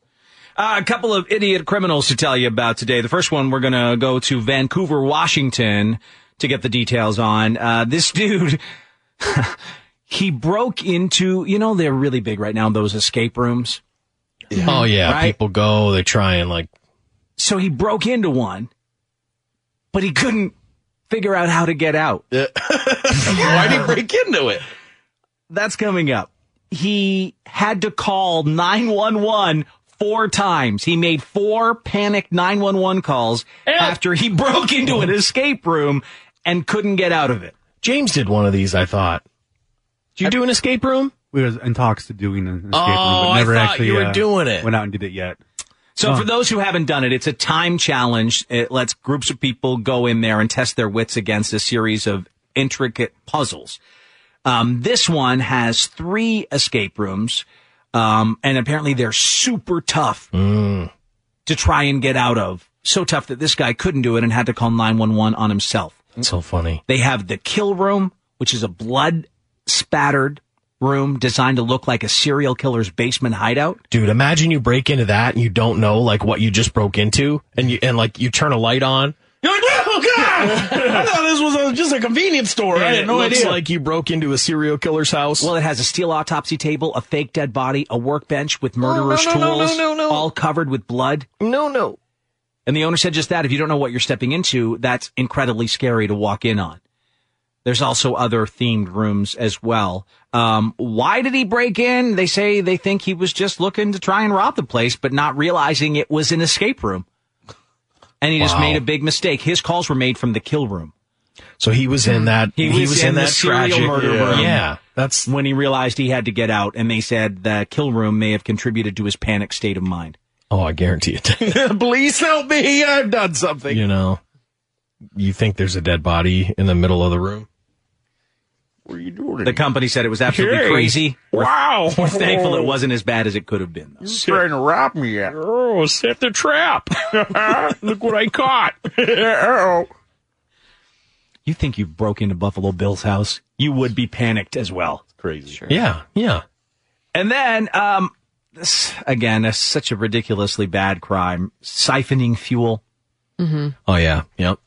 Uh, a couple of idiot criminals to tell you about today. The first one, we're going to go to Vancouver, Washington to get the details on. Uh, this dude, he broke into, you know, they're really big right now, those escape rooms.
Oh yeah,
Right?
people go. They try and like.
So he broke into one, but he couldn't figure out how to get out.
Why'd he break into it?
That's coming up. He had to call 911 four times. He made four panic 911 calls after he broke into an escape room and couldn't get out of it.
James did one of these. I thought. Did you do an escape room?
We was in talks to doing an escape
Oh,
room, but
I
never
thought
actually
you were
uh,
doing it.
Went out and did it yet.
So
Oh.
for those who haven't done it, it's a time challenge. It lets groups of people go in there and test their wits against a series of intricate puzzles. Um, this one has three escape rooms, um, and apparently they're super tough
Mm.
to try and get out of. So tough that this guy couldn't do it and had to call 911 on himself.
So funny.
They have the kill room, which is a blood spattered room designed to look like a serial killer's basement hideout.
Dude, imagine you break into that and you don't know like what you just broke into, and you and like you turn a light on. You're like, oh god! I thought this was a, just a convenience store.
I
and
had
it
no
looks
idea.
Like you broke into a serial killer's house.
Well, it has a steel autopsy table, a fake dead body, a workbench with murderer's
no, no, no,
tools,
no, no.
all covered with blood.
No, no.
And the owner said just that. If you don't know what you're stepping into, that's incredibly scary to walk in on. There's also other themed rooms as well. Um, why did he break in? They say they think he was just looking to try and rob the place, but not realizing it was an escape room. And he just
Wow.
made a big mistake. His calls were made from the kill room.
So he was in that.
He was, in,
that
that serial
tragic
murder
yeah.
room.
Yeah. that's
when he realized he had to get out, and they said the kill room may have contributed to his panic state of mind.
Oh, I guarantee it.
Please help me. I've done something.
You know, you think there's a dead body in the middle of the room?
What are you doing?
The company said it was absolutely
Hey.
crazy. We're-
Wow.
We're thankful it wasn't as bad as it could have been.
You're trying to rob me.
Oh, set the trap. Look what I caught.
oh.
You think you broke into Buffalo Bill's house? You would be panicked as well.
crazy.
Yeah, yeah.
And then, um, this, again, that's such a ridiculously bad crime. Siphoning fuel.
Mm-hmm.
Oh yeah, yep.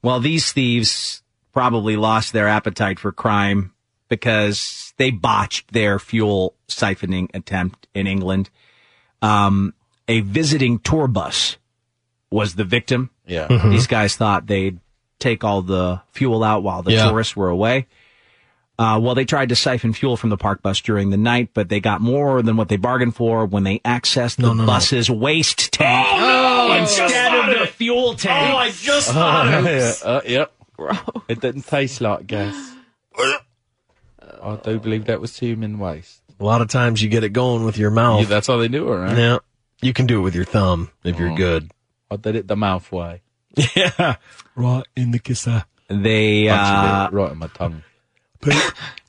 Well, these thieves probably lost their appetite for crime because they botched their fuel siphoning attempt in England. Um, a visiting tour bus was the victim.
Yeah.
Mhm.
These guys thought they'd take all the fuel out while the
Yeah.
tourists were away. Uh, well, they tried to siphon fuel from the park bus during the night, but they got more than what they bargained for when they accessed the bus's waste tank
Oh,
instead of the fuel tank.
Oh, I just
Uh-huh.
thought
Ah,
of it.
Uh, yep. It didn't taste like gas. I do believe that was human waste.
A lot of times you get it going with your mouth.
Oh.
Yeah, that's how they do it, right?
Yeah. You can do it with your thumb if you're
Mm.
good.
I did it the mouth way.
Yeah. Right in the kisser.
They
Actually,
uh,
right on my tongue.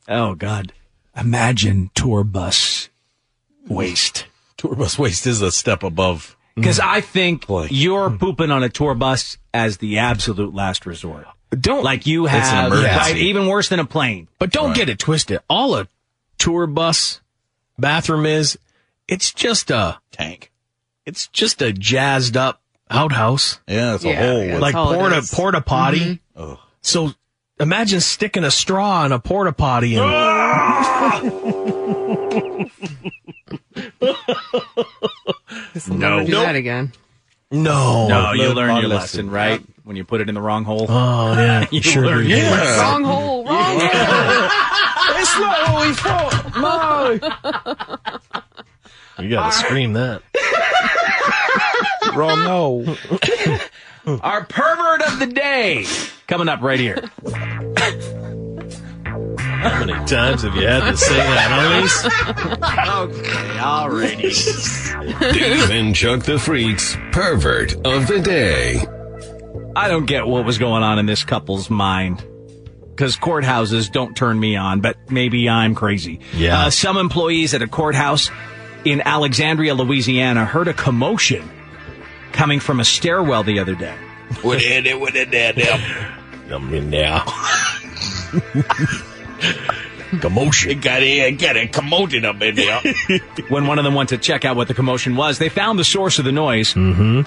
oh god, imagine tour bus waste.
Tour bus waste is a step above.
Because I think you're pooping on a tour bus as the absolute last resort.
Don't
like you
It's an
have
emergency.
right, even worse than a plane.
But don't get it twisted. All a tour bus bathroom is, it's just a
tank.
It's just a jazzed up outhouse.
Yeah, it's a Yeah, hole yeah, with-
like
that's all it
porta
is.
porta potty.
Mhm. Ugh.
So imagine sticking a straw in a porta potty and
I'll
No.
never do
Nope.
that again.
no,
no, you
Learn
learn
my
your lesson,
lesson.
right? When you put it in the wrong hole.
Oh yeah,
you
sure
learn
do.
your
Yeah.
lesson.
Wrong
hole, wrong hole.
It's not what we thought. No.
you gotta scream that.
Wrong hole.
Our pervert of the day coming up right here.
How many times have you had to say that, Elise?
okay, alrighty.
Dave and Chuck the Freaks, pervert of the day.
I don't get what was going on in this couple's mind. Because courthouses don't turn me on, but maybe I'm crazy.
Yeah.
Uh, some employees at a courthouse in Alexandria, Louisiana, heard a commotion coming from a stairwell the other day.
What in it? What in there?
I'm in there. Commotion.
It got it. Got it. Commoted up in there.
when one of them went to check out what the commotion was, they found the source of the noise. Mm-hmm.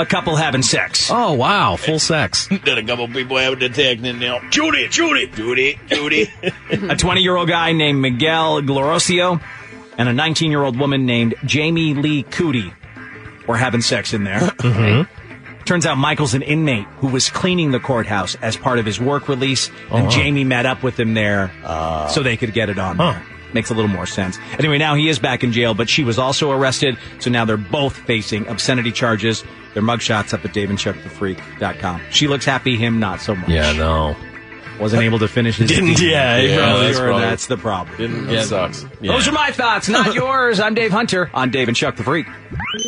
A couple having sex.
Oh wow, full sex.
Did a couple people have an attack in there? Judy, Judy, Judy, Judy.
a 20 year old guy named Miguel Glorosio and a 19 year old woman named Jamie Lee Cootie were having sex in there.
Mm-hmm.
Mm-hmm.
Turns out Michael's an inmate who was cleaning the courthouse as part of his work release, and
Oh.
Jamie met up with him there
Uh.
so they could get it on. there. Makes a little more sense. Anyway, now he is back in jail, but she was also arrested, so now they're both facing obscenity charges. Their mugshots up at daveandchuckthefreak.com. She looks happy, him not so much.
Yeah, no.
Wasn't able to finish his
Didn't-
deed.
yeah, he probably-
that's,
that's probably-
that's the problem.
Didn't- Yeah. that sucks.
Mm-hmm. Those are my thoughts, not yours. I'm Dave Hunter on Dave and Chuck the Freak.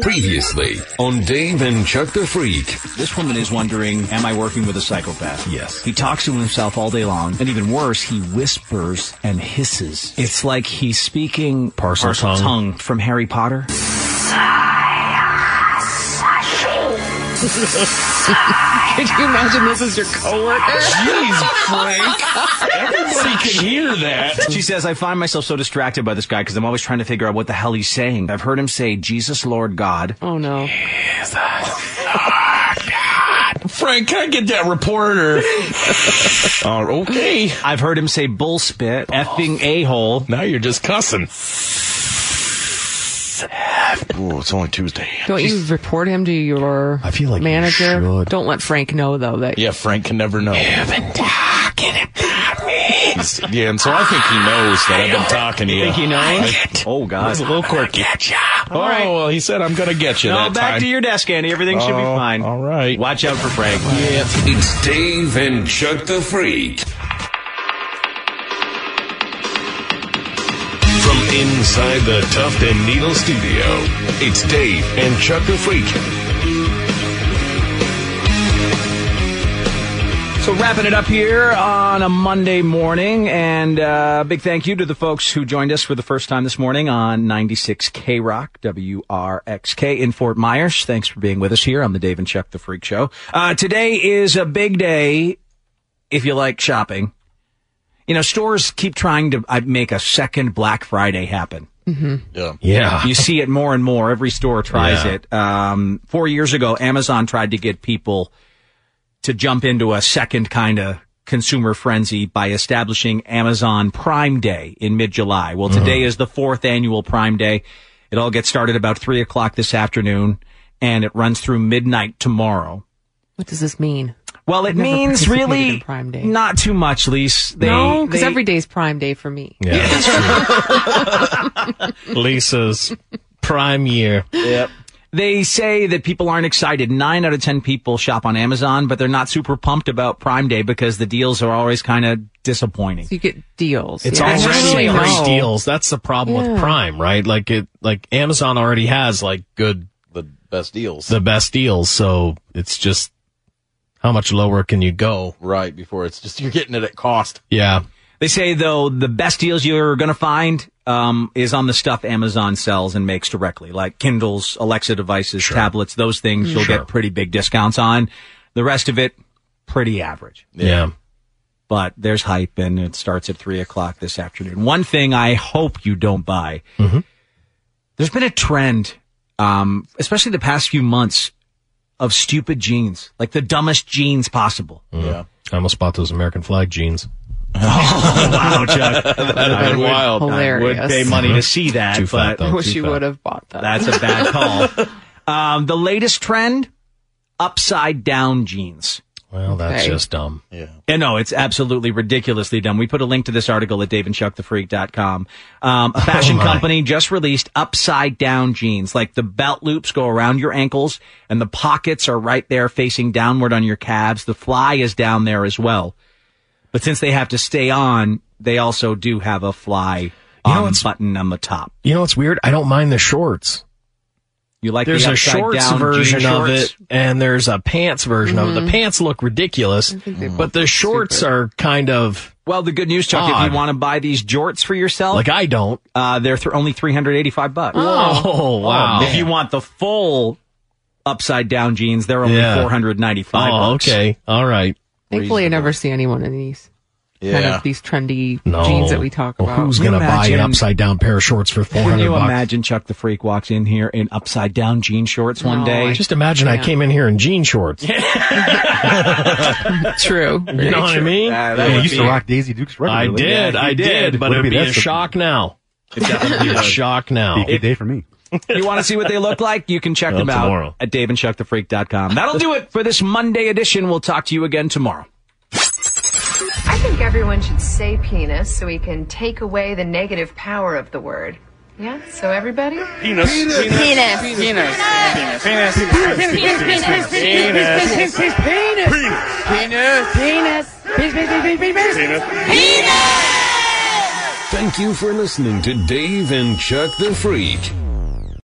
Previously on Dave and Chuck the Freak.
This woman is wondering, am I working with a psychopath? Yes. He talks to himself all day long, and even worse, he whispers and hisses. It's like he's speaking
Parcel
parcel
tongue.
tongue from Harry Potter.
Could you imagine this is your coworker?
Jeez,
Frank.
Everybody
can hear that.
She says, I find myself so distracted by this guy because I'm always trying to figure out what the hell he's saying. I've heard him say, Jesus, Lord God.
Oh, no.
Frank, can I get that reporter? okay.
I've heard him say bullspit, effing a hole.
Now you're just cussing. Oh, it's only Tuesday.
Don't you report him to your I feel like manager? Don't let Frank know though that
Yeah, Frank can never know. You've been talking about me. yeah, and so I think he knows that I've been talking to you.
Think he knows? Oh, God.
That was a little quirky. Oh,
All right.
well, he said I'm gonna get you.
No,
that
back
time.
to your desk, Andy. Everything should be
Oh,
fine. All
right.
Watch out for Frank.
It's Dave and Chuck the Freak. From Inside the Tuft and Needle Studio, it's Dave and Chuck the Freak.
So wrapping it up here on a Monday morning, and uh, big thank you to the folks who joined us for the first time this morning on 96 K Rock WRXK in Fort Myers. Thanks for being with us here on the Dave and Chuck the Freak Show. Uh, today is a big day if you like shopping. You know, stores keep trying to uh, make a second Black Friday happen.
Mm-hmm.
Yeah.
Yeah.
You see it more and more. Every store tries
Yeah.
it. Um, four years ago, Amazon tried to get people to jump into a second kind of consumer frenzy by establishing Amazon Prime Day in mid July.
Mm-hmm.
Well, today is the fourth annual Prime Day. It all gets started about three o'clock this afternoon and it runs through midnight tomorrow.
What does this mean?
Well, it
I've never
means
participated
really
in Prime Day.
Not too much, Lise. They,
no, because
they-
every day is Prime Day for me.
Lisa's prime year.
Yep. They say that people aren't excited. Nine out of 10 people shop on Amazon, but they're not super pumped about Prime Day because the deals are always kind of disappointing.
You get deals.
It's
yeah.
already
Actually,
great
no.
deals. That's the problem
Yeah.
with Prime, right? Like it, like Amazon already has like good,
the best deals,
the best deals. So it's just how much lower can you go?
right before it's just you're getting it at cost.
Yeah.
They say, though, the best deals you're going to find um, is on the stuff Amazon sells and makes directly, like Kindles, Alexa devices, tablets, those things
Mm.
you'll
Sure.
get pretty big discounts on. The rest of it, pretty average.
Yeah.
But there's hype, and it starts at 3 o'clock this afternoon. One thing I hope you don't buy
Mm-hmm.
there's been a trend, um, especially the past few months, of stupid jeans, like the dumbest jeans possible.
Yeah. I almost bought those American flag jeans.
Oh, wow, Chuck.
That'd
I
been
would-
wild.
I would pay
Hilarious.
money to
Mhm.
see that,
Too
but
fat, though, I wish too you fat.
would've bought that.
That's a bad call. um, the latest trend: upside down jeans.
Well, that's
Okay.
just dumb.
Yeah.
And no, it's absolutely ridiculously dumb. We put a link to this article at daveandchuckthefreak.com. Um, a fashion
my.
company just released upside down jeans. Like the belt loops go around your ankles and the pockets are right there facing downward on your calves. The fly is down there as well. But since they have to stay on, they also do have a fly on button on the top.
You know what's weird? I don't mind the shorts.
You like
there's
the
a
upside
shorts
down
version
jean
of
shorts?
it, and there's a pants version of it.
Mhm.
The pants look ridiculous, but the shorts are kind of
Well, the good news, Chuck, if
Odd.
you want to buy these jorts for yourself,
like I don't.
Uh, they're th- only 385 bucks.
Oh. Oh, wow.
If you want the full upside down jeans, they're only
Yeah.
495
Oh,
bucks.
okay, all right.
Thankfully, I never see anyone in these kind
Yeah.
of these trendy
No.
jeans that we talk
Well,
about.
Who's gonna buy an upside down pair of shorts for four
Can
hundred
you
bucks?
imagine Chuck the Freak walks in here in upside down jean shorts one day?
Just imagine I came in here in jean shorts.
True.
You know what I mean?
Yeah, you used to rock Daisy Duke's record.
I
really.
did,
Yeah,
I
you
did, but
Wouldn't
it'd be a
that simple.
shock now. It definitely be a shock now.
Be a good day for me.
you want to see what they look like? You can check
Well,
them out
tomorrow.
at daveandchuckthefreak.com. That'll do it for this Monday edition. We'll talk to you again tomorrow.
I think everyone should say penis so we can take away the negative power of the word. Yeah? So everybody?
Penis. Penis. Penis. Penis. Penis. Penis. Penis. Penis. Penis. Penis. Penis. Penis. Penis. Penis. Penis. Penis.
Thank you for listening to Dave and Chuck the Freak.